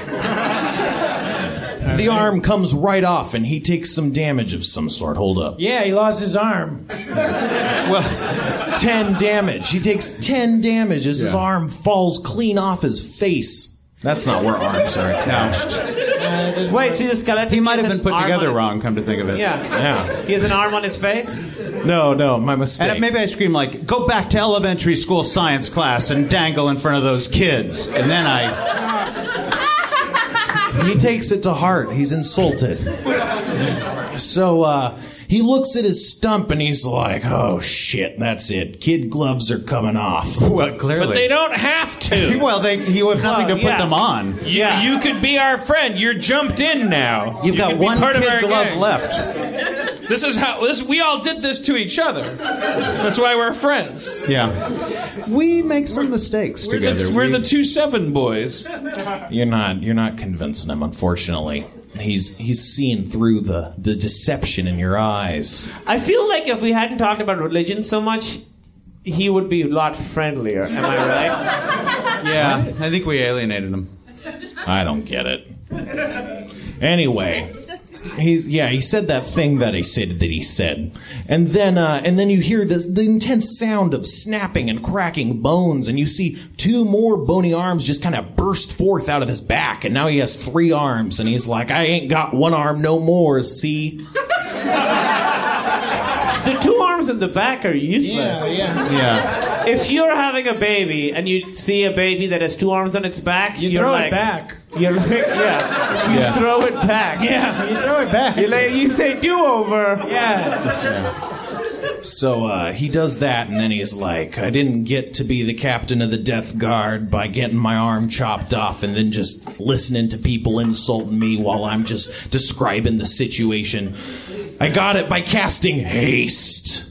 [SPEAKER 9] The arm comes right off, and he takes some damage of some sort. Hold up.
[SPEAKER 11] Yeah, he lost his arm.
[SPEAKER 9] well, 10 damage. He takes 10 damage as his arm falls clean off his face. That's not where arms are attached.
[SPEAKER 7] Wait, so the skeleton.
[SPEAKER 2] He might have been put
[SPEAKER 7] arm
[SPEAKER 2] together
[SPEAKER 7] on his-
[SPEAKER 2] wrong, come to think of it.
[SPEAKER 7] Yeah.
[SPEAKER 9] Yeah.
[SPEAKER 7] He has an arm on his face.
[SPEAKER 9] No, no, my mistake.
[SPEAKER 2] And maybe I scream like, "Go back to elementary school science class and dangle in front of those kids," and then I.
[SPEAKER 9] He takes it to heart. He's insulted. So uh, he looks at his stump and he's like, oh shit, that's it. Kid gloves are coming off.
[SPEAKER 2] Well, clearly.
[SPEAKER 5] But they don't have to.
[SPEAKER 2] well, they you have
[SPEAKER 5] Uh,
[SPEAKER 2] nothing to put them on.
[SPEAKER 5] You, you could be our friend. You're jumped in now. You've
[SPEAKER 2] got one kid glove left.
[SPEAKER 5] This is how this. We all did this to each other. That's why we're friends.
[SPEAKER 2] Yeah. We make some mistakes
[SPEAKER 5] We're
[SPEAKER 2] together.
[SPEAKER 5] the, we're the two seven boys.
[SPEAKER 9] You're not you're not convincing him, unfortunately. He's he's seeing through the, the deception in your eyes.
[SPEAKER 7] I feel like if we hadn't talked about religion so much, he would be a lot friendlier. Am I right?
[SPEAKER 2] yeah, I think we alienated him.
[SPEAKER 9] I don't get it. Anyway, he's yeah, he said that thing that he said that he said, and then uh, and then you hear this the intense sound of snapping and cracking bones, and you see two more bony arms just kind of burst forth out of his back, and now he has three arms, and he's like, I ain't got one arm no more. See?
[SPEAKER 7] The two arms in the back are useless.
[SPEAKER 9] Yeah, Yeah.
[SPEAKER 7] If you're having a baby and you see a baby that has two arms on its back, you are
[SPEAKER 11] throw it
[SPEAKER 7] like,
[SPEAKER 11] back.
[SPEAKER 7] You're like, yeah. You
[SPEAKER 11] Yeah.
[SPEAKER 7] throw it back.
[SPEAKER 11] Yeah, you throw it back.
[SPEAKER 7] You, like, you say do over.
[SPEAKER 11] Yeah.
[SPEAKER 9] So uh, he does that, and then he's like, I didn't get to be the captain of the Death Guard by getting my arm chopped off and then just listening to people insulting me while I'm just describing the situation. I got it by casting haste.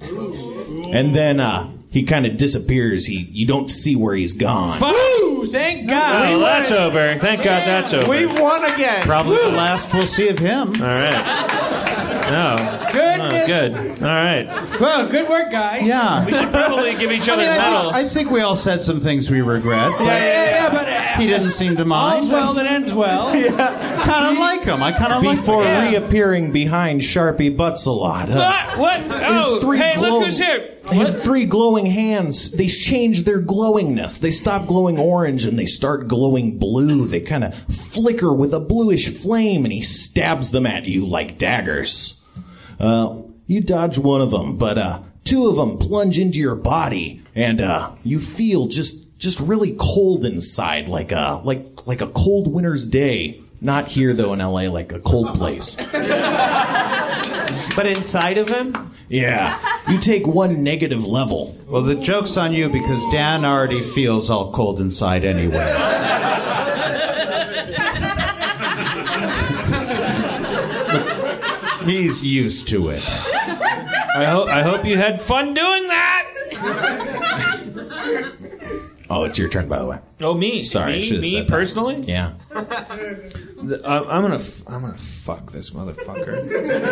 [SPEAKER 9] And then uh, he kind of disappears. He You don't see where he's gone.
[SPEAKER 11] Woo! Thank God.
[SPEAKER 5] Well, that's over. Thank God that's over.
[SPEAKER 7] We won again.
[SPEAKER 2] Probably the last we'll see of him.
[SPEAKER 5] All right. No.
[SPEAKER 11] Goodness.
[SPEAKER 5] Oh, good. All right.
[SPEAKER 11] Well, good work, guys.
[SPEAKER 2] Yeah.
[SPEAKER 5] We should probably give each
[SPEAKER 2] I
[SPEAKER 5] other
[SPEAKER 2] mean, I
[SPEAKER 5] medals.
[SPEAKER 2] think, I think we all said some things we regret. but
[SPEAKER 11] Yeah, yeah, yeah, but
[SPEAKER 2] He didn't seem to mind.
[SPEAKER 11] all's well that ends well.
[SPEAKER 2] kind of like him. I kind of like
[SPEAKER 9] Before
[SPEAKER 2] him.
[SPEAKER 9] reappearing behind Sharpie Butts a lot.
[SPEAKER 5] Ah, what?
[SPEAKER 9] His
[SPEAKER 5] Oh,
[SPEAKER 9] three
[SPEAKER 5] hey,
[SPEAKER 9] glowing-
[SPEAKER 5] look who's here.
[SPEAKER 9] His three glowing hands, they change their glowingness. They stop glowing orange and they start glowing blue. They kind of flicker with a bluish flame and he stabs them at you like daggers. Uh, you dodge one of them, but uh, two of them plunge into your body and uh, you feel just just really cold inside like a like like a cold winter's day. Not here though in LA like a cold place.
[SPEAKER 7] But inside of him,
[SPEAKER 9] Yeah. You take one negative level.
[SPEAKER 2] Well, the joke's on you because Dan already feels all cold inside anyway. He's used to it.
[SPEAKER 5] I hope I hope you had fun doing that.
[SPEAKER 9] Oh, it's your turn by the way.
[SPEAKER 5] Oh me,
[SPEAKER 9] Sorry, I
[SPEAKER 5] me,
[SPEAKER 9] should've
[SPEAKER 5] me
[SPEAKER 9] said that.
[SPEAKER 5] personally.
[SPEAKER 9] Yeah.
[SPEAKER 5] Th- I- I'm gonna f- I'm gonna fuck this motherfucker.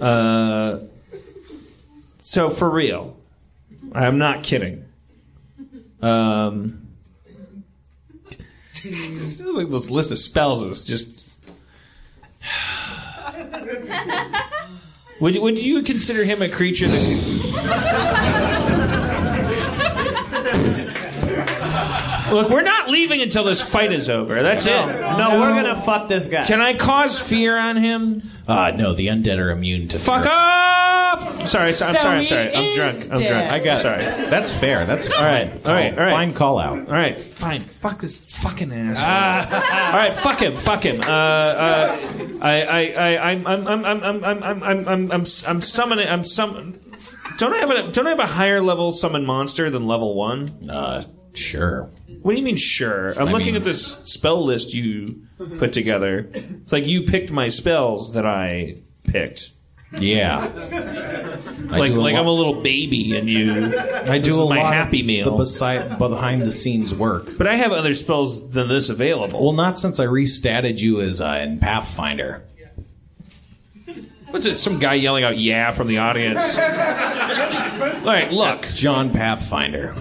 [SPEAKER 5] uh, so for real, I'm not kidding. Um, this is like this list of spells is just. Would, would you consider him a creature that. Look, we're not leaving until this fight is over. That's it.
[SPEAKER 7] no, we're gonna fuck this guy.
[SPEAKER 5] Can I cause fear on him?
[SPEAKER 9] Uh, no, the undead are immune to
[SPEAKER 5] Fuck
[SPEAKER 9] fear.
[SPEAKER 5] off! Sorry, so, I'm
[SPEAKER 11] So
[SPEAKER 5] sorry, I'm
[SPEAKER 11] he
[SPEAKER 5] sorry. I'm
[SPEAKER 11] is
[SPEAKER 5] drunk. I'm
[SPEAKER 11] dead.
[SPEAKER 5] drunk.
[SPEAKER 9] I got it.
[SPEAKER 5] Sorry.
[SPEAKER 9] That's fair. That's
[SPEAKER 5] All right, all right, all right.
[SPEAKER 9] Fine call out.
[SPEAKER 5] All right, fine. Fuck this fucking asshole. all right, Ah. fuck him. Fuck him. Uh, uh, I, I, I, I'm, I'm, I'm, I'm, I'm, I'm, I'm, I'm, I'm, I'm, I'm summoning. I'm summon. Don't I have a Don't I have a higher level summon monster than level one?
[SPEAKER 9] Uh, sure.
[SPEAKER 5] What do you mean? Sure. I'm looking
[SPEAKER 9] mean-
[SPEAKER 5] at this spell list you put together. It's like you picked my spells that I picked.
[SPEAKER 9] Yeah. I
[SPEAKER 5] like
[SPEAKER 9] do a lot-
[SPEAKER 5] like I'm a little baby and you.
[SPEAKER 9] I do
[SPEAKER 5] this
[SPEAKER 9] a
[SPEAKER 5] is my
[SPEAKER 9] lot
[SPEAKER 5] happy
[SPEAKER 9] of
[SPEAKER 5] meal.
[SPEAKER 9] the beside, behind the scenes work.
[SPEAKER 5] but I have other spells than this available.
[SPEAKER 9] Well, not since I restatted you as uh, in Pathfinder.
[SPEAKER 5] What's it? Some guy yelling out "Yeah" from the audience. All right, look,
[SPEAKER 9] John Pathfinder.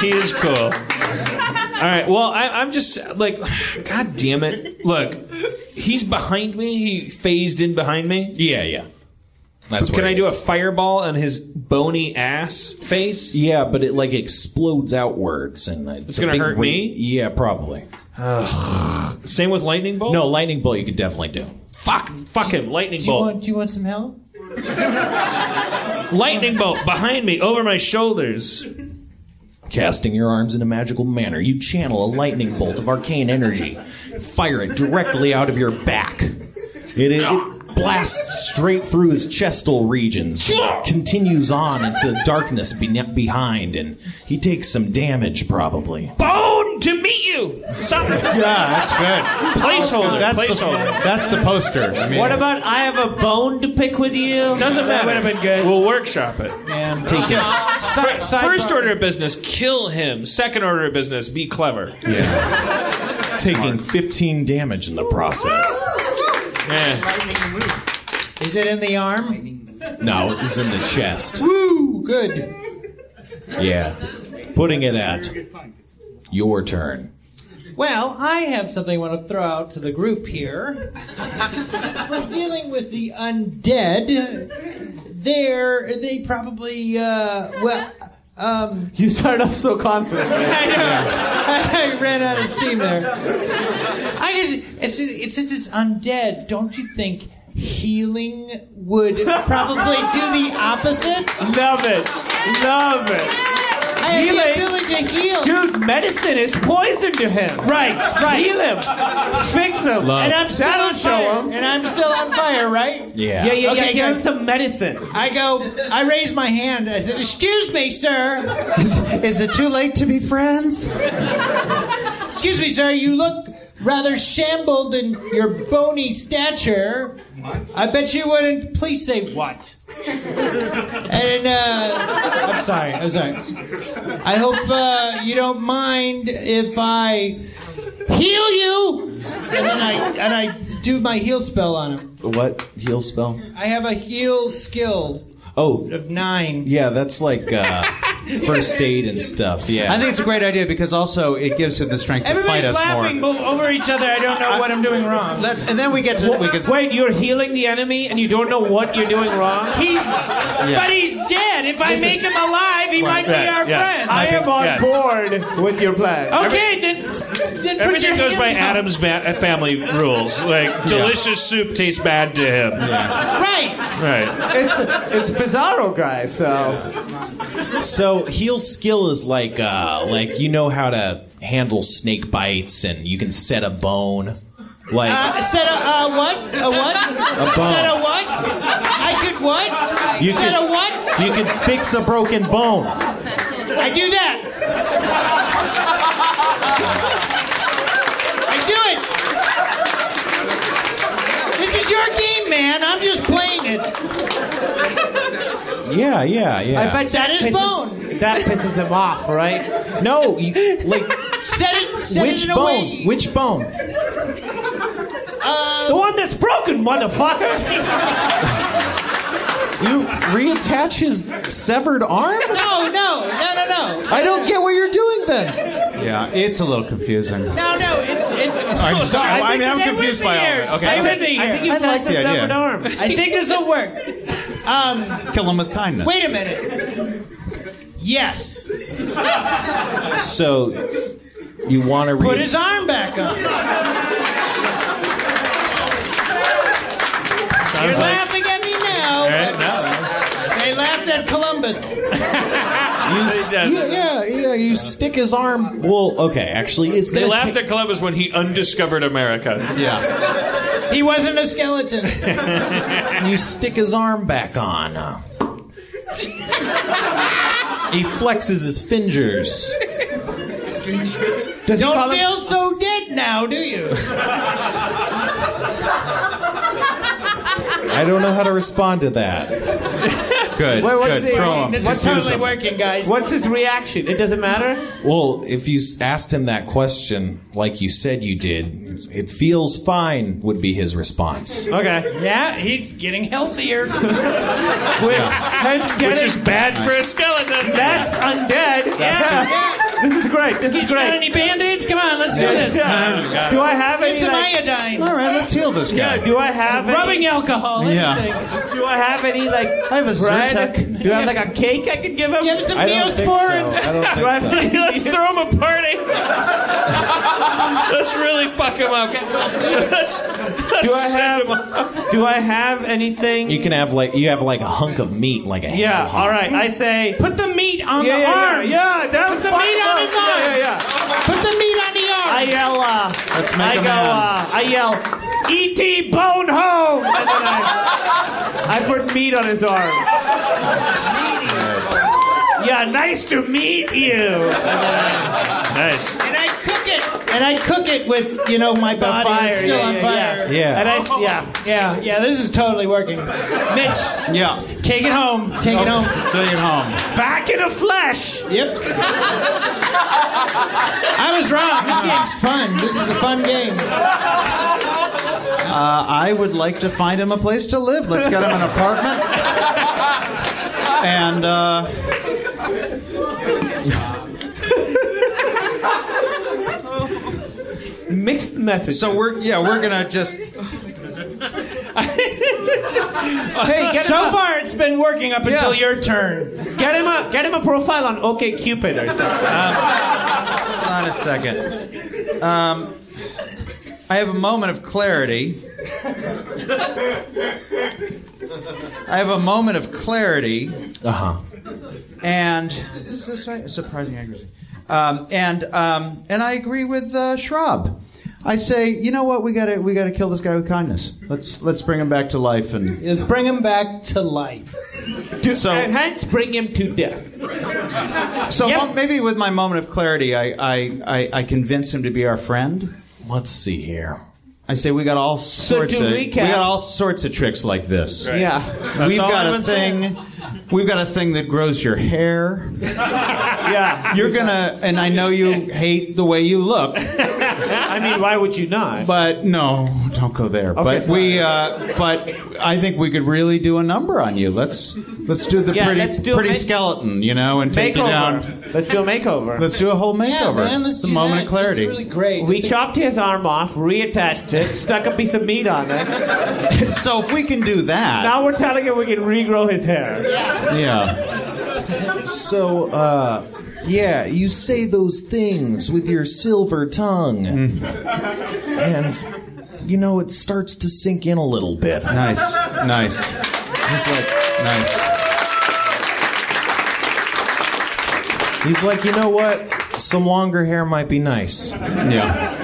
[SPEAKER 5] he is cool. All right. Well, I, I'm just like, God damn it! Look, he's behind me. He phased in behind me.
[SPEAKER 9] Yeah, yeah.
[SPEAKER 5] That's
[SPEAKER 9] what
[SPEAKER 5] Can
[SPEAKER 9] it
[SPEAKER 5] I do a fireball on his bony ass face?
[SPEAKER 9] Yeah, but it like explodes outwards, and it's,
[SPEAKER 5] It's
[SPEAKER 9] a
[SPEAKER 5] gonna
[SPEAKER 9] big
[SPEAKER 5] hurt
[SPEAKER 9] weight.
[SPEAKER 5] me?
[SPEAKER 9] Yeah, probably.
[SPEAKER 5] Same with lightning bolt.
[SPEAKER 9] No, lightning bolt you could definitely do.
[SPEAKER 5] Fuck, fuck him! Lightning
[SPEAKER 9] Do you
[SPEAKER 5] bolt.
[SPEAKER 9] want-
[SPEAKER 4] Do you want some help?
[SPEAKER 5] lightning bolt behind me, Oh, over my shoulders.
[SPEAKER 9] Casting your arms in a magical manner, you channel a lightning bolt of arcane energy, fire it directly out of your back. It, it, it blasts straight through his chestal regions, continues on into the darkness be- behind, and he takes some damage probably.
[SPEAKER 5] Bone to meet you. Something.
[SPEAKER 9] Yeah, that's good.
[SPEAKER 5] Placeholder.
[SPEAKER 9] That's the-
[SPEAKER 5] placeholder.
[SPEAKER 9] that's the poster. I mean-
[SPEAKER 7] what about I have a bone to pick with you?
[SPEAKER 5] Doesn't matter.
[SPEAKER 7] That
[SPEAKER 5] been good. We'll workshop it.
[SPEAKER 9] Yeah,
[SPEAKER 7] take it.
[SPEAKER 5] uh, Fir- First order of business, kill him. Second order of business, be clever.
[SPEAKER 9] Taking 15 damage in the process. Eh.
[SPEAKER 4] Is it in the arm?
[SPEAKER 9] No, it was in the chest.
[SPEAKER 4] Woo! Good.
[SPEAKER 9] Yeah. Putting it at your turn.
[SPEAKER 4] Well, I have something I want to throw out to the group here. Since we're dealing with the undead, they're they probably uh, well. Um,
[SPEAKER 7] you started off so confident.
[SPEAKER 4] I know. I ran out of steam there. I guess it's, it's, since it's undead, don't you think healing would probably do the opposite?
[SPEAKER 7] Love it. Love it.
[SPEAKER 4] I have
[SPEAKER 7] Healing.
[SPEAKER 4] the ability to heal.
[SPEAKER 7] Dude, medicine is poison to him. Right, right. Heal him. Fix him.
[SPEAKER 4] Love.
[SPEAKER 7] And I'm still
[SPEAKER 4] That'll
[SPEAKER 7] on
[SPEAKER 4] show
[SPEAKER 7] fire.
[SPEAKER 4] him. And I'm still on fire, right?
[SPEAKER 7] Yeah, yeah, yeah.
[SPEAKER 4] Okay,
[SPEAKER 7] Give him
[SPEAKER 4] good.
[SPEAKER 7] some medicine.
[SPEAKER 4] I go, I raise my hand. I said, Excuse me, sir.
[SPEAKER 3] Is it too late to be friends?
[SPEAKER 4] Excuse me, sir. You look rather shambled in your bony stature. I bet you wouldn't. Please say what? And, uh, I'm sorry. I'm sorry. I hope uh, you don't mind if I heal you. And then I, and I do my heal spell on him.
[SPEAKER 9] What heal spell?
[SPEAKER 4] I have a heal skill
[SPEAKER 9] Oh.
[SPEAKER 4] of nine.
[SPEAKER 9] Yeah, that's like uh, first aid and stuff. Yeah.
[SPEAKER 3] I think it's a great idea because also it gives him the strength to
[SPEAKER 4] Everybody's
[SPEAKER 3] fight us
[SPEAKER 4] laughing
[SPEAKER 3] more.
[SPEAKER 4] bo- over each other. I don't know what I'm doing wrong.
[SPEAKER 3] Let's, and then we get to we can,
[SPEAKER 7] Wait, you're healing the enemy and you don't know what you're doing wrong?
[SPEAKER 4] He's, but he's dead. If I
[SPEAKER 7] Listen.
[SPEAKER 4] make him alive, he might be our friend.
[SPEAKER 7] I am on board with your plan.
[SPEAKER 4] Okay, then, then put your
[SPEAKER 5] Everything goes
[SPEAKER 4] hand
[SPEAKER 5] by
[SPEAKER 4] up.
[SPEAKER 5] Adam's va- uh, family rules. Like delicious soup tastes bad to him.
[SPEAKER 4] Right.
[SPEAKER 5] Right.
[SPEAKER 7] It's, it's Bizarro guy, so.
[SPEAKER 9] So heal skill is like uh, like you know how to handle snake bites and you can set a bone. Like
[SPEAKER 4] Uh, said a uh, what? A what?
[SPEAKER 9] A bone.
[SPEAKER 4] Said a what? I could what?
[SPEAKER 9] you
[SPEAKER 4] said
[SPEAKER 9] could,
[SPEAKER 4] Uh, a what?
[SPEAKER 9] You could fix a broken bone.
[SPEAKER 4] I do that. I do it. This is your game, man. I'm just playing it.
[SPEAKER 9] Yeah, yeah, yeah.
[SPEAKER 7] I bet
[SPEAKER 4] That is
[SPEAKER 7] pisses-
[SPEAKER 4] bone.
[SPEAKER 7] That pisses him off, right?
[SPEAKER 9] No, you, like
[SPEAKER 4] Set it. Set it
[SPEAKER 9] which
[SPEAKER 4] in a
[SPEAKER 9] bone?
[SPEAKER 4] way-
[SPEAKER 9] Which bone?
[SPEAKER 4] Uh,
[SPEAKER 7] the one that's broken, motherfucker.
[SPEAKER 9] You reattach his severed arm?
[SPEAKER 4] No, Oh, no, no, no, no.
[SPEAKER 9] I don't get what you're doing then.
[SPEAKER 3] yeah, it's a little confusing.
[SPEAKER 4] No, no, it's. it's
[SPEAKER 3] I'm sorry. I mean, I'm
[SPEAKER 4] Stay with
[SPEAKER 3] confused
[SPEAKER 4] me
[SPEAKER 3] by all
[SPEAKER 4] here.
[SPEAKER 3] that. Okay.
[SPEAKER 4] Stay
[SPEAKER 3] I
[SPEAKER 4] with
[SPEAKER 3] think-
[SPEAKER 4] me
[SPEAKER 3] I
[SPEAKER 4] here.
[SPEAKER 3] think you've I like got the the idea. severed arm.
[SPEAKER 4] I think this will work. Um,
[SPEAKER 3] Kill him with kindness.
[SPEAKER 4] wait a minute. Yes.
[SPEAKER 9] So you want to
[SPEAKER 4] Put his arm back up. You're
[SPEAKER 9] like-
[SPEAKER 4] laughing at me now.
[SPEAKER 9] Eh,
[SPEAKER 4] but They laughed at Columbus.
[SPEAKER 9] You, s- yeah, yeah, yeah. You stick his arm. Well, okay. Actually, it's
[SPEAKER 5] They
[SPEAKER 9] gonna
[SPEAKER 5] laughed
[SPEAKER 9] take-
[SPEAKER 5] at Columbus when he undiscovered America.
[SPEAKER 9] Yeah.
[SPEAKER 4] He wasn't a skeleton.
[SPEAKER 9] you stick his arm back on. Uh, he flexes his fingers.
[SPEAKER 4] Don't feel so dead now, do you?
[SPEAKER 9] I don't know how to respond to that.
[SPEAKER 3] Good.
[SPEAKER 7] Wait, what
[SPEAKER 3] good.
[SPEAKER 7] is it?
[SPEAKER 3] Throw him.
[SPEAKER 7] This is
[SPEAKER 3] Do
[SPEAKER 7] totally
[SPEAKER 3] something.
[SPEAKER 7] working, guys. What's his reaction? It doesn't matter.
[SPEAKER 9] Well, if you s- asked him that question like you said you did, it feels fine would be his response.
[SPEAKER 7] Okay.
[SPEAKER 2] Yeah, he's getting healthier.
[SPEAKER 5] Which is bad for a skeleton.
[SPEAKER 7] That's undead. yeah. This is great. This is
[SPEAKER 2] You got
[SPEAKER 7] great.
[SPEAKER 2] any band-aids? Come on, let's do
[SPEAKER 7] Yeah.
[SPEAKER 2] this.
[SPEAKER 7] Yeah. Yeah. Do I have
[SPEAKER 2] Get
[SPEAKER 7] any,
[SPEAKER 2] some
[SPEAKER 7] like-
[SPEAKER 2] iodine.
[SPEAKER 7] All right,
[SPEAKER 3] let's heal this guy.
[SPEAKER 7] Yeah, do I have any-
[SPEAKER 2] rubbing alcohol?
[SPEAKER 7] Yeah.
[SPEAKER 2] Anything.
[SPEAKER 7] Do I have any like? I
[SPEAKER 3] have a
[SPEAKER 7] bread?
[SPEAKER 3] Zyrtec.
[SPEAKER 7] Do I have like a cake I could give him? Give him
[SPEAKER 3] some I don't think Neosporin. so. I don't think
[SPEAKER 7] do I
[SPEAKER 3] so.
[SPEAKER 7] have
[SPEAKER 5] Let's throw him a party. Let's really fuck him up. Let's,
[SPEAKER 7] do I have? Do I have anything?
[SPEAKER 9] You can have like you have like a hunk of meat, like a
[SPEAKER 7] Yeah. All right. I say.
[SPEAKER 4] Put the meat on
[SPEAKER 7] yeah,
[SPEAKER 4] the
[SPEAKER 7] yeah,
[SPEAKER 4] arm.
[SPEAKER 7] Yeah. yeah that
[SPEAKER 4] Put the
[SPEAKER 7] fuck
[SPEAKER 4] meat on
[SPEAKER 7] up.
[SPEAKER 4] his arm.
[SPEAKER 7] Yeah. Yeah. yeah.
[SPEAKER 4] Put the meat on the arm.
[SPEAKER 7] I yell. Uh,
[SPEAKER 4] Let's make
[SPEAKER 7] I
[SPEAKER 4] a
[SPEAKER 7] go.
[SPEAKER 4] man.
[SPEAKER 7] Uh, I yell. E.T. Bone Home. And then I, I put meat on his arm. Yeah, nice to meet you. And
[SPEAKER 5] nice.
[SPEAKER 2] And I cook it.
[SPEAKER 4] And I cook it with you know my body
[SPEAKER 2] body fire,
[SPEAKER 4] is still
[SPEAKER 2] yeah,
[SPEAKER 4] on
[SPEAKER 2] yeah,
[SPEAKER 4] fire.
[SPEAKER 2] yeah. Yeah.
[SPEAKER 4] And I
[SPEAKER 7] yeah
[SPEAKER 2] yeah yeah. This is totally working. Mitch,
[SPEAKER 3] Yeah.
[SPEAKER 2] take it home. Take it home.
[SPEAKER 3] Take it home.
[SPEAKER 7] Back in the flesh.
[SPEAKER 4] Yep. I was wrong. This game's fun. This is a fun game.
[SPEAKER 3] Uh, I would like to find him a place to live. Let's get him an apartment. And uh,
[SPEAKER 7] mixed message.
[SPEAKER 3] So we're yeah we're gonna just
[SPEAKER 7] Hey, get
[SPEAKER 2] so
[SPEAKER 7] him up.
[SPEAKER 2] far it's been working up until
[SPEAKER 7] Yeah.
[SPEAKER 2] your turn.
[SPEAKER 7] Get him a get him a profile on OKCupid or something.
[SPEAKER 3] hold on Uh, a second. Um, I have a moment of clarity. I have a moment of clarity.
[SPEAKER 9] Uh huh.
[SPEAKER 3] and is this right? Surprising accuracy. Um, and um, and I agree with uh, Schraub. I say, you know what? We gotta we gotta kill this guy with kindness. Let's let's bring him back to life and
[SPEAKER 4] let's bring him back to life.
[SPEAKER 3] so
[SPEAKER 7] and hence bring him to death.
[SPEAKER 3] so mo- maybe with my moment of clarity, I, I I I convince him to be our friend. Let's see here. I say we got all sorts
[SPEAKER 7] to
[SPEAKER 3] of we
[SPEAKER 7] recap-
[SPEAKER 3] got all sorts of tricks like this.
[SPEAKER 7] Right. Yeah. That's
[SPEAKER 3] we've
[SPEAKER 7] all
[SPEAKER 3] got
[SPEAKER 7] I've
[SPEAKER 3] a
[SPEAKER 7] been
[SPEAKER 3] thing. We've got a thing that grows your hair.
[SPEAKER 7] Yeah.
[SPEAKER 3] You're gonna, and I know you hate the way you look.
[SPEAKER 7] I mean, why would you not?
[SPEAKER 3] But no, don't go there. but
[SPEAKER 7] sorry.
[SPEAKER 3] we, uh, but I think we could really do a number on you. Let's let's do the
[SPEAKER 7] Yeah, let's
[SPEAKER 3] pretty
[SPEAKER 7] do a
[SPEAKER 3] pretty
[SPEAKER 7] ma-
[SPEAKER 3] skeleton, you know, and take you down.
[SPEAKER 7] Makeover. Let's do a makeover.
[SPEAKER 3] Let's do a whole makeover.
[SPEAKER 7] man, let's
[SPEAKER 3] it's a
[SPEAKER 7] do
[SPEAKER 3] moment
[SPEAKER 7] that.
[SPEAKER 3] of clarity.
[SPEAKER 7] It's
[SPEAKER 4] Great.
[SPEAKER 7] We chopped his arm off, reattached it, stuck a piece of meat on it.
[SPEAKER 3] so if we can do that,
[SPEAKER 7] Now we're telling him we can regrow his hair.
[SPEAKER 3] yeah.
[SPEAKER 9] So, uh, yeah, you say those things with your silver tongue,
[SPEAKER 3] Mm.
[SPEAKER 9] and you know it starts to sink in a little bit.
[SPEAKER 3] Nice, nice.
[SPEAKER 9] He's like,
[SPEAKER 3] nice.
[SPEAKER 9] He's like, you know what? Some longer hair might be nice.
[SPEAKER 3] Yeah.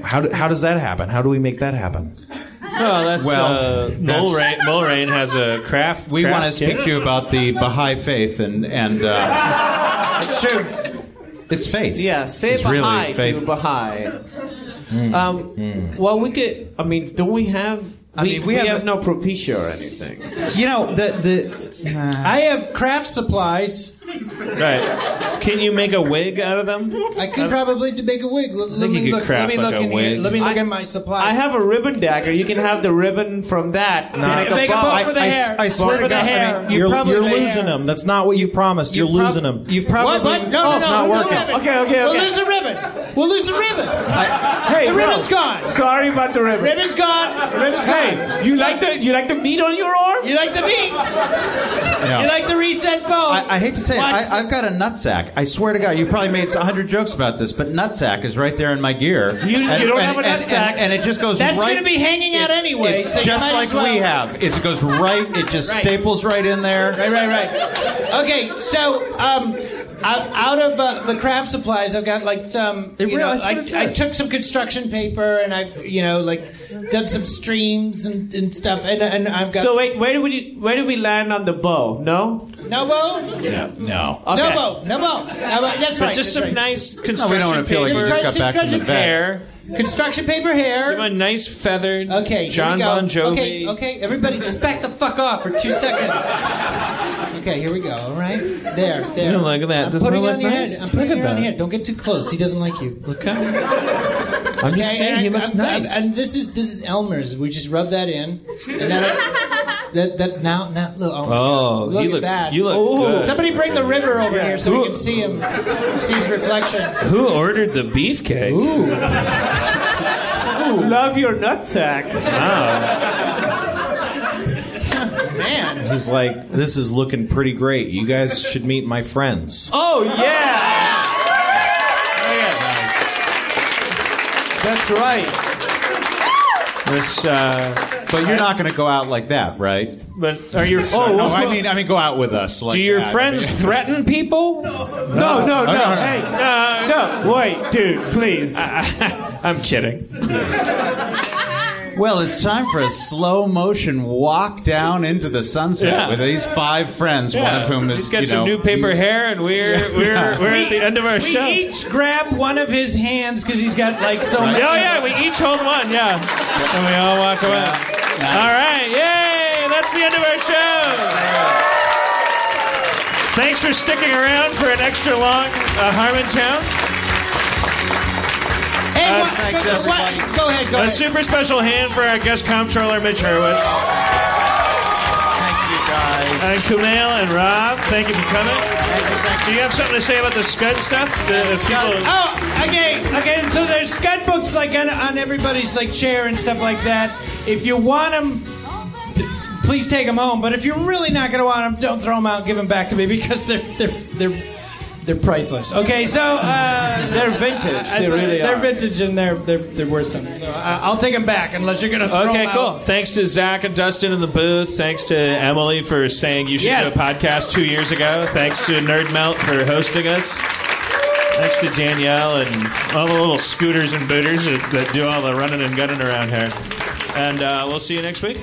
[SPEAKER 9] How, do, how does that happen? How do we make that happen?
[SPEAKER 5] No,
[SPEAKER 3] Well,
[SPEAKER 5] that's well. Uh,
[SPEAKER 3] that's-
[SPEAKER 5] Mulrain, Mulrain has a craft.
[SPEAKER 3] We
[SPEAKER 5] craft
[SPEAKER 3] want to speak
[SPEAKER 5] kit.
[SPEAKER 3] to you about the Baha'i faith and and uh,
[SPEAKER 7] It's true.
[SPEAKER 3] it's faith.
[SPEAKER 7] Yeah, say
[SPEAKER 3] It's
[SPEAKER 7] Baha'i
[SPEAKER 3] really faith. Hmm,
[SPEAKER 7] to Baha'i. Um, Well, we could. I mean, don't we have?
[SPEAKER 3] I
[SPEAKER 7] we,
[SPEAKER 3] mean, we
[SPEAKER 7] we,
[SPEAKER 3] have-
[SPEAKER 7] have, no propecia or anything.
[SPEAKER 3] You know the uh, the.
[SPEAKER 4] I have craft supplies.
[SPEAKER 5] Right. Can you make a wig out of them?
[SPEAKER 4] I could probably make a wig. Let, let
[SPEAKER 5] think you
[SPEAKER 4] me
[SPEAKER 5] could
[SPEAKER 4] look.
[SPEAKER 5] craft
[SPEAKER 4] Let me
[SPEAKER 5] like
[SPEAKER 4] look
[SPEAKER 5] a
[SPEAKER 4] in
[SPEAKER 5] wig.
[SPEAKER 4] here. Let me look
[SPEAKER 7] I-
[SPEAKER 4] in my supplies.
[SPEAKER 7] I have a ribbon dagger. You can have the ribbon from that. to
[SPEAKER 9] Nah.
[SPEAKER 7] make a
[SPEAKER 4] Make a
[SPEAKER 7] bow.
[SPEAKER 4] bow
[SPEAKER 7] I-
[SPEAKER 4] for the
[SPEAKER 7] I-
[SPEAKER 4] hair.
[SPEAKER 3] I swear
[SPEAKER 4] for
[SPEAKER 3] to
[SPEAKER 4] the
[SPEAKER 3] God, I
[SPEAKER 4] hair.
[SPEAKER 3] mean,
[SPEAKER 9] You are
[SPEAKER 3] probably
[SPEAKER 9] you're
[SPEAKER 3] made-
[SPEAKER 9] losing him. That's not what you promised. You're losing him.
[SPEAKER 3] You probably.
[SPEAKER 4] What? What? No,
[SPEAKER 9] Oh,
[SPEAKER 4] no,
[SPEAKER 9] it's
[SPEAKER 4] no,
[SPEAKER 9] not
[SPEAKER 4] no
[SPEAKER 9] working.
[SPEAKER 4] ribbon.
[SPEAKER 7] Okay, okay,
[SPEAKER 4] We'll
[SPEAKER 7] okay.
[SPEAKER 4] lose the ribbon. We'll lose the ribbon.
[SPEAKER 7] Hey,
[SPEAKER 4] the
[SPEAKER 7] no.
[SPEAKER 4] ribbon's gone.
[SPEAKER 7] Sorry about the ribbon.
[SPEAKER 4] Ribbon's gone. Ribbon's gone.
[SPEAKER 7] Hey, you like the you like the meat on your arm?
[SPEAKER 4] You like the meat? You like the reset phone?
[SPEAKER 3] I, I hate to say it,
[SPEAKER 4] Watch.
[SPEAKER 3] I, I've got a nutsack. I swear to God, you probably made 100 jokes about this, but nutsack is right there in my gear.
[SPEAKER 7] You- you don't have a
[SPEAKER 3] and-
[SPEAKER 7] nutsack.
[SPEAKER 3] And, and it just goes
[SPEAKER 4] That's
[SPEAKER 3] right.
[SPEAKER 4] gonna be hanging out
[SPEAKER 3] it's-
[SPEAKER 4] anyway,
[SPEAKER 3] It's
[SPEAKER 4] so you
[SPEAKER 3] just
[SPEAKER 4] might
[SPEAKER 3] like
[SPEAKER 4] as well.
[SPEAKER 3] we have. It goes right, it just
[SPEAKER 4] Right.
[SPEAKER 3] staples right in there.
[SPEAKER 4] Right, right, right. Okay, so um, out, out of uh, the craft supplies, I've got like some.
[SPEAKER 11] It
[SPEAKER 4] you
[SPEAKER 11] really-
[SPEAKER 4] know,
[SPEAKER 11] that's what
[SPEAKER 4] I,
[SPEAKER 11] it
[SPEAKER 4] I
[SPEAKER 11] says.
[SPEAKER 4] took some construction paper and I've you know like done some streams and, and stuff, and, and I've got.
[SPEAKER 7] So wait, where did we where did we land on the bow? No.
[SPEAKER 4] No bows?
[SPEAKER 7] No.
[SPEAKER 4] No bow, no bow. No bow. That's
[SPEAKER 7] But
[SPEAKER 4] right.
[SPEAKER 7] just
[SPEAKER 4] that's
[SPEAKER 7] some
[SPEAKER 4] right.
[SPEAKER 7] nice No, we don't wanna feel like we just got back from the vet.
[SPEAKER 4] Hair. Construction paper hair.
[SPEAKER 5] A nice feathered
[SPEAKER 4] Okay, here
[SPEAKER 5] John
[SPEAKER 4] we go.
[SPEAKER 5] Bon Jovi.
[SPEAKER 4] Okay, okay, everybody, just back the fuck off for two seconds. Okay, here we go. All right, there, there.
[SPEAKER 5] No, look at that.
[SPEAKER 4] I'm
[SPEAKER 5] Doesn't
[SPEAKER 4] putting it
[SPEAKER 5] it look
[SPEAKER 4] on your
[SPEAKER 5] nice?
[SPEAKER 4] head. I'm putting
[SPEAKER 5] Look
[SPEAKER 4] it
[SPEAKER 5] at
[SPEAKER 4] on your
[SPEAKER 5] that.
[SPEAKER 4] head. Don't get too close. He doesn't like you. Look up.
[SPEAKER 5] I'm just saying, he looks nice.
[SPEAKER 4] and this is this is Elmer's. We just rub that in, and that, that, that now now look. Oh, my
[SPEAKER 5] Oh,
[SPEAKER 4] God. look
[SPEAKER 5] he
[SPEAKER 4] at
[SPEAKER 5] looks-
[SPEAKER 4] that.
[SPEAKER 5] you look good.
[SPEAKER 4] Somebody bring the river over here so we can see him, see his reflection.
[SPEAKER 5] Who ordered the beefcake? Ooh.
[SPEAKER 7] Love your nutsack.
[SPEAKER 5] Wow.
[SPEAKER 4] Man.
[SPEAKER 9] He's like, this is looking pretty great. You guys should meet my friends.
[SPEAKER 7] Oh yeah. That's right.
[SPEAKER 2] This, uh, but you're not going to go out like that, right?
[SPEAKER 5] But are your
[SPEAKER 2] oh, no, I mean, I mean, go out with us. Like
[SPEAKER 5] Do your
[SPEAKER 2] that. I
[SPEAKER 5] friends
[SPEAKER 2] mean-
[SPEAKER 5] threaten people?
[SPEAKER 7] No, Oh, no, no.
[SPEAKER 5] no, no.
[SPEAKER 7] Hey, no. Wait, dude, please.
[SPEAKER 5] I'm kidding.
[SPEAKER 2] Well, it's time for a slow motion walk down into the sunset
[SPEAKER 5] Yeah.
[SPEAKER 2] with these five friends, one of whom is
[SPEAKER 5] He's got
[SPEAKER 2] you
[SPEAKER 5] some
[SPEAKER 2] know,
[SPEAKER 5] new paper hair, and we're we're we're at the end of our
[SPEAKER 4] we
[SPEAKER 5] show.
[SPEAKER 4] each grab one of his hands because he's got like so.
[SPEAKER 5] Oh
[SPEAKER 4] many.
[SPEAKER 5] yeah, we each hold one. Yeah, and we all walk away. All right, yay! That's the end of our show. Thanks for sticking around for an extra long uh, Harmontown.
[SPEAKER 4] Hey, what- what- what- Go ahead, go
[SPEAKER 5] Uh, a
[SPEAKER 4] ahead.
[SPEAKER 5] super special hand for our guest comptroller, Mitch Hurwitz. Thank you, guys. And Kumail and Rob, thank you for coming. Do you have something to say about the Scud stuff? The- if people-
[SPEAKER 4] Oh, okay, okay. So there's scud books like on, on everybody's like chair and stuff like that. If you want them, please take them home. But if you're really not gonna want them, don't throw them out. Give them back to me because they're they're they're they're priceless. Okay, so uh,
[SPEAKER 7] They're vintage. They really
[SPEAKER 4] they're
[SPEAKER 7] are.
[SPEAKER 4] vintage and they're they're they're worth something. So I, I'll take them back unless you're gonna. Throw
[SPEAKER 5] Okay,
[SPEAKER 4] 'em
[SPEAKER 5] cool.
[SPEAKER 4] Out.
[SPEAKER 5] Thanks to Zach and Dustin in the booth. Thanks to Emily for saying you should
[SPEAKER 4] Yes.
[SPEAKER 5] do a podcast two years ago. Thanks to Nerd Melt for hosting us. Thanks to Danielle and all the little scooters and booters that, that do all the running and gunning around here. And uh, we'll see you next week.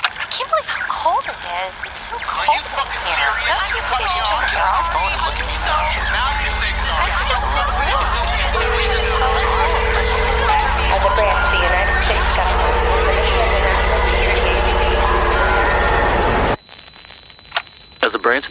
[SPEAKER 14] I can't believe how cold it is. It's so cold Are you fucking here. serious? Don't you fucking on, girl. Look at me so now you think so. I think it's so real. As a brand of